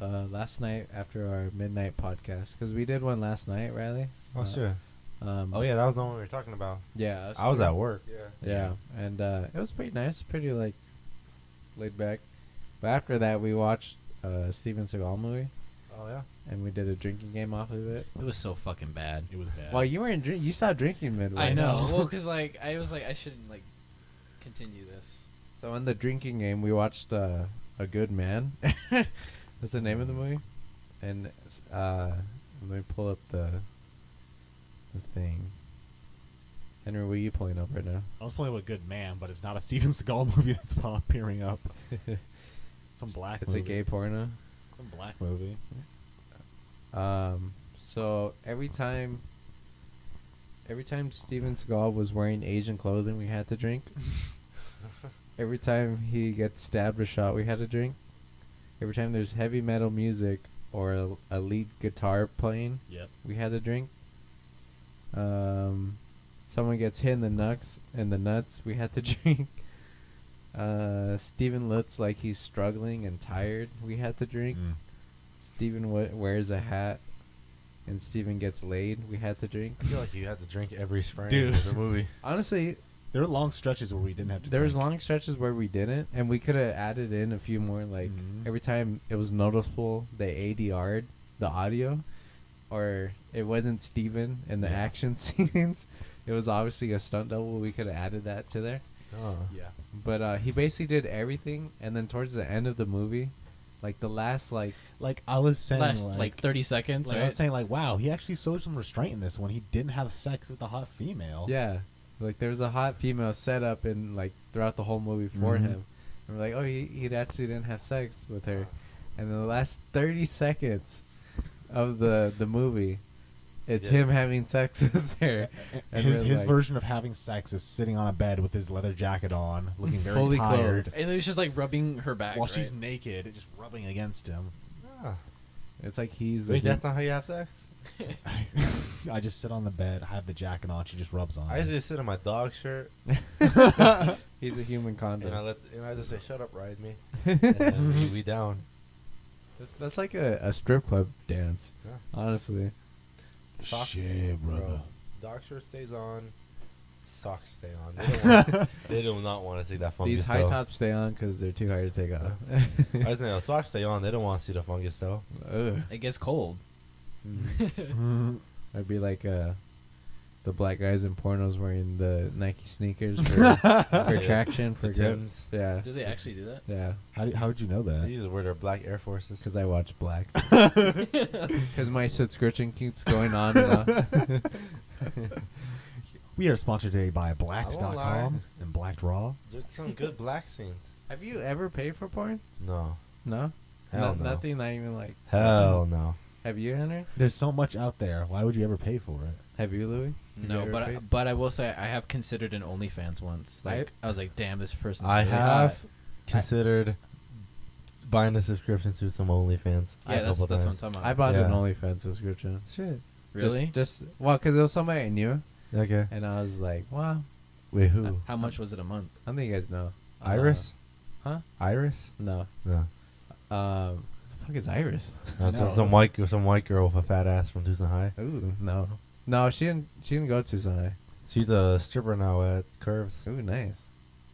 [SPEAKER 2] uh, uh, last night after our midnight podcast, because we did one last night, Riley.
[SPEAKER 4] Oh,
[SPEAKER 2] Uh,
[SPEAKER 4] sure.
[SPEAKER 2] Um,
[SPEAKER 4] Oh, yeah, that was the one we were talking about.
[SPEAKER 2] Yeah.
[SPEAKER 4] I was at work. Yeah.
[SPEAKER 2] Yeah, and uh, it was pretty nice, pretty like laid back. But after that, we watched uh, Steven Seagal movie,
[SPEAKER 4] Oh, yeah.
[SPEAKER 2] and we did a drinking game off of it.
[SPEAKER 3] It was so fucking bad.
[SPEAKER 1] It was bad.
[SPEAKER 2] Well, you weren't drink. You stopped drinking midway.
[SPEAKER 3] I know. well, because like I was like I shouldn't like continue this.
[SPEAKER 2] So in the drinking game, we watched uh, A Good Man. That's the name of the movie. And uh, let me pull up the the thing. Henry, what are you pulling up right now?
[SPEAKER 1] I was playing with Good Man, but it's not a Steven Seagal movie that's pop- appearing up. Some black.
[SPEAKER 2] It's a
[SPEAKER 1] movie.
[SPEAKER 2] gay porno.
[SPEAKER 1] Some black movie.
[SPEAKER 2] Um, so every time, every time Steven Seagal was wearing Asian clothing, we had to drink. every time he gets stabbed or shot, we had to drink. Every time there's heavy metal music or a, a lead guitar playing,
[SPEAKER 1] Yep.
[SPEAKER 2] we had to drink. Um, someone gets hit in the nuts, in the nuts, we had to drink. Uh, Steven looks like he's struggling and tired. We had to drink.
[SPEAKER 1] Mm.
[SPEAKER 2] Steven w- wears a hat, and Steven gets laid. We had to drink.
[SPEAKER 4] I feel like you had to drink every frame
[SPEAKER 1] Dude.
[SPEAKER 4] of the movie.
[SPEAKER 2] Honestly,
[SPEAKER 1] There were long stretches where we didn't have to.
[SPEAKER 2] there was
[SPEAKER 1] drink.
[SPEAKER 2] long stretches where we didn't, and we could have added in a few more. Like
[SPEAKER 1] Mhm.
[SPEAKER 2] every time it was noticeable, they ADR'd the audio, or it wasn't Steven in the
[SPEAKER 1] Yeah.
[SPEAKER 2] action scenes. It was obviously a stunt double. We could have added that to there.
[SPEAKER 4] Oh.
[SPEAKER 1] Yeah.
[SPEAKER 2] But uh, he basically did everything, and then towards the end of the movie, like the last like
[SPEAKER 1] Like I was saying,
[SPEAKER 3] Last like,
[SPEAKER 1] like,
[SPEAKER 3] thirty seconds.
[SPEAKER 1] like, I
[SPEAKER 3] right?
[SPEAKER 1] was saying, like wow, he actually showed some restraint in this when he didn't have sex with a hot female.
[SPEAKER 2] yeah, Like there was a hot female set up in like throughout the whole movie for
[SPEAKER 4] Mm-hmm.
[SPEAKER 1] Mhm.
[SPEAKER 2] him, and we're like, oh, he he actually didn't have sex with her, and in the last thirty seconds of the the movie, it's
[SPEAKER 4] Yeah.
[SPEAKER 2] him having sex with her, and
[SPEAKER 1] his
[SPEAKER 2] we're
[SPEAKER 1] his
[SPEAKER 2] like-
[SPEAKER 1] version of having sex is sitting on a bed with his leather jacket on, looking very
[SPEAKER 2] Fully
[SPEAKER 1] tired,
[SPEAKER 2] clothed.
[SPEAKER 3] And it was just like rubbing her back.
[SPEAKER 1] while
[SPEAKER 3] right?
[SPEAKER 1] she's naked, just rubbing against him.
[SPEAKER 4] Ah.
[SPEAKER 2] It's like he's
[SPEAKER 4] Wait,
[SPEAKER 2] the,
[SPEAKER 4] that's not how you have sex?
[SPEAKER 1] I just sit on the bed, I have the jacket on, she just rubs on.
[SPEAKER 4] I
[SPEAKER 1] it.
[SPEAKER 4] usually sit in my dog shirt
[SPEAKER 2] he's a human condom.
[SPEAKER 4] and I let and I just say, "Shut up, ride me," and then we, we down.
[SPEAKER 2] That- That's like a, a strip club dance,
[SPEAKER 4] Yeah.
[SPEAKER 2] honestly.
[SPEAKER 4] Socks-
[SPEAKER 1] Shit,
[SPEAKER 4] bro,
[SPEAKER 1] brother.
[SPEAKER 4] Dog shirt stays on. Socks stay on. They, don't want, they do not want to see that fungus.
[SPEAKER 2] These high
[SPEAKER 4] though.
[SPEAKER 2] tops stay on because they're too hard to take off.
[SPEAKER 4] I was saying, socks stay on. They don't want to see the fungus though.
[SPEAKER 2] Ugh.
[SPEAKER 3] It gets cold.
[SPEAKER 1] Mm,
[SPEAKER 2] I'd be like uh, the black guys in pornos wearing the Nike sneakers for, for
[SPEAKER 4] Yeah.
[SPEAKER 2] traction for
[SPEAKER 4] The
[SPEAKER 2] grip.
[SPEAKER 4] Timbs.
[SPEAKER 2] Yeah,
[SPEAKER 3] Do they actually do that?
[SPEAKER 2] yeah.
[SPEAKER 1] how, do, how would you know
[SPEAKER 4] They
[SPEAKER 1] that?
[SPEAKER 4] usually wear their black Air Forces.
[SPEAKER 2] Because I watch black. Because my subscription keeps going on and on.
[SPEAKER 1] We are sponsored today by Blacks.com
[SPEAKER 4] lie.
[SPEAKER 1] and Black Raw.
[SPEAKER 4] There's some good black scenes.
[SPEAKER 2] Have you ever paid for porn?
[SPEAKER 4] No.
[SPEAKER 2] No.
[SPEAKER 4] Hell no.
[SPEAKER 2] Nothing. Not even like.
[SPEAKER 4] Hell no.
[SPEAKER 2] Have you, Henry?
[SPEAKER 1] There's so much out there. Why would you ever pay for it?
[SPEAKER 2] Have you, Louis? Have you
[SPEAKER 3] No,
[SPEAKER 2] ever
[SPEAKER 3] but I,
[SPEAKER 2] paid?
[SPEAKER 3] but I will say I have considered an OnlyFans once.
[SPEAKER 2] I-
[SPEAKER 3] Like I, was like, damn, this person.
[SPEAKER 4] I have considered buying a subscription to some OnlyFans.
[SPEAKER 3] Yeah, that's that's what I'm talking about.
[SPEAKER 2] I bought an
[SPEAKER 4] Yeah.
[SPEAKER 2] OnlyFans subscription.
[SPEAKER 4] Shit.
[SPEAKER 3] really?
[SPEAKER 2] Just, just well, because it was somebody I knew,
[SPEAKER 4] Okay.
[SPEAKER 2] and I was like, wow.
[SPEAKER 4] Wait, who?
[SPEAKER 3] How much was it a month?
[SPEAKER 2] I don't think you guys know.
[SPEAKER 4] Iris?
[SPEAKER 2] Uh,
[SPEAKER 4] Iris?
[SPEAKER 2] No.
[SPEAKER 4] No.
[SPEAKER 2] Um, the fuck is Iris?
[SPEAKER 4] No,
[SPEAKER 1] No.
[SPEAKER 4] Some, some white some white girl with a fat ass from Tucson High.
[SPEAKER 2] Ooh, no. No, she didn't. She didn't go to Zai.
[SPEAKER 4] She's a stripper now at Curves.
[SPEAKER 2] Ooh, nice.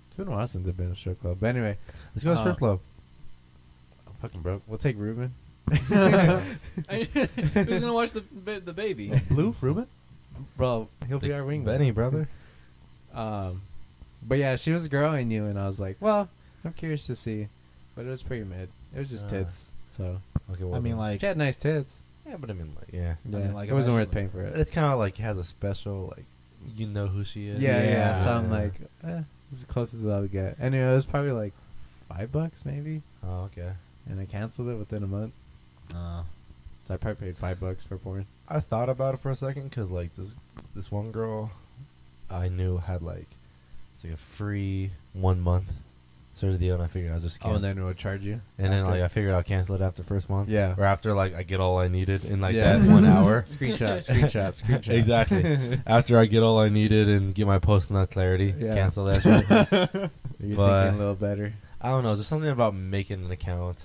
[SPEAKER 2] It's been a while since I've been to a strip club. But anyway,
[SPEAKER 4] Let's go to strip
[SPEAKER 2] Uh,
[SPEAKER 4] club.
[SPEAKER 2] I'm fucking broke. We'll take Ruben.
[SPEAKER 3] I, who's gonna watch the ba- the baby?
[SPEAKER 1] Blue Ruben?
[SPEAKER 2] Bro, he'll be
[SPEAKER 4] The-
[SPEAKER 2] our wingman.
[SPEAKER 4] Benny, brother.
[SPEAKER 2] Um, but yeah, she was a girl I knew, and I was like, well, I'm curious to see. But it was pretty mid. It was just
[SPEAKER 4] Ah.
[SPEAKER 2] tits. So
[SPEAKER 4] Okay, well
[SPEAKER 1] I mean,
[SPEAKER 4] then.
[SPEAKER 1] like,
[SPEAKER 2] she had nice tits.
[SPEAKER 4] Yeah, but I mean, like, yeah.
[SPEAKER 1] I
[SPEAKER 2] Yeah,
[SPEAKER 1] mean, like,
[SPEAKER 2] it wasn't worth
[SPEAKER 1] imagine-
[SPEAKER 2] paying for it.
[SPEAKER 4] It's kind of like has a special, like, you know who she
[SPEAKER 2] Yeah,
[SPEAKER 4] is.
[SPEAKER 2] yeah.
[SPEAKER 1] Yeah.
[SPEAKER 2] So I'm like, eh, this is as close as I'll get. Anyway, it was probably like five bucks maybe,
[SPEAKER 4] Oh, okay.
[SPEAKER 2] and I canceled it within a month.
[SPEAKER 1] uh,
[SPEAKER 2] So I probably paid five bucks for porn.
[SPEAKER 4] I thought about it for a second because like this this one girl I knew had like it's like a free one month sort of deal, and I figured I was just
[SPEAKER 2] Oh,
[SPEAKER 4] can-
[SPEAKER 2] and then it would charge you.
[SPEAKER 4] and then
[SPEAKER 2] after?
[SPEAKER 4] like I figured I'll cancel it after first month,
[SPEAKER 2] Yeah.
[SPEAKER 4] or after like I get all I needed in like
[SPEAKER 2] Yeah.
[SPEAKER 4] that one hour.
[SPEAKER 2] screenshot, screenshot, screenshot.
[SPEAKER 4] exactly. After I get all I needed and get my post not clarity,
[SPEAKER 2] Yeah.
[SPEAKER 4] cancel that. shit.
[SPEAKER 2] You're
[SPEAKER 4] But-
[SPEAKER 2] thinking a little better.
[SPEAKER 4] I don't know. There's something about making an account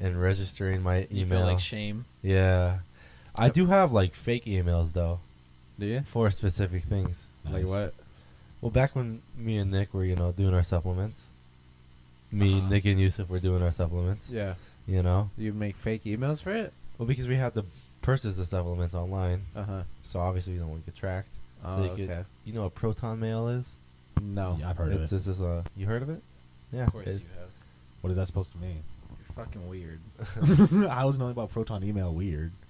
[SPEAKER 4] and registering my
[SPEAKER 3] You
[SPEAKER 4] email.
[SPEAKER 3] feel like shame.
[SPEAKER 4] yeah, I do have like fake emails though
[SPEAKER 2] Do you?
[SPEAKER 4] for specific things.
[SPEAKER 2] Like
[SPEAKER 1] Nice.
[SPEAKER 2] what?
[SPEAKER 4] Well, back when me and Nick were, you know, doing our supplements, me,
[SPEAKER 1] Uh-huh.
[SPEAKER 4] Nick, and Yusuf were doing our supplements.
[SPEAKER 2] Yeah.
[SPEAKER 4] You know,
[SPEAKER 2] You make fake emails for it?
[SPEAKER 4] well, because we had to purchase the supplements online,
[SPEAKER 2] Uh huh.
[SPEAKER 4] so obviously you don't want to get tracked. So
[SPEAKER 2] Oh,
[SPEAKER 4] you
[SPEAKER 2] okay.
[SPEAKER 4] you know, what proton mail is.
[SPEAKER 2] No.
[SPEAKER 1] Yeah, I've heard
[SPEAKER 4] it's
[SPEAKER 1] of it.
[SPEAKER 4] just this. Uh, you heard of it? Yeah.
[SPEAKER 3] Of course
[SPEAKER 4] it-
[SPEAKER 3] you have.
[SPEAKER 1] What is that supposed to mean?
[SPEAKER 3] You're fucking weird.
[SPEAKER 1] I was knowing about Proton Email weird.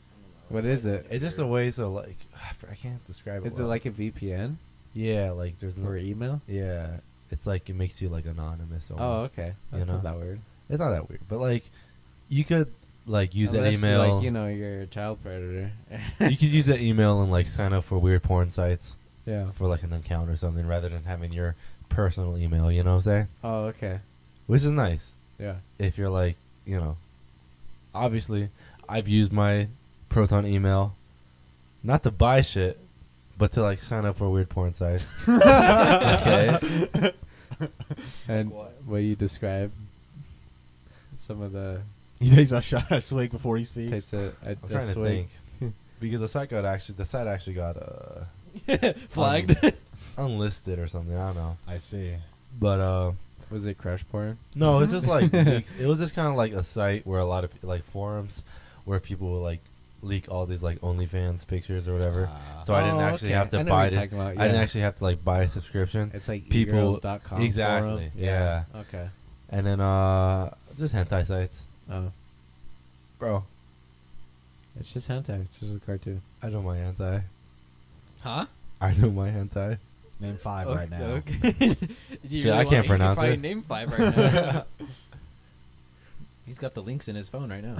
[SPEAKER 2] What is it?
[SPEAKER 4] It's just a way so like I can't describe it.
[SPEAKER 2] Is it
[SPEAKER 4] well.
[SPEAKER 2] like a VPN
[SPEAKER 4] yeah, like there's no-
[SPEAKER 2] or email?
[SPEAKER 4] yeah. It's like it makes you like anonymous. Almost.
[SPEAKER 2] Oh, okay.
[SPEAKER 4] You
[SPEAKER 2] That's not
[SPEAKER 4] know?
[SPEAKER 2] that weird.
[SPEAKER 4] It's not that weird, but like you could like use
[SPEAKER 2] Unless,
[SPEAKER 4] that email.
[SPEAKER 2] Like you know, you're a child predator.
[SPEAKER 4] you could use that email and like sign up for weird porn sites
[SPEAKER 2] yeah.
[SPEAKER 4] for like an account or something rather than having your personal email, you know what I'm saying?
[SPEAKER 2] Oh, okay.
[SPEAKER 4] Which is nice
[SPEAKER 2] Yeah.
[SPEAKER 4] if you're like, you know, obviously I've used my Proton email not to buy shit, but to like sign up for weird porn sites. okay.
[SPEAKER 2] And
[SPEAKER 3] what?
[SPEAKER 2] what you describe some of the
[SPEAKER 1] He takes a shot a swig before he speaks.
[SPEAKER 2] takes it. I
[SPEAKER 4] I'm
[SPEAKER 2] just
[SPEAKER 4] trying to
[SPEAKER 2] swig.
[SPEAKER 4] think. Because the site got actually the site actually got uh
[SPEAKER 3] Flagged.
[SPEAKER 4] unlisted or something, I don't know.
[SPEAKER 1] I see.
[SPEAKER 4] But uh
[SPEAKER 2] Was it crush porn?
[SPEAKER 4] No, it's just like leaks. it was just kind of like a site where a lot of pe- like forums where people will like leak all these like OnlyFans pictures or whatever.
[SPEAKER 1] Ah.
[SPEAKER 4] so I didn't
[SPEAKER 2] Oh,
[SPEAKER 4] actually
[SPEAKER 2] okay.
[SPEAKER 4] have to
[SPEAKER 2] I know
[SPEAKER 4] buy
[SPEAKER 2] what
[SPEAKER 4] it.
[SPEAKER 2] you're talking about,
[SPEAKER 4] I didn't
[SPEAKER 2] yeah.
[SPEAKER 4] actually have to like buy a subscription.
[SPEAKER 2] It's like
[SPEAKER 4] People-
[SPEAKER 2] egirls.com
[SPEAKER 4] exactly,
[SPEAKER 2] forum?
[SPEAKER 4] yeah.
[SPEAKER 2] Okay.
[SPEAKER 4] and then uh just hentai sites,
[SPEAKER 2] Oh,
[SPEAKER 4] bro.
[SPEAKER 2] it's just hentai. It's just a cartoon.
[SPEAKER 4] I know my hentai.
[SPEAKER 3] huh?
[SPEAKER 4] I know my hentai.
[SPEAKER 1] Name five right now.
[SPEAKER 3] Okay. Do you
[SPEAKER 4] Shit, I
[SPEAKER 3] want-
[SPEAKER 4] can't
[SPEAKER 3] you could
[SPEAKER 4] pronounce
[SPEAKER 3] probably
[SPEAKER 4] it.
[SPEAKER 3] Name five right now. He's got the links in his phone right now.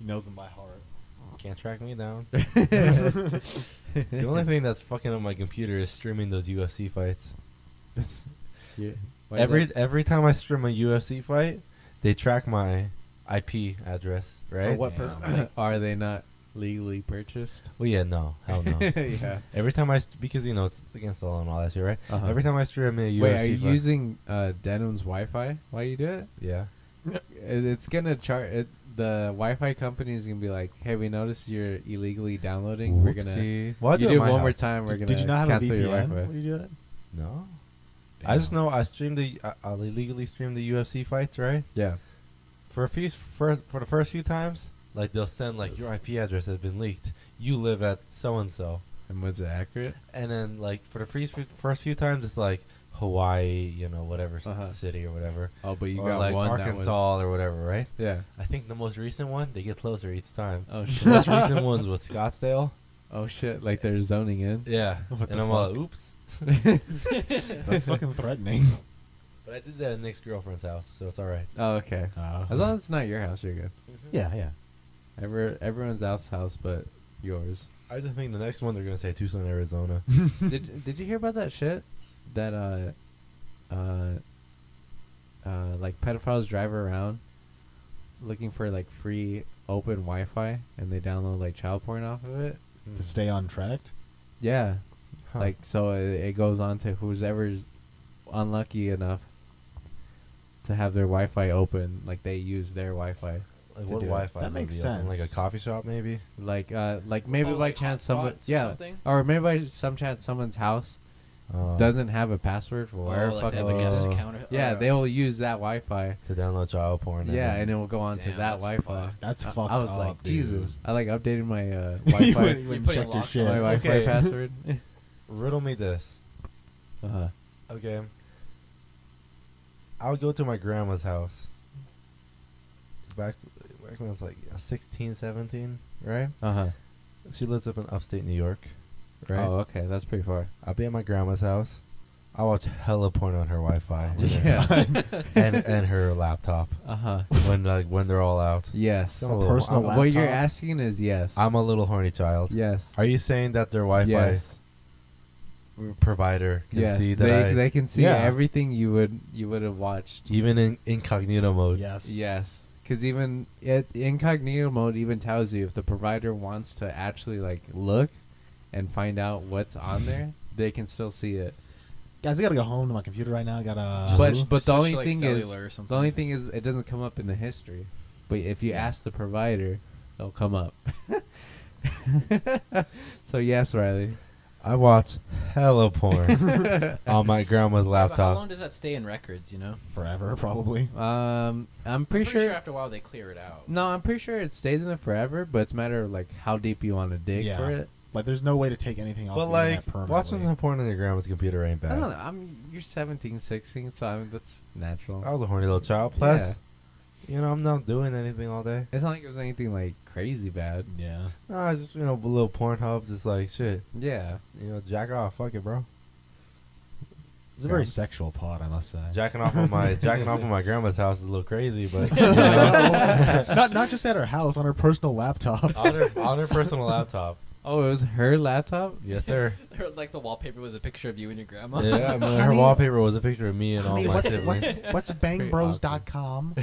[SPEAKER 1] He knows them by heart.
[SPEAKER 4] Can't track me down. the only thing that's fucking on my computer is streaming those UFC fights.
[SPEAKER 2] Yeah. Why is
[SPEAKER 4] every
[SPEAKER 2] that?
[SPEAKER 4] every time I stream a UFC fight, they track my IP address, right?
[SPEAKER 2] Or what
[SPEAKER 1] Yeah.
[SPEAKER 2] per- are they not legally purchased?
[SPEAKER 4] Well, yeah, no, hell no.
[SPEAKER 2] yeah.
[SPEAKER 4] every time I st- because you know it's against the law and all that shit, right?
[SPEAKER 2] Uh-huh.
[SPEAKER 4] Every time I stream a UFC
[SPEAKER 2] Wait, are you
[SPEAKER 4] fight,
[SPEAKER 2] using uh, Denon's Wi-Fi? Why you do it?
[SPEAKER 4] yeah,
[SPEAKER 2] It- It's gonna charge. It, the Wi-Fi company is gonna be like, "Hey, we noticed you're illegally downloading. We're gonna.
[SPEAKER 4] Whoopsie. Well, I
[SPEAKER 2] you
[SPEAKER 4] do it
[SPEAKER 2] do it
[SPEAKER 4] at my
[SPEAKER 2] one more
[SPEAKER 4] house.
[SPEAKER 2] time. We're
[SPEAKER 1] Did-
[SPEAKER 2] gonna
[SPEAKER 1] Did you not have a
[SPEAKER 2] cancel your
[SPEAKER 1] VPN
[SPEAKER 2] Wi-Fi.
[SPEAKER 1] when you do that?
[SPEAKER 4] No, I just
[SPEAKER 1] Damn.
[SPEAKER 4] know I streamed the I, I illegally streamed the UFC fights, right?
[SPEAKER 2] Yeah.
[SPEAKER 4] For a few for for the first few times, like they'll send like your IP address has been leaked. You live at so and so.
[SPEAKER 2] And was it accurate?
[SPEAKER 4] And then like for the first few, first few times, it's like Hawaii, you know, whatever s-
[SPEAKER 2] Uh-huh.
[SPEAKER 4] city or whatever,
[SPEAKER 2] Oh, but you
[SPEAKER 4] or
[SPEAKER 2] got
[SPEAKER 4] like
[SPEAKER 2] one that was.
[SPEAKER 4] Arkansas or whatever, right?
[SPEAKER 2] Yeah.
[SPEAKER 4] I think the most recent one they get closer each time.
[SPEAKER 2] Oh
[SPEAKER 4] the most
[SPEAKER 2] shit.
[SPEAKER 4] recent ones was Scottsdale.
[SPEAKER 2] oh shit. Like they're zoning in.
[SPEAKER 4] Yeah,
[SPEAKER 1] What
[SPEAKER 4] and
[SPEAKER 1] the
[SPEAKER 4] I'm all like, oops.
[SPEAKER 1] That's fucking threatening.
[SPEAKER 4] But I did that at Nick's girlfriend's house, so it's all right.
[SPEAKER 2] Oh okay.
[SPEAKER 1] Uh,
[SPEAKER 2] As long as it's not your house, you're good.
[SPEAKER 1] yeah, yeah.
[SPEAKER 2] Ever everyone's else house, but yours.
[SPEAKER 4] I just think the next one they're gonna say Tucson, Arizona.
[SPEAKER 2] did Did you hear about that shit? That uh, uh, uh, like pedophiles drive around looking for like free open Wi-Fi, and they download like child porn off of it.
[SPEAKER 4] Hmm.
[SPEAKER 1] To stay on track.
[SPEAKER 2] Yeah,
[SPEAKER 4] Huh.
[SPEAKER 2] like so it, it goes on to who's ever's unlucky enough to have their Wi-Fi open, like they use their Wi-Fi.
[SPEAKER 4] Like,
[SPEAKER 2] to
[SPEAKER 4] what
[SPEAKER 2] do it.
[SPEAKER 4] Wi-Fi?
[SPEAKER 1] That
[SPEAKER 4] would
[SPEAKER 1] makes
[SPEAKER 4] be open? Like
[SPEAKER 1] sense.
[SPEAKER 4] a coffee shop, maybe.
[SPEAKER 2] Like uh, like maybe
[SPEAKER 3] Oh,
[SPEAKER 2] by
[SPEAKER 3] like
[SPEAKER 2] chance someone
[SPEAKER 3] hotspots or
[SPEAKER 2] yeah,
[SPEAKER 3] something?
[SPEAKER 2] or maybe by some chance someone's house
[SPEAKER 4] Uh,
[SPEAKER 2] doesn't have a password for where
[SPEAKER 3] oh, like they
[SPEAKER 2] fucking
[SPEAKER 3] have a
[SPEAKER 2] it
[SPEAKER 3] guest
[SPEAKER 2] is.
[SPEAKER 4] Oh.
[SPEAKER 3] account. or-
[SPEAKER 2] Yeah,
[SPEAKER 3] or-
[SPEAKER 2] they will use that Wi-Fi.
[SPEAKER 4] to download child porn.
[SPEAKER 2] Yeah,
[SPEAKER 4] then-
[SPEAKER 2] and it will go on to
[SPEAKER 3] Damn,
[SPEAKER 2] that
[SPEAKER 3] that's
[SPEAKER 2] Wi-Fi.
[SPEAKER 3] fucked.
[SPEAKER 1] That's
[SPEAKER 2] I-
[SPEAKER 1] fucked
[SPEAKER 2] I was
[SPEAKER 1] up,
[SPEAKER 2] like,
[SPEAKER 1] dude.
[SPEAKER 2] Jesus! I like updated my uh,
[SPEAKER 1] You
[SPEAKER 2] Wi-Fi,
[SPEAKER 1] wouldn't
[SPEAKER 3] You
[SPEAKER 1] even
[SPEAKER 3] put your
[SPEAKER 1] check your
[SPEAKER 3] locks
[SPEAKER 2] my
[SPEAKER 1] shit.
[SPEAKER 3] on.
[SPEAKER 2] Wi-Fi
[SPEAKER 4] Okay.
[SPEAKER 2] password.
[SPEAKER 4] riddle me this.
[SPEAKER 2] uh-huh.
[SPEAKER 4] Okay. I would go to my grandma's house. Back, back when I was like 16, 17, right?
[SPEAKER 2] Uh-huh.
[SPEAKER 4] She lives up in upstate New York, right?
[SPEAKER 2] Oh, okay, that's pretty far.
[SPEAKER 4] I'll be at my grandma's house. I watch hella porn on her Wi-Fi. and her-
[SPEAKER 2] Yeah.
[SPEAKER 4] and and her laptop
[SPEAKER 2] uh huh.
[SPEAKER 4] when like when they're all out.
[SPEAKER 2] Yes.
[SPEAKER 4] I'm a
[SPEAKER 1] A
[SPEAKER 4] little-
[SPEAKER 1] personal
[SPEAKER 4] I'm-
[SPEAKER 1] laptop.
[SPEAKER 2] What you're asking is yes.
[SPEAKER 4] I'm a little horny child.
[SPEAKER 2] yes.
[SPEAKER 4] Are you saying that their Wi-Fi
[SPEAKER 2] Yes.
[SPEAKER 4] provider can
[SPEAKER 2] Yes.
[SPEAKER 4] see that
[SPEAKER 2] they
[SPEAKER 4] I,
[SPEAKER 2] they can see
[SPEAKER 1] Yeah.
[SPEAKER 2] everything you would you would have watched.
[SPEAKER 4] even in incognito mode?
[SPEAKER 1] Yes.
[SPEAKER 2] Yes. Because even it, incognito mode even tells you if the provider wants to actually like look and find out what's on there, they can still see it.
[SPEAKER 1] Guys, I gotta go home to my computer right now. I gotta.
[SPEAKER 3] Just
[SPEAKER 2] but
[SPEAKER 3] switch-
[SPEAKER 2] but
[SPEAKER 3] just
[SPEAKER 2] the
[SPEAKER 3] switch
[SPEAKER 2] only
[SPEAKER 3] to, like,
[SPEAKER 2] thing is
[SPEAKER 3] cellular or
[SPEAKER 2] the
[SPEAKER 3] something.
[SPEAKER 2] only thing is it doesn't come up in the history. But if you ask the provider, it'll come up. so yes, Riley.
[SPEAKER 4] I watch hella porn on my grandma's
[SPEAKER 3] But How long
[SPEAKER 4] laptop.
[SPEAKER 3] does that stay in records? You know,
[SPEAKER 1] forever, probably.
[SPEAKER 2] Um, I'm
[SPEAKER 3] I'm
[SPEAKER 2] pretty, sure.
[SPEAKER 3] after a while they clear it out.
[SPEAKER 2] no, I'm pretty sure it stays in there forever, but it's a matter of like how deep you want to dig
[SPEAKER 1] Yeah.
[SPEAKER 2] for it.
[SPEAKER 1] Like, there's no way to take anything off
[SPEAKER 4] But
[SPEAKER 1] the
[SPEAKER 4] like
[SPEAKER 1] internet permanently.
[SPEAKER 4] watching some porn on your grandma's computer ain't
[SPEAKER 2] I
[SPEAKER 4] bad.
[SPEAKER 2] don't know. I'm you're 17, 16, so I mean that's natural.
[SPEAKER 4] I was a horny little child. Oh, Plus, you know, I'm not doing anything all day.
[SPEAKER 2] It's not like it was anything like crazy bad.
[SPEAKER 1] Yeah.
[SPEAKER 4] No, I just you know a little porn hub, just like shit.
[SPEAKER 2] Yeah.
[SPEAKER 4] You know, jack off, fuck it, bro.
[SPEAKER 1] It's a very sexual pod, I must say.
[SPEAKER 4] Jacking off on my jacking off on my grandma's house is a little crazy, but you know,
[SPEAKER 1] not not just at her house on her personal laptop.
[SPEAKER 4] on her on her personal laptop.
[SPEAKER 2] Oh, it was her laptop.
[SPEAKER 4] Yes, sir.
[SPEAKER 3] like the wallpaper was a picture of you and your grandma.
[SPEAKER 4] Yeah, I mean, her
[SPEAKER 1] Honey-
[SPEAKER 4] wallpaper was a picture of me and all
[SPEAKER 1] Honey,
[SPEAKER 4] my
[SPEAKER 1] what's,
[SPEAKER 4] siblings.
[SPEAKER 1] what's what's bangbros.com?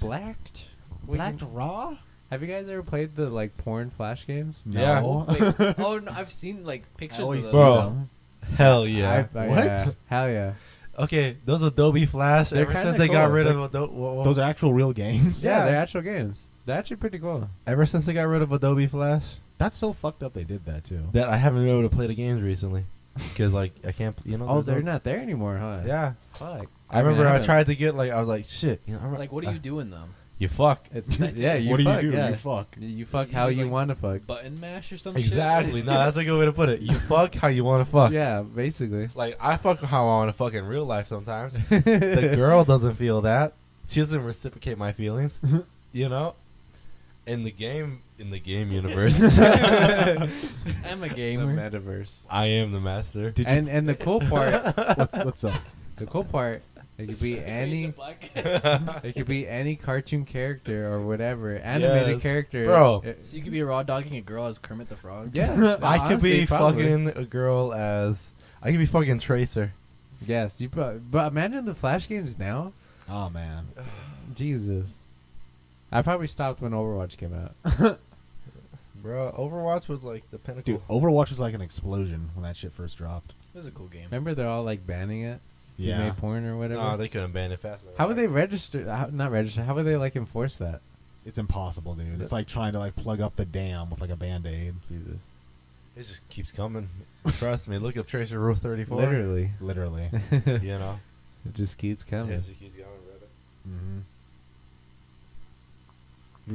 [SPEAKER 2] Blacked. We
[SPEAKER 1] Black
[SPEAKER 2] can-
[SPEAKER 1] raw?
[SPEAKER 2] Have you guys ever played the like porn flash games?
[SPEAKER 4] Yeah.
[SPEAKER 1] No.
[SPEAKER 3] Wait, oh no, I've seen like
[SPEAKER 1] I
[SPEAKER 3] pictures of
[SPEAKER 1] always
[SPEAKER 3] those.
[SPEAKER 1] see
[SPEAKER 4] Bro.
[SPEAKER 1] them.
[SPEAKER 4] Hell yeah.
[SPEAKER 2] I- I-
[SPEAKER 1] What?
[SPEAKER 2] yeah. Hell yeah.
[SPEAKER 4] okay, those Adobe Flash.
[SPEAKER 2] They're
[SPEAKER 4] ever
[SPEAKER 2] kinda
[SPEAKER 4] since they got
[SPEAKER 2] cool.
[SPEAKER 4] rid of Adobe, well,
[SPEAKER 1] Those are actual real games.
[SPEAKER 2] yeah.
[SPEAKER 4] Yeah.
[SPEAKER 2] they're actual games. They're actually pretty cool.
[SPEAKER 4] ever since they got rid of Adobe Flash,
[SPEAKER 1] That's so fucked up they did that too.
[SPEAKER 4] that I haven't been able to play the games recently because like I can't. You know.
[SPEAKER 2] Oh,
[SPEAKER 4] there's
[SPEAKER 2] they're
[SPEAKER 4] no-
[SPEAKER 2] not there anymore, huh?
[SPEAKER 4] Yeah.
[SPEAKER 2] Fuck.
[SPEAKER 4] I, remember I,
[SPEAKER 2] haven't-
[SPEAKER 4] tried to get like I was like shit. You know, I'm
[SPEAKER 3] Like, what do you
[SPEAKER 4] uh,
[SPEAKER 3] do in them?
[SPEAKER 4] You fuck.
[SPEAKER 2] It's
[SPEAKER 3] That's
[SPEAKER 2] yeah.
[SPEAKER 3] it.
[SPEAKER 2] You
[SPEAKER 1] what
[SPEAKER 2] fuck,
[SPEAKER 1] do you do?
[SPEAKER 2] Yeah.
[SPEAKER 1] You fuck.
[SPEAKER 2] You fuck
[SPEAKER 3] You
[SPEAKER 2] how
[SPEAKER 3] just,
[SPEAKER 2] you
[SPEAKER 3] like,
[SPEAKER 2] want to fuck.
[SPEAKER 3] Button mash or something?
[SPEAKER 4] Exactly. no, that's a good way to put it. You fuck how you want to fuck.
[SPEAKER 2] Yeah, basically.
[SPEAKER 4] Like I fuck how I want to fuck in real life sometimes. the girl doesn't feel that. She doesn't reciprocate my feelings. you know? In the game, in the game universe.
[SPEAKER 3] I'm a
[SPEAKER 2] The
[SPEAKER 3] gamer.
[SPEAKER 2] metaverse.
[SPEAKER 4] I am the master.
[SPEAKER 1] Did you-
[SPEAKER 2] and and the cool part,
[SPEAKER 1] what's what's up?
[SPEAKER 2] the cool part, it could be any, it could be any cartoon character or whatever animated
[SPEAKER 4] Yes.
[SPEAKER 2] character,
[SPEAKER 4] Bro.
[SPEAKER 2] It-
[SPEAKER 3] So you could be raw dogging a girl as Kermit the Frog.
[SPEAKER 2] Yes,
[SPEAKER 4] I could
[SPEAKER 2] honestly,
[SPEAKER 4] be
[SPEAKER 2] probably.
[SPEAKER 4] fucking a girl as I could be fucking Tracer.
[SPEAKER 2] Yes, you. Pro- but imagine the Flash games now.
[SPEAKER 1] Oh man,
[SPEAKER 2] Jesus, I probably stopped when Overwatch came out.
[SPEAKER 4] Bro, Overwatch was like the pinnacle.
[SPEAKER 1] dude, Overwatch was like an explosion when that shit first dropped.
[SPEAKER 3] It was a cool game.
[SPEAKER 2] Remember, they're all like banning it. You
[SPEAKER 1] Yeah,
[SPEAKER 2] made porn or whatever.
[SPEAKER 4] No, they couldn't ban it fast enough.
[SPEAKER 2] how would they register? How, not register. How would they like enforce that?
[SPEAKER 1] it's impossible, dude. It's like trying to like plug up the dam with like a band aid.
[SPEAKER 2] Jesus,
[SPEAKER 4] It just keeps coming. Trust me. Look up Tracer Rule 34.
[SPEAKER 2] literally,
[SPEAKER 1] Literally.
[SPEAKER 2] it
[SPEAKER 4] You know.
[SPEAKER 2] just keeps coming.
[SPEAKER 4] Yeah, it just keeps going, brother.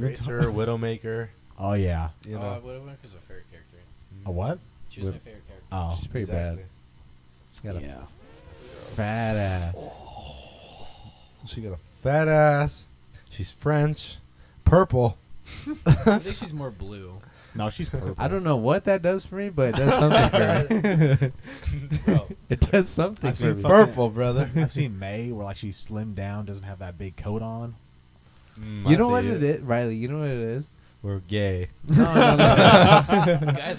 [SPEAKER 1] hmm
[SPEAKER 4] Tracer, Widowmaker.
[SPEAKER 1] Oh yeah.
[SPEAKER 4] You
[SPEAKER 3] Oh, I
[SPEAKER 4] know.
[SPEAKER 3] would have went because of favorite character.
[SPEAKER 1] A what?
[SPEAKER 3] She was my favorite character.
[SPEAKER 1] Oh.
[SPEAKER 2] She's pretty
[SPEAKER 4] Exactly.
[SPEAKER 2] bad. Got a fat ass.
[SPEAKER 4] She got a fat ass. She's French. Purple.
[SPEAKER 3] I think she's more blue.
[SPEAKER 1] No, she's purple.
[SPEAKER 2] I don't know what that does for me, but it does something for me.
[SPEAKER 4] Bro.
[SPEAKER 2] it does something
[SPEAKER 1] I've
[SPEAKER 2] for
[SPEAKER 1] seen
[SPEAKER 2] me.
[SPEAKER 1] fuck-
[SPEAKER 4] Purple, brother.
[SPEAKER 1] I've seen May where like she's slimmed down, doesn't have that big coat on.
[SPEAKER 4] Mm,
[SPEAKER 2] You
[SPEAKER 4] I
[SPEAKER 2] know
[SPEAKER 4] see
[SPEAKER 2] what it is, Riley? You know what it is?
[SPEAKER 4] We're gay.
[SPEAKER 2] No, no, no.
[SPEAKER 3] Guys,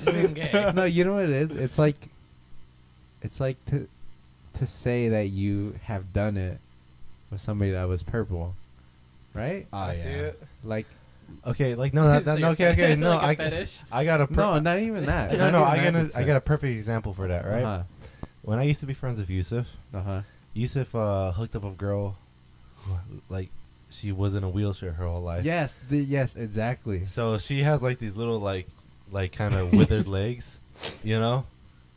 [SPEAKER 3] I think
[SPEAKER 2] no.
[SPEAKER 3] I'm gay.
[SPEAKER 2] no, you know what it is? It's like, it's like to, to say that you have done it with somebody that was purple, right?
[SPEAKER 1] Oh yeah.
[SPEAKER 2] Like,
[SPEAKER 4] Okay, like no, that,
[SPEAKER 3] So
[SPEAKER 4] that,
[SPEAKER 3] you're
[SPEAKER 4] okay, okay, no,
[SPEAKER 3] like a
[SPEAKER 4] I,
[SPEAKER 3] fetish?
[SPEAKER 4] I got a per-
[SPEAKER 2] no, not even that.
[SPEAKER 4] no, no, I got a, I got a perfect example for that, right?
[SPEAKER 2] Uh
[SPEAKER 4] When I used to be friends with Yusuf,
[SPEAKER 2] huh. Uh-huh.
[SPEAKER 4] Yusuf uh, hooked up a girl, who, like she was in a wheelchair her whole life.
[SPEAKER 2] Yes, the, yes, exactly.
[SPEAKER 4] So she has like these little like, like kind of withered legs, you know?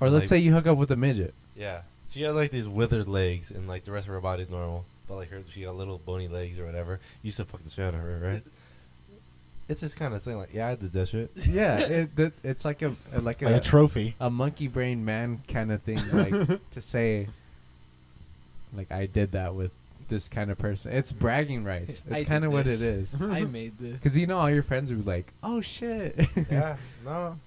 [SPEAKER 2] Or let's
[SPEAKER 4] Like-
[SPEAKER 2] say you hook up with a midget.
[SPEAKER 4] Yeah. She has like these withered legs, and like the rest of her body's normal, but like her, she got little bony legs or whatever. Yusuf fucked the shit out of her, right? it's just kind of saying like, yeah, I did that shit.
[SPEAKER 2] yeah, it, that, it's like a like a
[SPEAKER 1] Like a trophy.
[SPEAKER 2] a monkey brain man kind of thing, like to say, like I did that with this kind of person. It's bragging rights.
[SPEAKER 3] I
[SPEAKER 2] It's kind of
[SPEAKER 3] did
[SPEAKER 2] what it
[SPEAKER 3] this.
[SPEAKER 2] is.
[SPEAKER 3] I made this.
[SPEAKER 2] Because you know, all your friends would be like, "Oh shit."
[SPEAKER 4] yeah, no.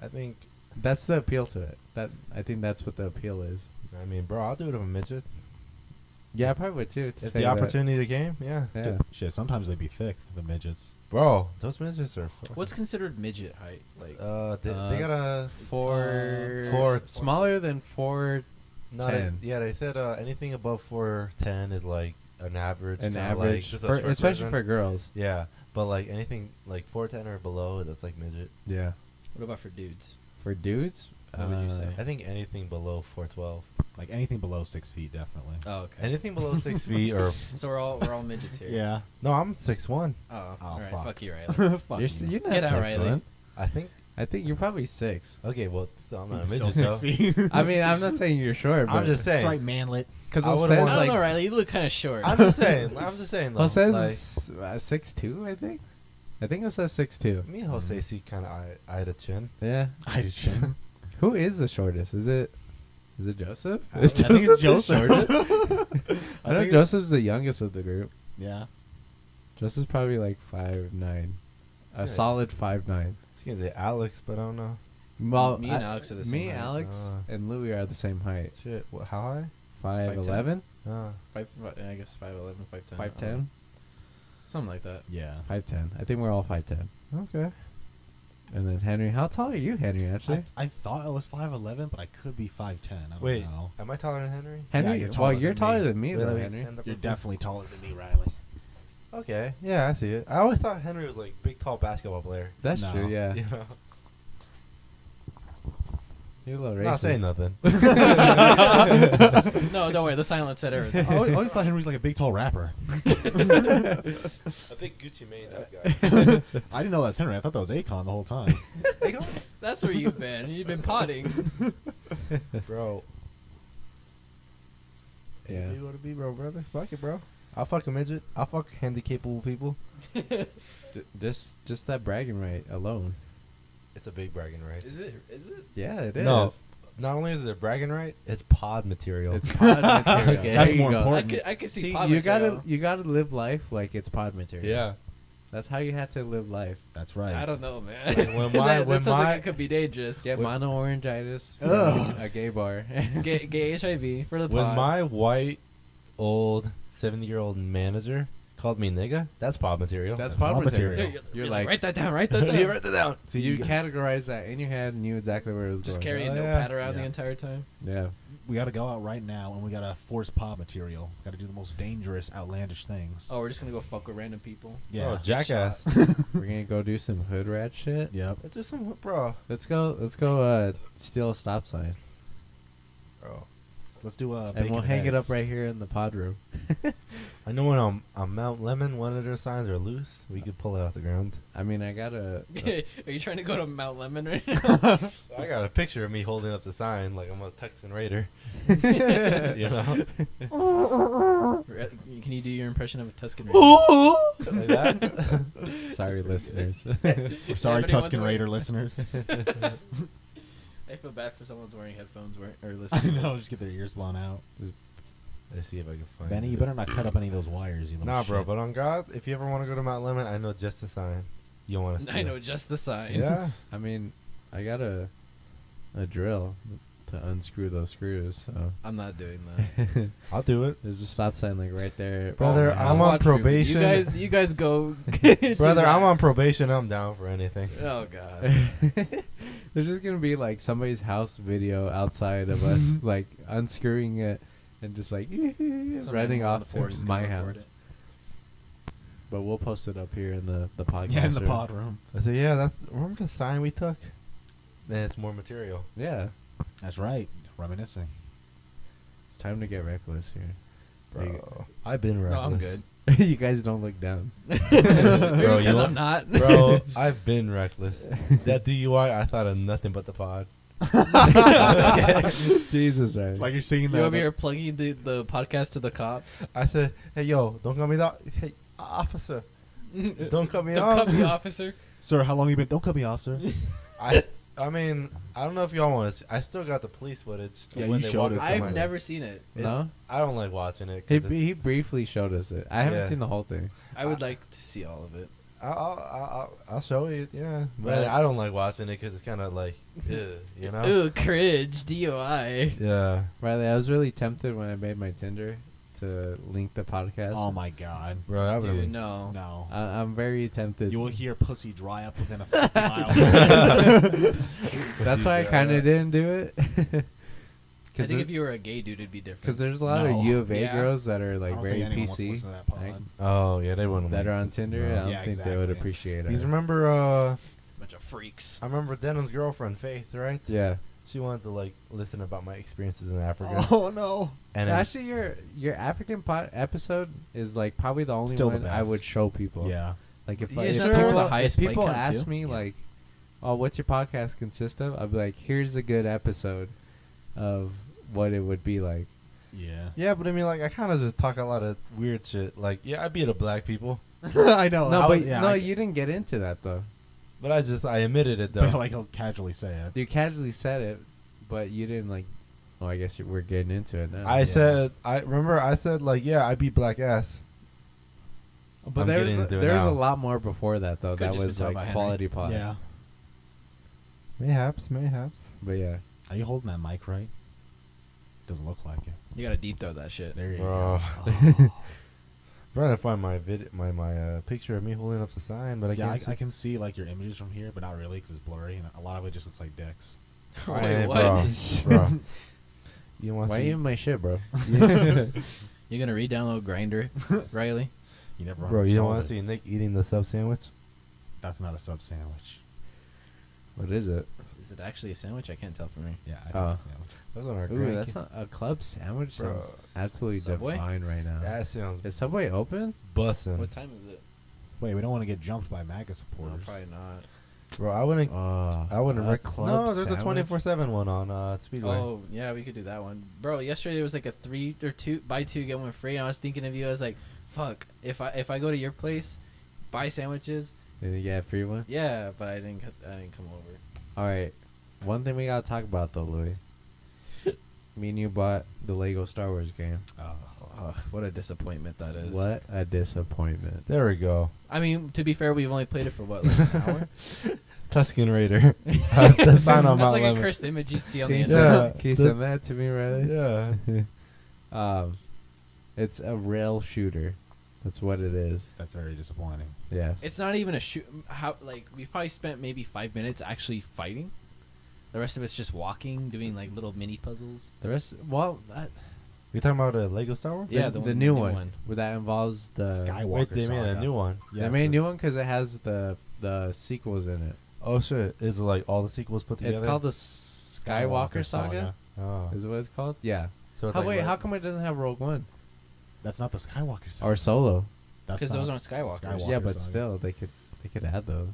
[SPEAKER 4] I think.
[SPEAKER 2] That's the appeal to it. That I think that's what the appeal is.
[SPEAKER 4] I mean, bro, I'll do it if I'm a midget.
[SPEAKER 2] Yeah, I probably would too. To
[SPEAKER 4] If
[SPEAKER 2] say
[SPEAKER 4] the
[SPEAKER 2] that.
[SPEAKER 4] opportunity came, yeah.
[SPEAKER 2] Yeah.
[SPEAKER 1] Shit, sometimes they be thick, the midgets.
[SPEAKER 4] Bro, those midgets are. fucking-
[SPEAKER 3] What's considered midget height? Like
[SPEAKER 4] Uh, they,
[SPEAKER 2] Uh,
[SPEAKER 4] they got a
[SPEAKER 2] Four,
[SPEAKER 4] Uh, four-
[SPEAKER 2] smaller than four,
[SPEAKER 4] not a-
[SPEAKER 2] 10.
[SPEAKER 4] yeah, they said uh, anything above four ten is like an average.
[SPEAKER 2] an
[SPEAKER 4] kinda
[SPEAKER 2] average,
[SPEAKER 4] like, just a
[SPEAKER 2] for,
[SPEAKER 4] short
[SPEAKER 2] especially
[SPEAKER 4] version.
[SPEAKER 2] for girls.
[SPEAKER 4] Yeah, but like anything like four ten or below, that's like midget.
[SPEAKER 2] Yeah,
[SPEAKER 3] what about for dudes?
[SPEAKER 2] for dudes.
[SPEAKER 3] What would you
[SPEAKER 2] uh,
[SPEAKER 3] say?
[SPEAKER 4] I think anything below four twelve,
[SPEAKER 1] Like anything below six feet, definitely.
[SPEAKER 3] Oh, okay.
[SPEAKER 4] anything below six feet or
[SPEAKER 3] so we're all we're all midgets here.
[SPEAKER 1] yeah.
[SPEAKER 4] no, I'm six one.
[SPEAKER 3] Oh, all right.
[SPEAKER 1] fuck.
[SPEAKER 3] Fuck you, Riley.
[SPEAKER 1] Fuck
[SPEAKER 2] You're, s-
[SPEAKER 1] you.
[SPEAKER 2] you're not
[SPEAKER 3] Get out,
[SPEAKER 2] six
[SPEAKER 3] Riley.
[SPEAKER 2] one.
[SPEAKER 4] I think.
[SPEAKER 2] I think you're probably six.
[SPEAKER 4] Okay, well, still, I'm not a
[SPEAKER 1] Still
[SPEAKER 4] midget.
[SPEAKER 1] six
[SPEAKER 4] So.
[SPEAKER 1] feet.
[SPEAKER 2] I mean, I'm not saying you're short, but
[SPEAKER 4] I'm just saying.
[SPEAKER 1] That's right, manlet.
[SPEAKER 2] because
[SPEAKER 4] I
[SPEAKER 2] I'll
[SPEAKER 4] would've
[SPEAKER 2] say
[SPEAKER 3] I
[SPEAKER 4] wanted-
[SPEAKER 3] don't
[SPEAKER 2] like
[SPEAKER 3] know, Riley. You look kind of short.
[SPEAKER 4] I'm just saying. I'm just saying. Though,
[SPEAKER 2] Well, it says
[SPEAKER 4] like,
[SPEAKER 2] uh, six two, I think. I think it says six two.
[SPEAKER 4] Me and
[SPEAKER 1] Mm-hmm.
[SPEAKER 4] Jose see kind of eye, eye to chin.
[SPEAKER 2] Yeah.
[SPEAKER 1] I did shit.
[SPEAKER 2] Who is the shortest? Is it? Is it Joseph?
[SPEAKER 1] I don't know. I think it's
[SPEAKER 2] the
[SPEAKER 1] Joseph.
[SPEAKER 2] shortest? I know
[SPEAKER 1] think-
[SPEAKER 2] Joseph's the youngest of the group.
[SPEAKER 1] Yeah.
[SPEAKER 2] Joseph's probably like five nine, a
[SPEAKER 4] Shit.
[SPEAKER 2] solid five nine.
[SPEAKER 4] I was gonna say Alex, but I don't know.
[SPEAKER 2] Well,
[SPEAKER 3] Me and Alex are the same
[SPEAKER 2] Me,
[SPEAKER 3] height.
[SPEAKER 2] Alex,
[SPEAKER 4] Uh.
[SPEAKER 2] and Louis are the same height.
[SPEAKER 4] Shit, what, how high?
[SPEAKER 2] Five
[SPEAKER 3] 5'10"?
[SPEAKER 2] eleven,
[SPEAKER 4] Uh,
[SPEAKER 3] Five, I guess five eleven, five ten.
[SPEAKER 2] five ten,
[SPEAKER 3] something like that.
[SPEAKER 1] Yeah.
[SPEAKER 2] five ten. I think we're all five ten.
[SPEAKER 4] okay.
[SPEAKER 2] And then Henry, how tall are you, Henry? Actually,
[SPEAKER 1] I, I thought I was 5'11", but I could be 5'10". I don't
[SPEAKER 4] Wait,
[SPEAKER 1] know.
[SPEAKER 4] am I taller than Henry?
[SPEAKER 2] Henry,
[SPEAKER 1] you're
[SPEAKER 2] well,
[SPEAKER 1] taller
[SPEAKER 2] you're
[SPEAKER 1] than
[SPEAKER 2] taller
[SPEAKER 1] me.
[SPEAKER 2] than me,
[SPEAKER 4] Wait, let
[SPEAKER 2] though,
[SPEAKER 4] me
[SPEAKER 2] Henry.
[SPEAKER 4] stand up
[SPEAKER 1] You're
[SPEAKER 4] real quick.
[SPEAKER 1] definitely taller than me, Riley.
[SPEAKER 4] Okay, yeah, I see it. I always thought Henry was like big, tall basketball player.
[SPEAKER 2] That's
[SPEAKER 1] No.
[SPEAKER 2] true. Yeah.
[SPEAKER 4] You know,
[SPEAKER 2] You're a little
[SPEAKER 4] I'm
[SPEAKER 2] racist.
[SPEAKER 4] not saying nothing.
[SPEAKER 3] no, don't worry. The silence said
[SPEAKER 1] I
[SPEAKER 3] everything.
[SPEAKER 1] always, I always thought Henry was like a big, tall rapper.
[SPEAKER 4] I think Gucci Mane that guy.
[SPEAKER 1] I didn't know that's Henry. I thought that was Akon the whole time.
[SPEAKER 4] They go-
[SPEAKER 3] That's where you've been. You've been potting.
[SPEAKER 4] bro.
[SPEAKER 2] Yeah.
[SPEAKER 4] You want to be, bro, brother? Fuck it, bro. I'll fuck a midget. I'll fuck handicapable people.
[SPEAKER 2] J- just just that bragging right alone.
[SPEAKER 4] It's a big bragging right.
[SPEAKER 3] Is it? Is it?
[SPEAKER 2] Yeah, it
[SPEAKER 4] No, not only is it bragging right, it's pod material.
[SPEAKER 2] It's pod
[SPEAKER 1] That's
[SPEAKER 2] material. there you
[SPEAKER 1] more
[SPEAKER 2] go.
[SPEAKER 1] important.
[SPEAKER 3] I could. I could see.
[SPEAKER 2] See,
[SPEAKER 3] pod
[SPEAKER 2] you gotta
[SPEAKER 3] material.
[SPEAKER 2] you gotta live life like it's pod material.
[SPEAKER 4] yeah.
[SPEAKER 2] That's how you have to live life.
[SPEAKER 1] That's right.
[SPEAKER 3] I don't know, man.
[SPEAKER 4] Like, when my-
[SPEAKER 3] that,
[SPEAKER 4] when
[SPEAKER 3] that sounds
[SPEAKER 4] my-
[SPEAKER 3] like it could be dangerous.
[SPEAKER 2] Get
[SPEAKER 4] Wh-
[SPEAKER 2] monoorangitis
[SPEAKER 1] Ugh.
[SPEAKER 2] from a gay bar.
[SPEAKER 3] Get, get HIV for the
[SPEAKER 4] When
[SPEAKER 3] pod.
[SPEAKER 4] my white, old, 70 year old manager called me nigga, that's pod material.
[SPEAKER 2] That's
[SPEAKER 1] That's
[SPEAKER 2] pop
[SPEAKER 1] raw material.
[SPEAKER 2] material.
[SPEAKER 3] you're,
[SPEAKER 1] You're
[SPEAKER 3] you're like,
[SPEAKER 2] like-
[SPEAKER 3] write that down. Write that down.
[SPEAKER 4] you write that down.
[SPEAKER 2] So you categorize that in your head and knew exactly where it was
[SPEAKER 3] Just
[SPEAKER 2] going.
[SPEAKER 3] carry a
[SPEAKER 4] Oh,
[SPEAKER 3] notepad
[SPEAKER 4] yeah.
[SPEAKER 3] around the
[SPEAKER 1] Yeah.
[SPEAKER 3] entire time.
[SPEAKER 2] Yeah.
[SPEAKER 1] we got to go out right now, and we got to force pop material. Got to do the most dangerous, outlandish things.
[SPEAKER 3] Oh, we're just gonna go fuck with random people.
[SPEAKER 1] yeah.
[SPEAKER 4] Oh, jackass.
[SPEAKER 2] We're gonna go do some hood rat shit.
[SPEAKER 1] Yep.
[SPEAKER 4] That's just some, bro.
[SPEAKER 2] Let's go. Let's go. Uh, steal a stop sign,
[SPEAKER 4] Bro.
[SPEAKER 1] Let's do uh, a.
[SPEAKER 2] and we'll hang it up right here in the pod room.
[SPEAKER 4] I know when on, on Mount Lemon, one of their signs are loose. We could pull it out the ground.
[SPEAKER 2] I mean, I uh, got a. a-
[SPEAKER 3] Are you trying to go to Mount Lemon right now?
[SPEAKER 4] I got a picture of me holding up the sign like I'm a Texan Raider. you know?
[SPEAKER 3] Re- Can you do your impression of a Tuscan?
[SPEAKER 4] like that.
[SPEAKER 2] sorry, listeners.
[SPEAKER 1] We're sorry,
[SPEAKER 3] Anybody wants
[SPEAKER 1] Tuscan
[SPEAKER 3] to-
[SPEAKER 1] Raider listeners.
[SPEAKER 3] I feel bad for someone's wearing headphones where, or
[SPEAKER 1] I
[SPEAKER 3] listening.
[SPEAKER 1] know, just get their ears blown out.
[SPEAKER 4] Let's see if I can find
[SPEAKER 1] Benny,
[SPEAKER 4] it.
[SPEAKER 1] you better not cut up any of those wires, you little
[SPEAKER 4] Nah, bro,
[SPEAKER 1] shit.
[SPEAKER 4] but on God, if you ever want to go to Mount Lemon, I know just the sign. You want to
[SPEAKER 3] I know just the sign.
[SPEAKER 4] Yeah.
[SPEAKER 2] I mean, I got a a drill to unscrew those screws. So
[SPEAKER 3] I'm not doing that.
[SPEAKER 4] I'll do it.
[SPEAKER 2] there's a stop sign like right there.
[SPEAKER 4] Brother,
[SPEAKER 2] Oh, my
[SPEAKER 4] I'm
[SPEAKER 2] house.
[SPEAKER 4] on probation.
[SPEAKER 3] You guys, you guys go. do
[SPEAKER 4] Brother, I'm
[SPEAKER 3] that.
[SPEAKER 4] on probation. I'm down for anything.
[SPEAKER 3] Oh god.
[SPEAKER 2] There's just gonna be like somebody's house video outside of us, like unscrewing it and just like running
[SPEAKER 3] on
[SPEAKER 2] off
[SPEAKER 3] the force is
[SPEAKER 2] to
[SPEAKER 3] gonna
[SPEAKER 2] my
[SPEAKER 3] record
[SPEAKER 2] house.
[SPEAKER 3] it.
[SPEAKER 2] But we'll post it up here in the the podcast.
[SPEAKER 1] yeah, in the
[SPEAKER 2] room.
[SPEAKER 1] pod room.
[SPEAKER 4] I said, yeah, that's remember the sign we took. Then it's more material.
[SPEAKER 2] Yeah,
[SPEAKER 1] That's right. Reminiscing.
[SPEAKER 2] it's time to get reckless here.
[SPEAKER 4] Bro,
[SPEAKER 2] You-
[SPEAKER 4] I've been
[SPEAKER 3] No,
[SPEAKER 4] reckless.
[SPEAKER 3] I'm good.
[SPEAKER 2] you guys don't look down.
[SPEAKER 3] Bro,
[SPEAKER 4] you
[SPEAKER 3] I'm
[SPEAKER 4] want-
[SPEAKER 3] not.
[SPEAKER 4] Bro, I've been reckless. That DUI, I thought of nothing but the pod.
[SPEAKER 2] Jesus, right?
[SPEAKER 1] Like you're singing
[SPEAKER 3] you
[SPEAKER 1] the.
[SPEAKER 3] over here plugging the, the podcast to the cops.
[SPEAKER 4] I said, hey, yo, don't cut me off. Hey, officer, don't cut me
[SPEAKER 3] Don't
[SPEAKER 4] off.
[SPEAKER 3] cut me, officer.
[SPEAKER 1] sir, how long you been? Don't cut me off, sir.
[SPEAKER 4] I, I mean, I don't know if y'all want to see. I still got the police footage. of
[SPEAKER 1] Yeah,
[SPEAKER 4] when
[SPEAKER 1] you
[SPEAKER 4] they
[SPEAKER 1] showed
[SPEAKER 4] walk
[SPEAKER 1] us
[SPEAKER 4] up to
[SPEAKER 1] some
[SPEAKER 4] my-
[SPEAKER 1] of
[SPEAKER 3] I've never seen it.
[SPEAKER 4] It's-
[SPEAKER 2] No?
[SPEAKER 4] I don't like watching it. 'cause
[SPEAKER 2] He,
[SPEAKER 4] it's-
[SPEAKER 2] he briefly showed us it. I haven't
[SPEAKER 4] Yeah.
[SPEAKER 2] seen the whole thing.
[SPEAKER 3] I would like to see all of it.
[SPEAKER 4] I'll, I'll, I'll, I'll show you, yeah. But
[SPEAKER 2] Right.
[SPEAKER 4] I don't like watching it because it's kind of like, ew, you know?
[SPEAKER 3] Ooh, cringe, DOI.
[SPEAKER 4] Yeah.
[SPEAKER 2] Riley, I was really tempted when I made my Tinder to link the podcast.
[SPEAKER 1] Oh my god.
[SPEAKER 4] Bro, I
[SPEAKER 3] Dude,
[SPEAKER 4] really.
[SPEAKER 3] no.
[SPEAKER 1] No.
[SPEAKER 2] Oh. I, I'm very tempted.
[SPEAKER 1] You will hear pussy dry up within a 50 mile radius.
[SPEAKER 2] That's why I kind of didn't do it.
[SPEAKER 3] I think
[SPEAKER 2] there-
[SPEAKER 3] if you were a gay dude, it'd be different.
[SPEAKER 2] Cause there's a lot
[SPEAKER 1] No.
[SPEAKER 2] of U of A
[SPEAKER 3] Yeah.
[SPEAKER 2] girls that are
[SPEAKER 1] I
[SPEAKER 2] like
[SPEAKER 1] don't
[SPEAKER 2] very
[SPEAKER 1] think anyone wants to
[SPEAKER 2] PC
[SPEAKER 1] listen to that pod.
[SPEAKER 2] like-
[SPEAKER 4] Oh, yeah, they wouldn't.
[SPEAKER 2] that
[SPEAKER 4] like
[SPEAKER 2] are
[SPEAKER 4] it.
[SPEAKER 2] on Tinder. I
[SPEAKER 4] No.
[SPEAKER 2] don't
[SPEAKER 1] Yeah,
[SPEAKER 2] think they would
[SPEAKER 1] exactly.
[SPEAKER 2] appreciate it.
[SPEAKER 4] These remember, uh,
[SPEAKER 3] bunch of freaks.
[SPEAKER 4] I remember Denham's girlfriend, Faith, right?
[SPEAKER 2] yeah.
[SPEAKER 4] She wanted to, like, listen about my experiences in Africa.
[SPEAKER 1] Oh no.
[SPEAKER 4] And then-
[SPEAKER 2] Actually, your your African pot episode is like probably the only
[SPEAKER 1] Still the
[SPEAKER 2] one I
[SPEAKER 1] best.
[SPEAKER 2] would show people.
[SPEAKER 1] Yeah.
[SPEAKER 2] Like if,
[SPEAKER 3] You
[SPEAKER 2] I-
[SPEAKER 3] guys
[SPEAKER 2] if
[SPEAKER 3] know
[SPEAKER 2] people,
[SPEAKER 3] people with the
[SPEAKER 2] if
[SPEAKER 3] highest play
[SPEAKER 2] people
[SPEAKER 3] count,
[SPEAKER 2] ask
[SPEAKER 3] too?
[SPEAKER 2] me
[SPEAKER 3] Yeah.
[SPEAKER 2] like, "Oh, what's your podcast consist of?" I'd be like, "Here's a good episode of what it would be like."
[SPEAKER 1] Yeah.
[SPEAKER 4] yeah, but I mean, like, I kind of just talk a lot of weird shit. Like, yeah, I beat up black people,
[SPEAKER 1] I know. Oh,
[SPEAKER 2] no,
[SPEAKER 1] I
[SPEAKER 2] but
[SPEAKER 1] was- yeah,
[SPEAKER 2] no,
[SPEAKER 1] I-
[SPEAKER 2] you didn't get into that though.
[SPEAKER 4] but I just, I admitted it, though.
[SPEAKER 1] But like I'll casually say it.
[SPEAKER 2] You casually said it, but you didn't like. Oh, I guess you, we're getting into it now.
[SPEAKER 4] I
[SPEAKER 1] uh, Yeah.
[SPEAKER 4] said, I remember I said, like, yeah, I beat black ass.
[SPEAKER 2] but
[SPEAKER 4] I'm
[SPEAKER 2] there
[SPEAKER 4] getting
[SPEAKER 2] was
[SPEAKER 4] into it
[SPEAKER 2] there was a
[SPEAKER 4] now.
[SPEAKER 2] lot more before that though. that
[SPEAKER 3] Could just be
[SPEAKER 2] was
[SPEAKER 3] talking
[SPEAKER 2] like
[SPEAKER 3] about Henry.
[SPEAKER 2] quality pod.
[SPEAKER 1] Yeah.
[SPEAKER 4] Mayhaps, mayhaps.
[SPEAKER 2] But yeah,
[SPEAKER 1] Are you holding that mic right? Doesn't look like it.
[SPEAKER 3] You gotta deep throw that shit.
[SPEAKER 1] There you
[SPEAKER 4] Bro.
[SPEAKER 1] go. Oh.
[SPEAKER 4] Trying to find my vid, my my uh, picture of me holding up the sign, but I
[SPEAKER 1] yeah, I,
[SPEAKER 4] can't.
[SPEAKER 1] I can see like your images from here, but not really because it's blurry and a lot of it just looks like dicks.
[SPEAKER 4] see.
[SPEAKER 3] Wait,
[SPEAKER 4] Hey,
[SPEAKER 3] what?
[SPEAKER 4] Bro, bro. You want
[SPEAKER 2] why
[SPEAKER 4] to?
[SPEAKER 2] you in my shit, bro?
[SPEAKER 3] You gonna re-download Grinder, Riley?
[SPEAKER 1] You never
[SPEAKER 4] bro, you don't
[SPEAKER 1] uninstalled
[SPEAKER 4] want
[SPEAKER 1] it.
[SPEAKER 4] to see Nick eating the sub sandwich?
[SPEAKER 1] That's not a sub sandwich.
[SPEAKER 2] what is it?
[SPEAKER 3] Is it actually a sandwich? I can't tell from here.
[SPEAKER 1] Yeah, I think
[SPEAKER 2] Oh.
[SPEAKER 1] it's a sandwich.
[SPEAKER 4] Those on our
[SPEAKER 2] Ooh,
[SPEAKER 4] grand
[SPEAKER 2] that's
[SPEAKER 4] ca-
[SPEAKER 2] not a club sandwich.
[SPEAKER 4] Bro.
[SPEAKER 2] Sounds absolutely
[SPEAKER 3] Subway?
[SPEAKER 2] divine right now.
[SPEAKER 4] That sounds
[SPEAKER 2] Is Subway open?
[SPEAKER 4] bussin'.
[SPEAKER 3] What time is it?
[SPEAKER 1] Wait, we don't want to get jumped by MAGA
[SPEAKER 3] No,
[SPEAKER 1] supporters.
[SPEAKER 3] probably not.
[SPEAKER 4] Bro, I wouldn't.
[SPEAKER 2] Uh,
[SPEAKER 4] I wouldn't.
[SPEAKER 2] a
[SPEAKER 4] Rec-
[SPEAKER 2] club
[SPEAKER 4] no, there's
[SPEAKER 2] sandwich?
[SPEAKER 4] a twenty four seven one on uh, Speedway.
[SPEAKER 3] Oh yeah, we could do that one, bro. Yesterday it was like a three or two buy two get one free, and I was thinking of you. I was like, fuck, if I if I go to your place, buy sandwiches.
[SPEAKER 2] Did you get a free one?
[SPEAKER 3] Yeah, but I didn't. co- I didn't come over.
[SPEAKER 2] All right. One thing we gotta talk about though, Louis. me and you bought the Lego Star Wars game.
[SPEAKER 1] Uh,
[SPEAKER 3] Ugh, what a disappointment that is.
[SPEAKER 2] What a disappointment.
[SPEAKER 4] There we go.
[SPEAKER 3] I mean, to be fair, we've only played it for what, like an hour?
[SPEAKER 4] Tuscan Raider. the sign on Mount
[SPEAKER 3] That's like a
[SPEAKER 4] Lemon.
[SPEAKER 3] cursed image you'd see on
[SPEAKER 2] Can
[SPEAKER 3] the
[SPEAKER 2] you,
[SPEAKER 4] Yeah.
[SPEAKER 3] internet.
[SPEAKER 2] send, can you
[SPEAKER 4] The-
[SPEAKER 2] send that to me, Riley?
[SPEAKER 4] Yeah.
[SPEAKER 2] Um, it's a rail shooter. That's what it is.
[SPEAKER 1] that's very disappointing.
[SPEAKER 2] Yes.
[SPEAKER 3] It's not even a shoot. How like we probably spent maybe five minutes actually fighting. The rest of it's just walking, doing like little mini puzzles.
[SPEAKER 2] the rest. Well, that,
[SPEAKER 4] You talking about a Lego Star Wars?
[SPEAKER 3] Yeah,
[SPEAKER 2] the, the
[SPEAKER 3] the one-
[SPEAKER 2] new, one, where that involves the
[SPEAKER 1] Skywalker
[SPEAKER 4] Wait, they made a
[SPEAKER 1] saga.
[SPEAKER 4] new one.
[SPEAKER 2] They
[SPEAKER 1] Yes,
[SPEAKER 2] made a
[SPEAKER 1] the-
[SPEAKER 2] new one because it has the the sequels in it.
[SPEAKER 4] Oh shit! Is it like all the sequels put together?
[SPEAKER 2] It's called the S- Skywalker, Saga.
[SPEAKER 4] Oh.
[SPEAKER 2] Is what it's called? Yeah.
[SPEAKER 4] So it's
[SPEAKER 2] how,
[SPEAKER 4] like
[SPEAKER 2] wait,
[SPEAKER 4] what-
[SPEAKER 2] how come it doesn't have Rogue One
[SPEAKER 1] That's not the Skywalker Saga.
[SPEAKER 2] or Solo?
[SPEAKER 1] That's
[SPEAKER 3] Because
[SPEAKER 1] not
[SPEAKER 3] those aren't Skywalkers.
[SPEAKER 1] Skywalker
[SPEAKER 2] yeah, but
[SPEAKER 1] Saga.
[SPEAKER 2] still, they could they could add those.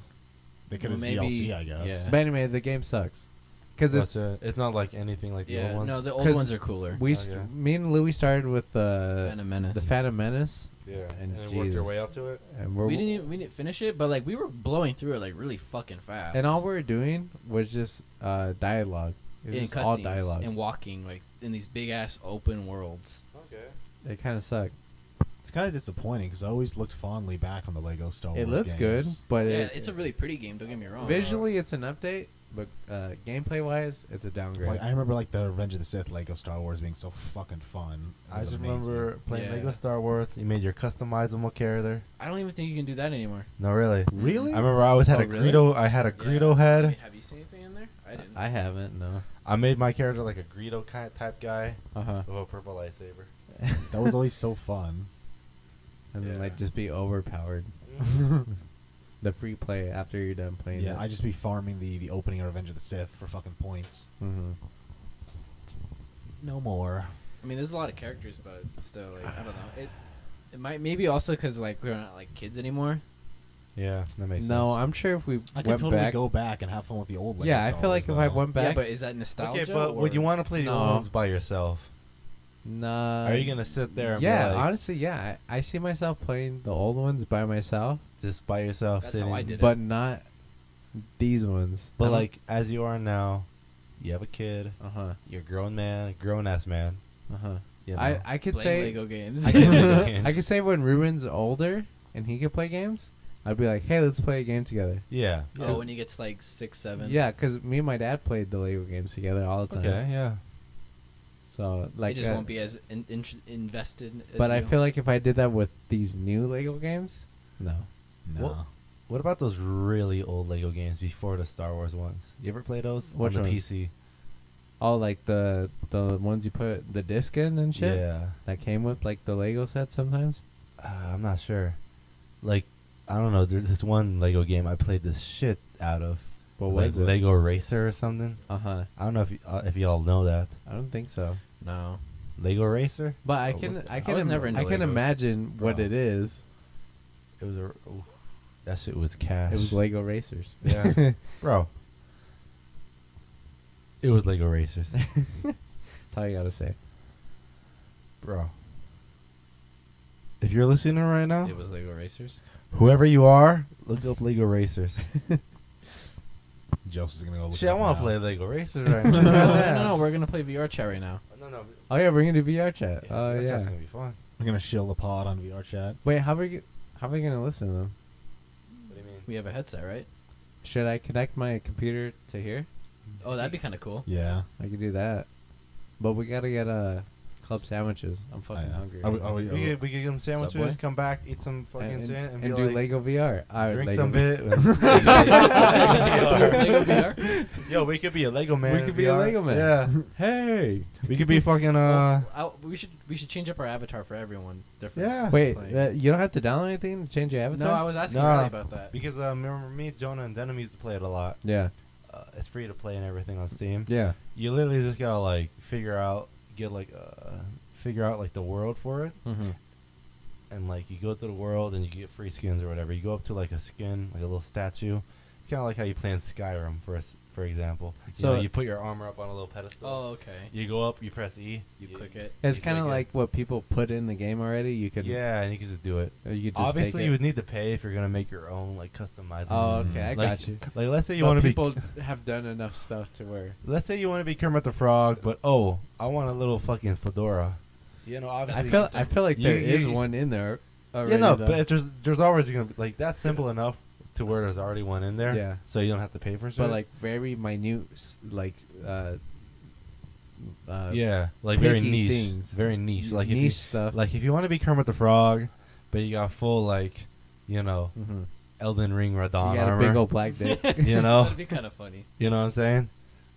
[SPEAKER 1] they could
[SPEAKER 3] Well,
[SPEAKER 1] have
[SPEAKER 3] maybe-
[SPEAKER 1] DLC, I guess.
[SPEAKER 3] yeah.
[SPEAKER 2] But anyway, the game sucks because
[SPEAKER 4] Oh,
[SPEAKER 2] it's
[SPEAKER 4] shit. it's not like anything like the
[SPEAKER 3] Yeah,
[SPEAKER 4] old ones.
[SPEAKER 3] no, the old
[SPEAKER 2] 'Cause
[SPEAKER 3] ones are cooler.
[SPEAKER 2] we
[SPEAKER 4] Oh,
[SPEAKER 2] st-
[SPEAKER 4] yeah.
[SPEAKER 2] me and Louis started with the
[SPEAKER 3] Phantom Menace.
[SPEAKER 2] the Phantom Menace,
[SPEAKER 4] yeah,
[SPEAKER 2] and
[SPEAKER 4] and, worked your
[SPEAKER 2] Jesus.
[SPEAKER 4] way up to it.
[SPEAKER 2] and we're
[SPEAKER 3] we didn't even, we didn't finish it, but like we were blowing through it like really fucking fast.
[SPEAKER 2] and all we were doing was just uh, dialogue. It was
[SPEAKER 3] in
[SPEAKER 2] just all
[SPEAKER 3] cutscenes
[SPEAKER 2] dialogue.
[SPEAKER 3] and walking like in these big ass open worlds.
[SPEAKER 4] Okay.
[SPEAKER 2] it kind of sucked.
[SPEAKER 1] It's kind of disappointing because I always looked fondly back on the Lego Star Wars.
[SPEAKER 2] It looks good,
[SPEAKER 1] games.
[SPEAKER 2] but
[SPEAKER 3] yeah,
[SPEAKER 2] it,
[SPEAKER 3] it's a really pretty game. Don't get me wrong.
[SPEAKER 2] visually it's an update, but uh, gameplay wise it's a downgrade.
[SPEAKER 1] Like I remember, like the Revenge of the Sith Lego Star Wars being so fucking fun. It
[SPEAKER 4] I
[SPEAKER 1] was
[SPEAKER 4] just
[SPEAKER 1] amazing.
[SPEAKER 4] remember playing
[SPEAKER 3] Yeah.
[SPEAKER 4] Lego Star Wars. You made your customizable character.
[SPEAKER 3] I don't even think you can do that anymore.
[SPEAKER 4] No, really.
[SPEAKER 3] Mm.
[SPEAKER 1] Really?
[SPEAKER 4] I remember I always had
[SPEAKER 2] Oh,
[SPEAKER 4] a
[SPEAKER 2] really?
[SPEAKER 4] Greedo. I had a Greedo head.
[SPEAKER 3] Wait, have you seen anything in there? I didn't.
[SPEAKER 2] I haven't no.
[SPEAKER 4] I made my character like a Greedo kind of type guy
[SPEAKER 2] Uh huh.
[SPEAKER 4] with a purple lightsaber.
[SPEAKER 1] that was always so fun.
[SPEAKER 2] And then
[SPEAKER 4] Yeah.
[SPEAKER 2] like just be overpowered. The free play after you're done playing.
[SPEAKER 1] yeah,
[SPEAKER 2] it.
[SPEAKER 1] I just be farming the the opening of Revenge of the Sith for fucking points.
[SPEAKER 2] Mhm.
[SPEAKER 1] No more.
[SPEAKER 3] I mean, there's a lot of characters, but still, like, I don't know. It, it might maybe also because like we're not like kids anymore.
[SPEAKER 4] Yeah, that makes sense.
[SPEAKER 2] No, I'm sure if we
[SPEAKER 1] I could
[SPEAKER 2] went
[SPEAKER 1] totally
[SPEAKER 2] back.
[SPEAKER 1] go back and have fun with the old Lego.
[SPEAKER 2] yeah, I
[SPEAKER 1] Star
[SPEAKER 2] feel like
[SPEAKER 1] Wars,
[SPEAKER 2] if I
[SPEAKER 1] though.
[SPEAKER 2] went back.
[SPEAKER 3] Yeah, but is that nostalgia?
[SPEAKER 4] Okay, but would
[SPEAKER 3] or-
[SPEAKER 4] you want to play the old
[SPEAKER 2] No.
[SPEAKER 4] ones by yourself?
[SPEAKER 2] nah.
[SPEAKER 4] Are you
[SPEAKER 3] Uh,
[SPEAKER 4] gonna sit there? And
[SPEAKER 2] Yeah,
[SPEAKER 4] be like,
[SPEAKER 2] honestly, yeah. I, I see myself playing the old ones by myself,
[SPEAKER 4] just by yourself.
[SPEAKER 3] That's how
[SPEAKER 4] sitting,
[SPEAKER 3] I did it.
[SPEAKER 2] but not these ones.
[SPEAKER 4] But like as you are now, you have a kid.
[SPEAKER 2] uh huh,
[SPEAKER 4] You're a grown man, grown ass man.
[SPEAKER 2] uh huh.
[SPEAKER 4] You know.
[SPEAKER 2] I I could
[SPEAKER 3] playing
[SPEAKER 2] say
[SPEAKER 3] Lego games?
[SPEAKER 2] I
[SPEAKER 4] could-
[SPEAKER 2] could, I could say when Ruben's older and he could play games, I'd be like, hey, let's play a game together.
[SPEAKER 4] yeah.
[SPEAKER 3] oh, when he gets like six, seven.
[SPEAKER 2] Yeah, because me and my dad played the Lego games together all the time.
[SPEAKER 4] Okay. Yeah.
[SPEAKER 2] So like,
[SPEAKER 3] he just
[SPEAKER 2] uh,
[SPEAKER 3] won't be as in, in, invested. As
[SPEAKER 2] but I
[SPEAKER 3] you.
[SPEAKER 2] feel like if I did that with these new Lego games, no.
[SPEAKER 1] no.
[SPEAKER 4] Well, What about those really old Lego games before the Star Wars ones? You ever play those
[SPEAKER 2] Which
[SPEAKER 4] on the
[SPEAKER 2] ones?
[SPEAKER 4] PC?
[SPEAKER 2] Oh, like the the ones you put the disc in and shit
[SPEAKER 4] Yeah.
[SPEAKER 2] that came with like the Lego set sometimes.
[SPEAKER 4] Uh, I'm not sure. Like, I don't know. There's this one Lego game I played this shit out of.
[SPEAKER 2] What
[SPEAKER 4] It's
[SPEAKER 2] was
[SPEAKER 4] like
[SPEAKER 2] it?
[SPEAKER 4] Lego Racer or something.
[SPEAKER 2] Uh huh.
[SPEAKER 4] I don't know if y- uh, if y'all know that
[SPEAKER 2] I don't think so.
[SPEAKER 3] no.
[SPEAKER 4] Lego Racer.
[SPEAKER 2] But I
[SPEAKER 4] Oh,
[SPEAKER 2] can
[SPEAKER 4] what the-
[SPEAKER 2] I
[SPEAKER 4] I
[SPEAKER 2] can
[SPEAKER 3] was
[SPEAKER 2] im-
[SPEAKER 3] never into
[SPEAKER 2] I can
[SPEAKER 3] Legos.
[SPEAKER 2] imagine what
[SPEAKER 4] Bro.
[SPEAKER 2] it is.
[SPEAKER 4] It was a oof. that shit was cash.
[SPEAKER 2] It was Lego racers.
[SPEAKER 4] yeah, bro. It was Lego Racers,
[SPEAKER 2] That's all you gotta say.
[SPEAKER 4] bro. If you're listening right now,
[SPEAKER 3] It was Lego Racers.
[SPEAKER 4] whoever you are, look up Lego Racers.
[SPEAKER 1] Joseph's gonna go look.
[SPEAKER 4] Shit,
[SPEAKER 1] it
[SPEAKER 4] I
[SPEAKER 1] up
[SPEAKER 4] want
[SPEAKER 1] now.
[SPEAKER 4] to play Lego Racers right now.
[SPEAKER 3] no, no, no, no, we're gonna play VR chat right now.
[SPEAKER 4] no, no.
[SPEAKER 2] Oh yeah, we're gonna do VR chat. Oh yeah.
[SPEAKER 4] gonna be fun.
[SPEAKER 1] We're gonna shill the pod on VR chat.
[SPEAKER 2] Wait, how are we how are we gonna listen to them?
[SPEAKER 4] What do you mean?
[SPEAKER 3] We have a headset, right?
[SPEAKER 2] Should I connect my computer to here?
[SPEAKER 3] Oh, that'd be kind of cool.
[SPEAKER 1] Yeah.
[SPEAKER 2] I could do that. But we gotta get uh club sandwiches. I'm fucking
[SPEAKER 1] yeah.
[SPEAKER 2] hungry.
[SPEAKER 1] Are we- are we-
[SPEAKER 4] We could, we could get some sandwiches,
[SPEAKER 3] Subway?
[SPEAKER 4] come back, eat some fucking
[SPEAKER 2] and, and,
[SPEAKER 4] sand, and,
[SPEAKER 2] and
[SPEAKER 4] be
[SPEAKER 2] do
[SPEAKER 4] like,
[SPEAKER 2] Lego VR. I would
[SPEAKER 4] drink
[SPEAKER 2] Lego
[SPEAKER 4] some
[SPEAKER 2] VR.
[SPEAKER 4] bit.
[SPEAKER 3] Lego VR.
[SPEAKER 4] Yo, we could be a Lego man.
[SPEAKER 2] We
[SPEAKER 4] in
[SPEAKER 2] could be a
[SPEAKER 4] VR.
[SPEAKER 2] Lego man.
[SPEAKER 4] Yeah,
[SPEAKER 2] Hey.
[SPEAKER 4] we could be fucking uh.
[SPEAKER 3] I- we should we should change up our avatar for everyone. Different.
[SPEAKER 4] Yeah.
[SPEAKER 2] Wait,
[SPEAKER 3] Like-
[SPEAKER 2] uh, you don't have to download anything to change your avatar.
[SPEAKER 3] No, I was asking
[SPEAKER 4] Nah.
[SPEAKER 3] Riley about that.
[SPEAKER 4] Because uh, remember me, Jonah, and Denim used to play it a lot.
[SPEAKER 2] Yeah.
[SPEAKER 4] Uh, it's free to play and everything on Steam.
[SPEAKER 2] Yeah.
[SPEAKER 4] You literally just gotta like figure out, get like uh, figure out like the world for it,
[SPEAKER 2] Mm-hmm.
[SPEAKER 4] and like you go through the world and you get free skins or whatever. You go up to like a skin, like a little statue. It's kind of like how you play in Skyrim for us, for example. You
[SPEAKER 2] So-
[SPEAKER 4] know, you put your armor up on a little pedestal.
[SPEAKER 3] Oh, okay.
[SPEAKER 4] You go up, you press E,
[SPEAKER 3] You click it.
[SPEAKER 2] It's
[SPEAKER 4] You
[SPEAKER 2] kind of
[SPEAKER 4] click it.
[SPEAKER 2] like what people put in the game already. You could.
[SPEAKER 4] Yeah, and you can just do it.
[SPEAKER 2] or You could just
[SPEAKER 4] Obviously,
[SPEAKER 2] take
[SPEAKER 4] you
[SPEAKER 2] it.
[SPEAKER 4] would need to pay if you're gonna make your own like customizable.
[SPEAKER 2] Oh, okay, I
[SPEAKER 4] like,
[SPEAKER 2] got you.
[SPEAKER 4] Like, let's say you
[SPEAKER 2] But
[SPEAKER 4] want to be
[SPEAKER 2] people have done enough stuff to where.
[SPEAKER 4] Let's say you want to be Kermit the Frog, but oh, I want a little fucking fedora. You know,
[SPEAKER 2] I
[SPEAKER 4] obviously.
[SPEAKER 2] feel I feel like
[SPEAKER 4] You-
[SPEAKER 2] there is
[SPEAKER 4] you-
[SPEAKER 2] one in there already.
[SPEAKER 4] you know,
[SPEAKER 2] though.
[SPEAKER 4] but if there's there's always gonna be like that's simple enough to where there's already one in there.
[SPEAKER 2] Yeah.
[SPEAKER 4] So you don't have to pay for shit.
[SPEAKER 2] but like very minute, s- like uh, uh,
[SPEAKER 4] yeah, like very
[SPEAKER 2] picky
[SPEAKER 4] niche,
[SPEAKER 2] things.
[SPEAKER 4] very niche. Like
[SPEAKER 2] niche
[SPEAKER 4] if you,
[SPEAKER 2] stuff.
[SPEAKER 4] like if you want to be Kermit the Frog, but you got full like, you know,
[SPEAKER 2] Mhm.
[SPEAKER 4] Elden Ring Radon
[SPEAKER 2] you got
[SPEAKER 4] armor.
[SPEAKER 2] a big old black dick.
[SPEAKER 4] You know?
[SPEAKER 2] Oh.
[SPEAKER 3] that'd be kind of funny.
[SPEAKER 4] you know what I'm saying?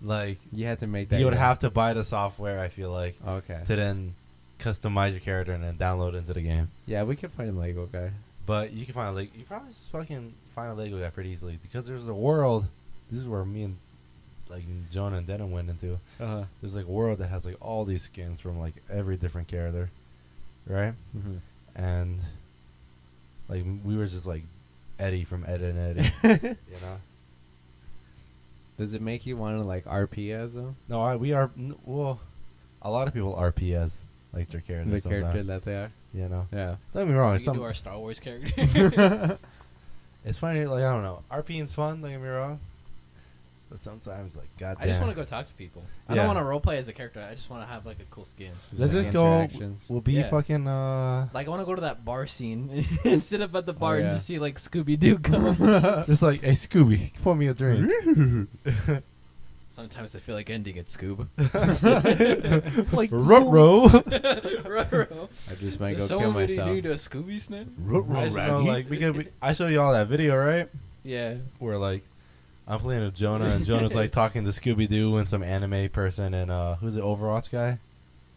[SPEAKER 4] Like
[SPEAKER 2] you had to make that.
[SPEAKER 4] you would
[SPEAKER 2] go.
[SPEAKER 4] have to buy the software. I feel like
[SPEAKER 2] Okay.
[SPEAKER 4] to then customize your character and then download into the game.
[SPEAKER 2] Yeah, we could find a Lego guy.
[SPEAKER 4] But you can find a Lego. You probably just fucking find a Lego guy pretty easily because there's a world. This is where me and like Jonah and Denim went into.
[SPEAKER 2] Uh-huh.
[SPEAKER 4] There's like a world that has like all these skins from like every different character, right?
[SPEAKER 2] Mm-hmm.
[SPEAKER 4] And like m- we were just like Eddie from Ed and Eddie, you know.
[SPEAKER 2] Does it make you want to like RP as them?
[SPEAKER 4] No, I we are n- well. A lot of people RP as like their character.
[SPEAKER 2] The character
[SPEAKER 4] sometimes,
[SPEAKER 2] that they are.
[SPEAKER 4] you know.
[SPEAKER 2] Yeah.
[SPEAKER 4] Don't get me wrong.
[SPEAKER 3] we
[SPEAKER 4] It's,
[SPEAKER 3] can do
[SPEAKER 4] some,
[SPEAKER 3] our Star Wars character.
[SPEAKER 4] it's funny. Like I don't know. RPing's fun. Don't get me wrong. But sometimes like goddamn.
[SPEAKER 3] I just want to go talk to people. I
[SPEAKER 4] Yeah.
[SPEAKER 3] don't want to roleplay as a character. I just want to have like a cool skin.
[SPEAKER 4] Let's
[SPEAKER 2] like
[SPEAKER 4] just go.
[SPEAKER 2] interactions.
[SPEAKER 4] We'll be
[SPEAKER 3] Yeah.
[SPEAKER 4] fucking. uh
[SPEAKER 3] Like I want to go to that bar scene and sit up at the bar
[SPEAKER 2] Oh, yeah.
[SPEAKER 3] and just see like Scooby Doo come. up.
[SPEAKER 4] Just like, hey Scooby, pour me a drink.
[SPEAKER 3] Sometimes I feel like ending at Scoob.
[SPEAKER 1] like
[SPEAKER 4] Rut row.
[SPEAKER 3] Ruh-roh.
[SPEAKER 2] I just might go
[SPEAKER 3] Does
[SPEAKER 2] kill
[SPEAKER 3] someone really
[SPEAKER 2] myself.
[SPEAKER 3] need a Scooby Snap?
[SPEAKER 4] I just know, like we could. We, I showed you all that video, right?
[SPEAKER 3] Yeah.
[SPEAKER 4] Where like, I'm playing with Jonah, and Jonah's like talking to Scooby Doo and some anime person, and uh who's the Overwatch guy?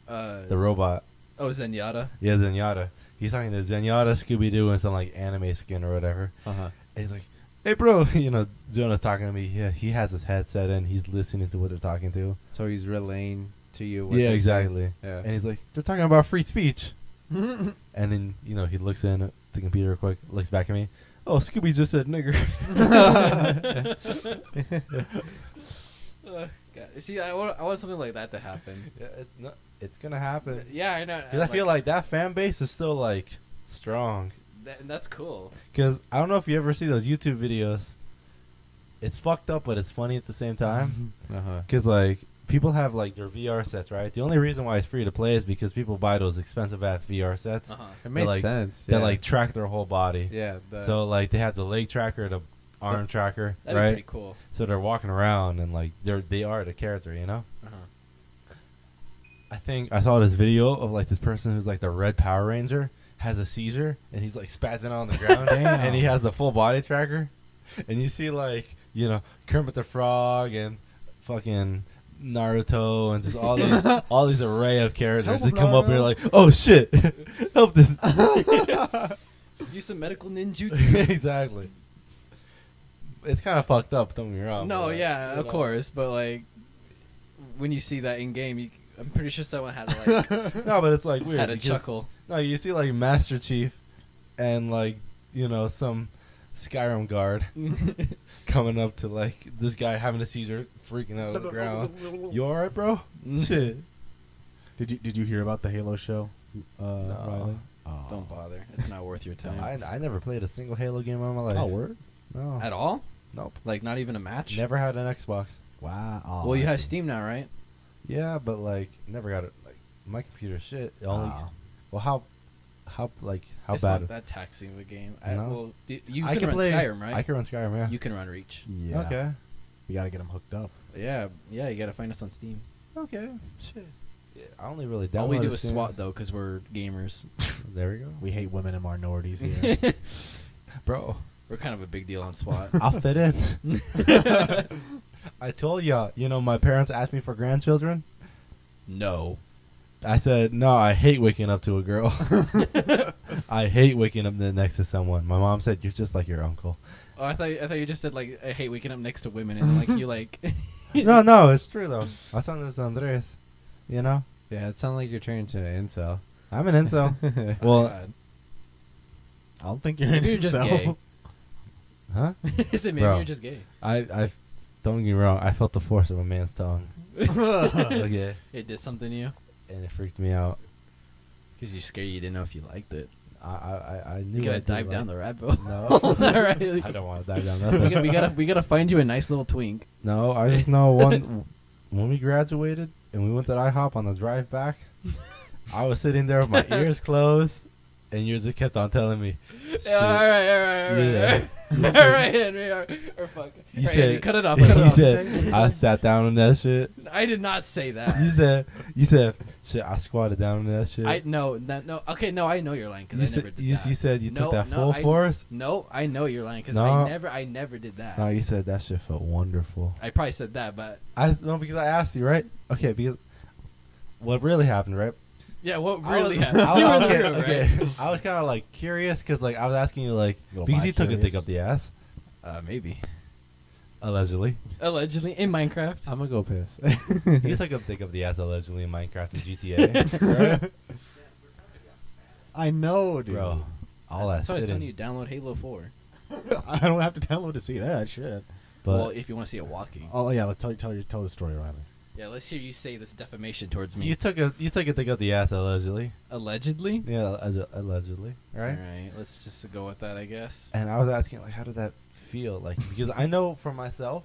[SPEAKER 3] Uh,
[SPEAKER 4] The robot.
[SPEAKER 3] oh, Zenyatta.
[SPEAKER 4] Yeah, Zenyatta. He's talking to Zenyatta, Scooby Doo, and some like anime skin or whatever.
[SPEAKER 2] Uh-huh.
[SPEAKER 4] And he's like, "Hey, bro, you know, Jonah's talking to me. Yeah, he has his headset in. He's listening to what they're talking to.
[SPEAKER 2] So he's relaying to you. What
[SPEAKER 4] Yeah,
[SPEAKER 2] they say.
[SPEAKER 4] exactly.
[SPEAKER 2] Yeah.
[SPEAKER 4] And he's like, they're talking about free speech. and then, you know, he looks in at the computer real quick, looks back at me. Oh, Scooby just said nigger.
[SPEAKER 3] Uh, God. See, I want, I want something like that to happen.
[SPEAKER 4] yeah, it's, not, it's gonna happen.
[SPEAKER 3] Yeah, I know.
[SPEAKER 4] Because I feel like that fan base is still, like, strong.
[SPEAKER 3] that, and that's cool.
[SPEAKER 4] Because I don't know if you ever see those YouTube videos. It's fucked up, but it's funny at the same time.
[SPEAKER 2] Uh-huh.
[SPEAKER 4] Because, like, people have, like, their VR sets, right? The only reason why it's free to play is because people buy those expensive ass VR sets
[SPEAKER 3] Uh-huh.
[SPEAKER 2] It makes
[SPEAKER 4] like-
[SPEAKER 2] sense.
[SPEAKER 4] that,
[SPEAKER 2] yeah.
[SPEAKER 4] like, track their whole body.
[SPEAKER 2] Yeah. The,
[SPEAKER 4] so like they have the leg tracker, the arm tracker,
[SPEAKER 3] That'd be
[SPEAKER 4] right?
[SPEAKER 3] pretty cool.
[SPEAKER 4] So they're walking around and like they're they are the character, you know.
[SPEAKER 3] Uh-huh.
[SPEAKER 4] I think I saw this video of like this person who's like the Red Power Ranger has a seizure and he's like spazzing out on the ground
[SPEAKER 1] Damn.
[SPEAKER 4] and he has the full body tracker, and you see like you know Kermit the Frog and fucking. Naruto and just all these all these array of characters
[SPEAKER 1] Help
[SPEAKER 4] that
[SPEAKER 1] him,
[SPEAKER 4] come up and you're like,
[SPEAKER 1] Naruto.
[SPEAKER 4] oh shit, help this
[SPEAKER 3] Do some medical ninjutsu.
[SPEAKER 4] exactly. It's kind of fucked up. Don't get me wrong.
[SPEAKER 3] no,
[SPEAKER 4] but, like,
[SPEAKER 3] yeah,
[SPEAKER 4] you
[SPEAKER 3] of
[SPEAKER 4] know.
[SPEAKER 3] course, but like when you see that in game, you, I'm pretty sure someone had to, like
[SPEAKER 4] No, but it's like weird.
[SPEAKER 3] had a
[SPEAKER 4] because-
[SPEAKER 3] chuckle.
[SPEAKER 4] No, you see like Master Chief, and like you know some Skyrim guard coming up to like this guy having a seizure, freaking out on the ground. You all right, bro? Shit.
[SPEAKER 1] Did you did you hear about the Halo show? Uh,
[SPEAKER 4] No.
[SPEAKER 1] Riley? Oh.
[SPEAKER 3] Don't bother. It's not worth your time
[SPEAKER 4] I, I never played a single Halo game in my life.
[SPEAKER 1] Oh, word.
[SPEAKER 4] No.
[SPEAKER 3] at all.
[SPEAKER 4] Nope.
[SPEAKER 3] Like not even a match.
[SPEAKER 4] Never had an Xbox.
[SPEAKER 1] Wow.
[SPEAKER 3] well, you
[SPEAKER 1] I
[SPEAKER 3] have
[SPEAKER 1] see.
[SPEAKER 3] Steam now, right?
[SPEAKER 4] Yeah, but like never got it. Like my computer shit. It Only,
[SPEAKER 1] Ah.
[SPEAKER 4] Well, how, how like how
[SPEAKER 3] it's
[SPEAKER 4] bad?
[SPEAKER 3] not that taxing of a game. I,
[SPEAKER 4] No.
[SPEAKER 3] well, d- you
[SPEAKER 4] I
[SPEAKER 3] can, run
[SPEAKER 4] play
[SPEAKER 3] Skyrim, right?
[SPEAKER 4] I can run Skyrim. Yeah.
[SPEAKER 3] You can run Reach.
[SPEAKER 1] Yeah.
[SPEAKER 4] Okay.
[SPEAKER 1] We gotta get them hooked up.
[SPEAKER 3] Yeah, yeah. You gotta find us on Steam.
[SPEAKER 4] Okay. Shit. Yeah, I only really download.
[SPEAKER 3] All we do is SWAT though, because we're gamers.
[SPEAKER 4] There we go,
[SPEAKER 1] We hate women and minorities here.
[SPEAKER 4] bro.
[SPEAKER 3] We're kind of a big deal on SWAT.
[SPEAKER 4] I'll fit in. I told ya, you know, my parents asked me for grandchildren.
[SPEAKER 3] no.
[SPEAKER 4] I said, no, I hate waking up to a girl. I hate waking up next to someone. My mom said, you're just like your uncle.
[SPEAKER 3] Oh, I thought I thought you just said like I hate waking up next to women and like you like. oh
[SPEAKER 4] no, no, it's true though. I saw this Andres. You know,
[SPEAKER 2] yeah, it sounds like you're turning to an incel.
[SPEAKER 4] I'm an incel. well,
[SPEAKER 3] God.
[SPEAKER 1] I don't think you're in
[SPEAKER 3] maybe you're just gay.
[SPEAKER 4] huh?
[SPEAKER 3] I said maybe
[SPEAKER 4] Bro.
[SPEAKER 3] you're just gay.
[SPEAKER 4] I, I, don't get me wrong. I felt the force of a man's tongue. okay,
[SPEAKER 3] It did something to you
[SPEAKER 4] and it freaked me out.
[SPEAKER 3] because you're scared. You didn't know if you liked it.
[SPEAKER 4] I, I, I- I knew.
[SPEAKER 3] You
[SPEAKER 4] I
[SPEAKER 3] gotta
[SPEAKER 4] did
[SPEAKER 3] dive
[SPEAKER 4] like-
[SPEAKER 3] down the rabbit
[SPEAKER 4] No.
[SPEAKER 3] hole. All right.
[SPEAKER 4] I don't want to dive down.
[SPEAKER 3] we,
[SPEAKER 4] That
[SPEAKER 3] gotta,
[SPEAKER 4] hole.
[SPEAKER 3] we gotta we gotta find you a nice little twink.
[SPEAKER 4] no, I just know one. when we graduated, and we went to IHOP on the drive back, I was sitting there with my ears closed, and yours just kept on telling me, "Shit,
[SPEAKER 3] Yeah, all right, all right, all right,
[SPEAKER 4] Yeah.
[SPEAKER 3] all right, all right, Henry, all right, or fuck.
[SPEAKER 4] You
[SPEAKER 3] All right,
[SPEAKER 4] said-
[SPEAKER 3] Henry, cut it off.
[SPEAKER 4] You
[SPEAKER 3] Cut it off.
[SPEAKER 4] said-
[SPEAKER 1] Say-
[SPEAKER 4] I sat down on that shit.
[SPEAKER 3] I did not say that.
[SPEAKER 4] You said, you said, shit, I squatted down on that shit.
[SPEAKER 3] I no, that, no. Okay, no, I know you're lying because
[SPEAKER 4] you,
[SPEAKER 3] I
[SPEAKER 4] said,
[SPEAKER 3] never did
[SPEAKER 4] you,
[SPEAKER 3] that.
[SPEAKER 4] you said you
[SPEAKER 3] No,
[SPEAKER 4] took that
[SPEAKER 3] no,
[SPEAKER 4] full
[SPEAKER 3] I-
[SPEAKER 4] force.
[SPEAKER 3] no, I know you're lying because
[SPEAKER 4] No.
[SPEAKER 3] I never, I never did that.
[SPEAKER 4] No, you said that shit felt wonderful.
[SPEAKER 3] I probably said that, but
[SPEAKER 4] I no because I asked you right. Okay, because what really happened, right?
[SPEAKER 3] yeah, what
[SPEAKER 4] I
[SPEAKER 3] really
[SPEAKER 4] was-
[SPEAKER 3] happened?
[SPEAKER 4] I was-
[SPEAKER 3] you were in the
[SPEAKER 4] okay,
[SPEAKER 3] room, right?
[SPEAKER 4] okay. I was kind of like curious because like I was asking you like
[SPEAKER 1] Little
[SPEAKER 4] because he took a dick
[SPEAKER 1] bi-curious.
[SPEAKER 4] up the ass
[SPEAKER 3] Uh, maybe
[SPEAKER 4] allegedly.
[SPEAKER 3] allegedly in Minecraft.
[SPEAKER 2] I'm gonna go piss.
[SPEAKER 4] you took a dick up the ass allegedly in Minecraft and GTA, right?
[SPEAKER 1] I know, dude.
[SPEAKER 4] bro. All that
[SPEAKER 3] That's why I was
[SPEAKER 4] sitting.
[SPEAKER 3] telling you download Halo Four.
[SPEAKER 1] I don't have to download to see that shit.
[SPEAKER 4] but
[SPEAKER 3] well, if you want to see it walking,
[SPEAKER 1] Oh yeah, let's tell you tell your tell the story, Riley.
[SPEAKER 3] yeah, let's hear you say this defamation towards me.
[SPEAKER 4] you took a you took a dick up the ass allegedly.
[SPEAKER 3] allegedly,
[SPEAKER 4] Yeah, as allegedly, right? Uh,
[SPEAKER 3] All right, let's just go with that, I guess.
[SPEAKER 4] And I was asking like, how did that feel? Like because I know for myself,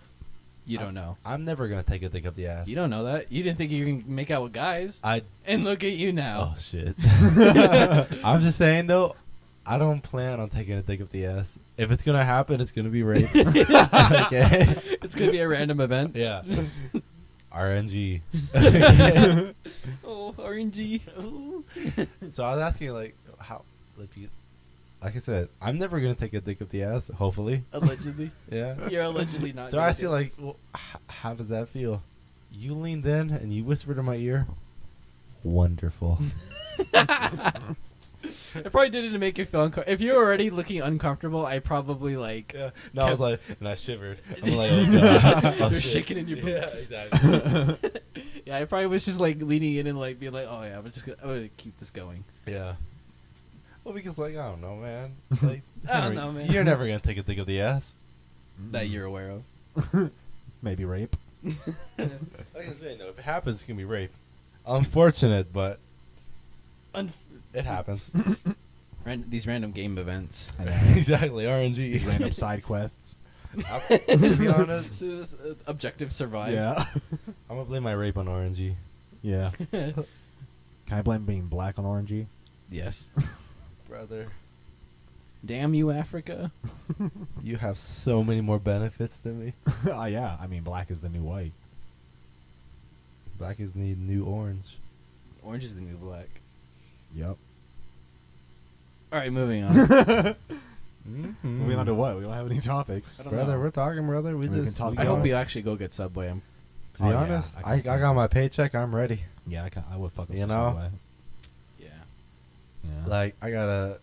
[SPEAKER 3] You
[SPEAKER 4] I-
[SPEAKER 3] don't know.
[SPEAKER 4] I'm never gonna take a dick up the ass.
[SPEAKER 3] You don't know that. You didn't think you can make out with guys,
[SPEAKER 4] I
[SPEAKER 3] and look at you now.
[SPEAKER 4] Uh, Oh shit. I'm just saying though, I don't plan on taking a dick up the ass. If it's gonna happen, it's gonna be rape. okay.
[SPEAKER 3] It's gonna be a random event.
[SPEAKER 4] Yeah. RNG.
[SPEAKER 3] Oh, RNG. Oh.
[SPEAKER 4] so I was asking you, like how like you like I said, I'm never gonna take a dick up the ass. Hopefully.
[SPEAKER 3] Allegedly,
[SPEAKER 4] Yeah.
[SPEAKER 3] you're allegedly not.
[SPEAKER 4] So I asked you like, well, h- how does that feel? You leaned in and you whispered in my ear, "Wonderful."
[SPEAKER 3] I probably did it to make you feel uncomfortable. If you're already looking uncomfortable, I probably like
[SPEAKER 4] No, I was
[SPEAKER 3] Kev-
[SPEAKER 4] like, and I shivered. I'm like, oh god, Oh,
[SPEAKER 3] You're
[SPEAKER 4] shit.
[SPEAKER 3] shaking in your
[SPEAKER 4] Yeah,
[SPEAKER 3] boots.
[SPEAKER 4] exactly.
[SPEAKER 3] Yeah, I probably was just like leaning in and like being like, oh yeah, I'm just gonna, I'm gonna keep this going.
[SPEAKER 4] Yeah. Well, because like I don't know, man. Like,
[SPEAKER 3] I don't
[SPEAKER 4] Henry,
[SPEAKER 3] know, man.
[SPEAKER 4] You're never gonna take a dick of the ass.
[SPEAKER 1] Mm.
[SPEAKER 3] That
[SPEAKER 4] Mm-hmm.
[SPEAKER 3] you're aware of.
[SPEAKER 1] Maybe rape.
[SPEAKER 4] Like I'm saying, though, if it happens, it's gonna be rape. Unfortunate, but
[SPEAKER 3] Un-
[SPEAKER 4] it happens.
[SPEAKER 3] ran- these random game events.
[SPEAKER 1] I know.
[SPEAKER 4] exactly,
[SPEAKER 1] These
[SPEAKER 4] RNG.
[SPEAKER 1] random side quests.
[SPEAKER 4] I'm, to be honest,
[SPEAKER 3] So this uh, objective survive.
[SPEAKER 1] Yeah.
[SPEAKER 4] I'm gonna blame my rape on RNG.
[SPEAKER 1] yeah. Can I blame being black on RNG?
[SPEAKER 3] yes.
[SPEAKER 4] Brother,
[SPEAKER 3] Damn you, Africa.
[SPEAKER 4] you have so many more benefits than me.
[SPEAKER 1] uh, yeah. I mean, black is the new white.
[SPEAKER 4] Black is need new orange.
[SPEAKER 3] Orange is the new black.
[SPEAKER 1] Yep.
[SPEAKER 3] All right, moving on.
[SPEAKER 4] Mm-hmm.
[SPEAKER 2] Mm.
[SPEAKER 1] Moving on to what? We don't have any topics.
[SPEAKER 3] I don't
[SPEAKER 4] brother,
[SPEAKER 3] know.
[SPEAKER 4] we're talking, brother.
[SPEAKER 1] We
[SPEAKER 4] We,
[SPEAKER 1] can
[SPEAKER 4] just.
[SPEAKER 1] talk
[SPEAKER 4] we
[SPEAKER 3] I
[SPEAKER 1] about-
[SPEAKER 4] got-
[SPEAKER 3] hope you actually go get Subway. I'm,
[SPEAKER 4] To be
[SPEAKER 1] Oh, yeah,
[SPEAKER 4] honest,
[SPEAKER 1] I
[SPEAKER 4] I, I,
[SPEAKER 1] can-
[SPEAKER 4] got my paycheck. I'm ready.
[SPEAKER 1] Yeah, I, can, I would fuck up
[SPEAKER 4] You
[SPEAKER 1] some
[SPEAKER 4] know?
[SPEAKER 1] Subway.
[SPEAKER 3] yeah.
[SPEAKER 1] Yeah.
[SPEAKER 4] Like I got a,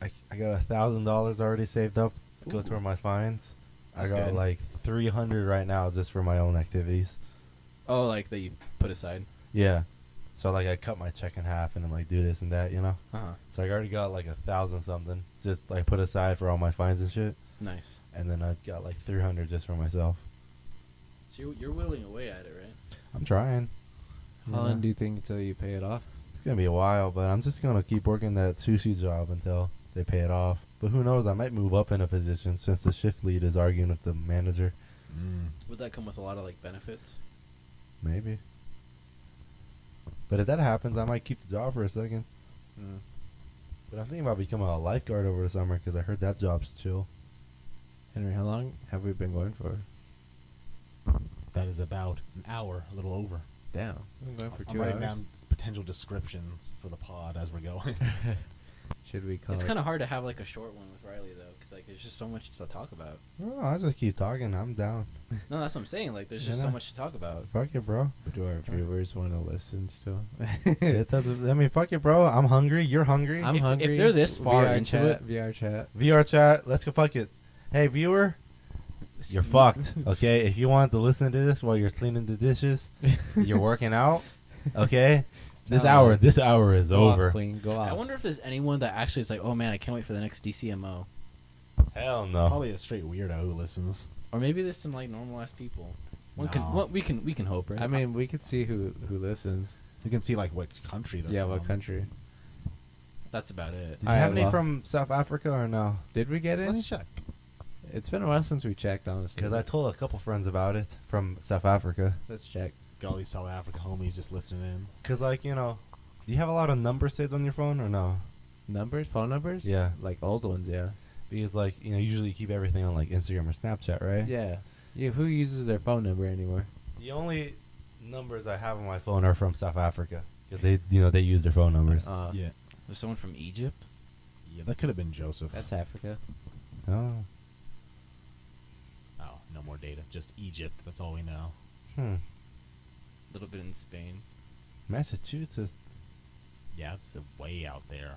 [SPEAKER 4] I, I got a thousand dollars already saved up to go
[SPEAKER 3] Ooh.
[SPEAKER 4] toward my fines. I
[SPEAKER 3] That's
[SPEAKER 4] got
[SPEAKER 3] good.
[SPEAKER 4] like three hundred right now just for my own activities.
[SPEAKER 3] Oh, like that you put aside.
[SPEAKER 4] Yeah, so like I cut my check in half and I'm like do this and that, you know.
[SPEAKER 3] Uh huh.
[SPEAKER 4] So I already got like a thousand something just like put aside for all my fines and shit,
[SPEAKER 3] Nice.
[SPEAKER 4] and then I got like three hundred just for myself.
[SPEAKER 3] So you're, you're willing away at it, right?
[SPEAKER 4] I'm trying. you
[SPEAKER 2] How
[SPEAKER 4] know?
[SPEAKER 2] long do you think until you pay it off?
[SPEAKER 4] It's gonna be a while, but I'm just gonna keep working that sushi job until they pay it off. But who knows? I might move up in a position since the shift lead is arguing with the manager.
[SPEAKER 1] Mm.
[SPEAKER 3] Would that come with a lot of like benefits?
[SPEAKER 4] Maybe. But if that happens, I might keep the job for a second. Hmm. But I'm thinking about becoming a lifeguard over the summer because I heard that job's chill.
[SPEAKER 2] Henry, how long have we been going for?
[SPEAKER 1] That is about an hour, a little over.
[SPEAKER 2] Damn. We've been going for
[SPEAKER 1] I'm
[SPEAKER 2] two
[SPEAKER 1] writing
[SPEAKER 2] hours.
[SPEAKER 1] down potential descriptions for the pod as we're going.
[SPEAKER 2] Should we call
[SPEAKER 3] it's
[SPEAKER 2] it?
[SPEAKER 3] kind of hard to have like a short one with Riley though, because like there's just so much to talk about.
[SPEAKER 4] No, I just keep talking. I'm down.
[SPEAKER 3] No, that's what I'm saying. Like there's
[SPEAKER 4] Yeah,
[SPEAKER 3] just so
[SPEAKER 4] no.
[SPEAKER 3] much to talk about.
[SPEAKER 4] Fuck it, bro.
[SPEAKER 2] Do our viewers want to listen still?
[SPEAKER 4] it doesn't. I mean, fuck it, bro. I'm hungry. You're hungry.
[SPEAKER 2] I'm
[SPEAKER 3] If- if
[SPEAKER 2] hungry.
[SPEAKER 3] they're this far
[SPEAKER 2] VR
[SPEAKER 3] into
[SPEAKER 2] chat,
[SPEAKER 3] it-
[SPEAKER 2] VR chat.
[SPEAKER 4] VR chat. Let's go. Fuck it. Hey, viewer. You're fucked. Okay, if you want to listen to this while you're cleaning the dishes, you're working out. Okay, this
[SPEAKER 2] Tell
[SPEAKER 4] hour,
[SPEAKER 2] them.
[SPEAKER 4] this hour is
[SPEAKER 2] Go off,
[SPEAKER 4] over.
[SPEAKER 2] queen, go
[SPEAKER 3] I
[SPEAKER 2] off.
[SPEAKER 3] wonder if there's anyone that actually is like, oh man, I can't wait for the next DCMO,
[SPEAKER 4] Hell no.
[SPEAKER 1] Probably a straight weirdo who listens.
[SPEAKER 3] or maybe there's some like normal ass people. One
[SPEAKER 1] No.
[SPEAKER 3] can, one, we can, we can hope, right?
[SPEAKER 2] I mean, we could see who who listens.
[SPEAKER 1] You can see like what country they're
[SPEAKER 2] Yeah,
[SPEAKER 1] from.
[SPEAKER 2] what country?
[SPEAKER 3] that's about it.
[SPEAKER 4] Did you
[SPEAKER 2] All right,
[SPEAKER 4] have any
[SPEAKER 2] well.
[SPEAKER 4] from South Africa or no?
[SPEAKER 2] Did we get in?
[SPEAKER 1] Let's check.
[SPEAKER 2] It's been a while since we checked, honestly.
[SPEAKER 4] Because I told a couple friends about it from South Africa.
[SPEAKER 2] Let's check.
[SPEAKER 1] Get all these South African homies just listening in.
[SPEAKER 4] Cause like you know, do you have a lot of numbers saved on your phone or no?
[SPEAKER 2] Numbers, phone numbers?
[SPEAKER 4] Yeah.
[SPEAKER 2] Like old ones, yeah.
[SPEAKER 4] Because like you know, usually you keep everything on like Instagram or Snapchat, right?
[SPEAKER 2] Yeah. Yeah, who uses their phone number anymore?
[SPEAKER 4] The only numbers I have on my phone are from South Africa. Cause they you know they use their phone numbers.
[SPEAKER 2] Uh,
[SPEAKER 1] yeah,
[SPEAKER 3] There's someone from Egypt.
[SPEAKER 1] yeah, that could have been Joseph.
[SPEAKER 2] That's Africa.
[SPEAKER 4] oh.
[SPEAKER 1] oh, no more data. Just Egypt. That's all we know.
[SPEAKER 4] Hmm.
[SPEAKER 3] A little bit in Spain.
[SPEAKER 4] Massachusetts.
[SPEAKER 1] Yeah, it's the way out there.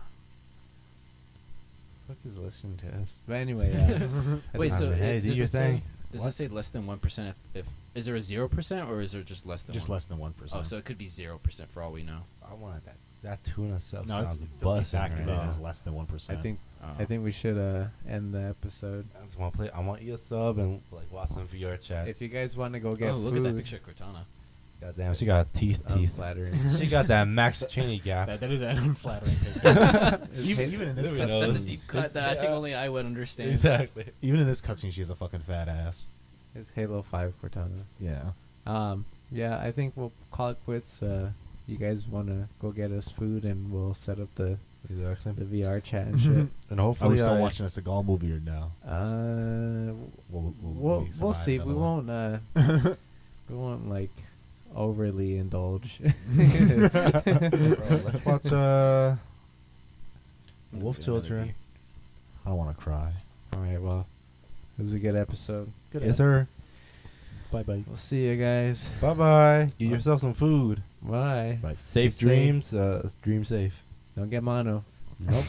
[SPEAKER 4] Fuck is listening to us?
[SPEAKER 2] But anyway, uh, yeah.
[SPEAKER 3] Wait, so
[SPEAKER 4] hey,
[SPEAKER 3] it-
[SPEAKER 4] do
[SPEAKER 3] does
[SPEAKER 4] your
[SPEAKER 3] it say-
[SPEAKER 4] thing.
[SPEAKER 3] Does
[SPEAKER 4] What?
[SPEAKER 3] it say less than one percent? If, if is there a zero percent or is there just less than
[SPEAKER 1] just
[SPEAKER 3] one?
[SPEAKER 1] less than one percent.
[SPEAKER 3] Oh, so it could be zero percent for all we know.
[SPEAKER 4] I wanted that. That tuna sub
[SPEAKER 1] no, it's,
[SPEAKER 4] sounds
[SPEAKER 1] it's still
[SPEAKER 4] busting right
[SPEAKER 1] factored in
[SPEAKER 4] now.
[SPEAKER 1] as less than one
[SPEAKER 2] I
[SPEAKER 1] percent.
[SPEAKER 2] think
[SPEAKER 1] Uh-huh.
[SPEAKER 3] Oh.
[SPEAKER 2] I think we should uh, end the episode.
[SPEAKER 4] I just want to play. I want you a sub and like watch some VR chat.
[SPEAKER 2] If you guys want to go get
[SPEAKER 3] Oh, look
[SPEAKER 2] food,
[SPEAKER 3] at that picture of Cortana.
[SPEAKER 4] God damn, she got teeth, teeth.
[SPEAKER 2] unflattering.
[SPEAKER 4] she got that Max Cheney gap.
[SPEAKER 1] that, that is an unflattering picture. even, even in this
[SPEAKER 4] There we go.
[SPEAKER 3] That's a
[SPEAKER 1] cutscene,
[SPEAKER 3] deep cut that I think only I would understand.
[SPEAKER 4] exactly.
[SPEAKER 1] even in this cutscene, she has a fucking fat ass.
[SPEAKER 2] It's Halo Five Cortana.
[SPEAKER 1] Yeah.
[SPEAKER 2] Um, yeah, I think we'll call it quits. Uh, you guys want to go get us food, and we'll set up the the
[SPEAKER 4] Exactly.
[SPEAKER 2] VR chat and shit.
[SPEAKER 4] And
[SPEAKER 1] Are we
[SPEAKER 4] hopefully, uh,
[SPEAKER 1] still
[SPEAKER 4] I,
[SPEAKER 1] watching a Seagal movie or no?
[SPEAKER 2] Uh, w-
[SPEAKER 1] We'll,
[SPEAKER 2] we'll we'll
[SPEAKER 1] survive
[SPEAKER 2] see.
[SPEAKER 1] another
[SPEAKER 2] We
[SPEAKER 1] one.
[SPEAKER 2] won't uh, we won't like overly indulge. Bro,
[SPEAKER 4] let's watch uh,
[SPEAKER 3] I'm
[SPEAKER 4] Wolf
[SPEAKER 3] gonna get another
[SPEAKER 4] Children.
[SPEAKER 3] beer.
[SPEAKER 1] I don't want to cry.
[SPEAKER 2] All right, well, it was a good episode.
[SPEAKER 4] Yes, sir.
[SPEAKER 1] Bye bye.
[SPEAKER 2] We'll see you guys.
[SPEAKER 4] Bye bye. Get yourself some food.
[SPEAKER 2] Bye.
[SPEAKER 1] Bye.
[SPEAKER 4] Safe
[SPEAKER 2] Be safe.
[SPEAKER 4] dreams. Uh, dream safe.
[SPEAKER 2] Don't get mono.
[SPEAKER 4] Nope.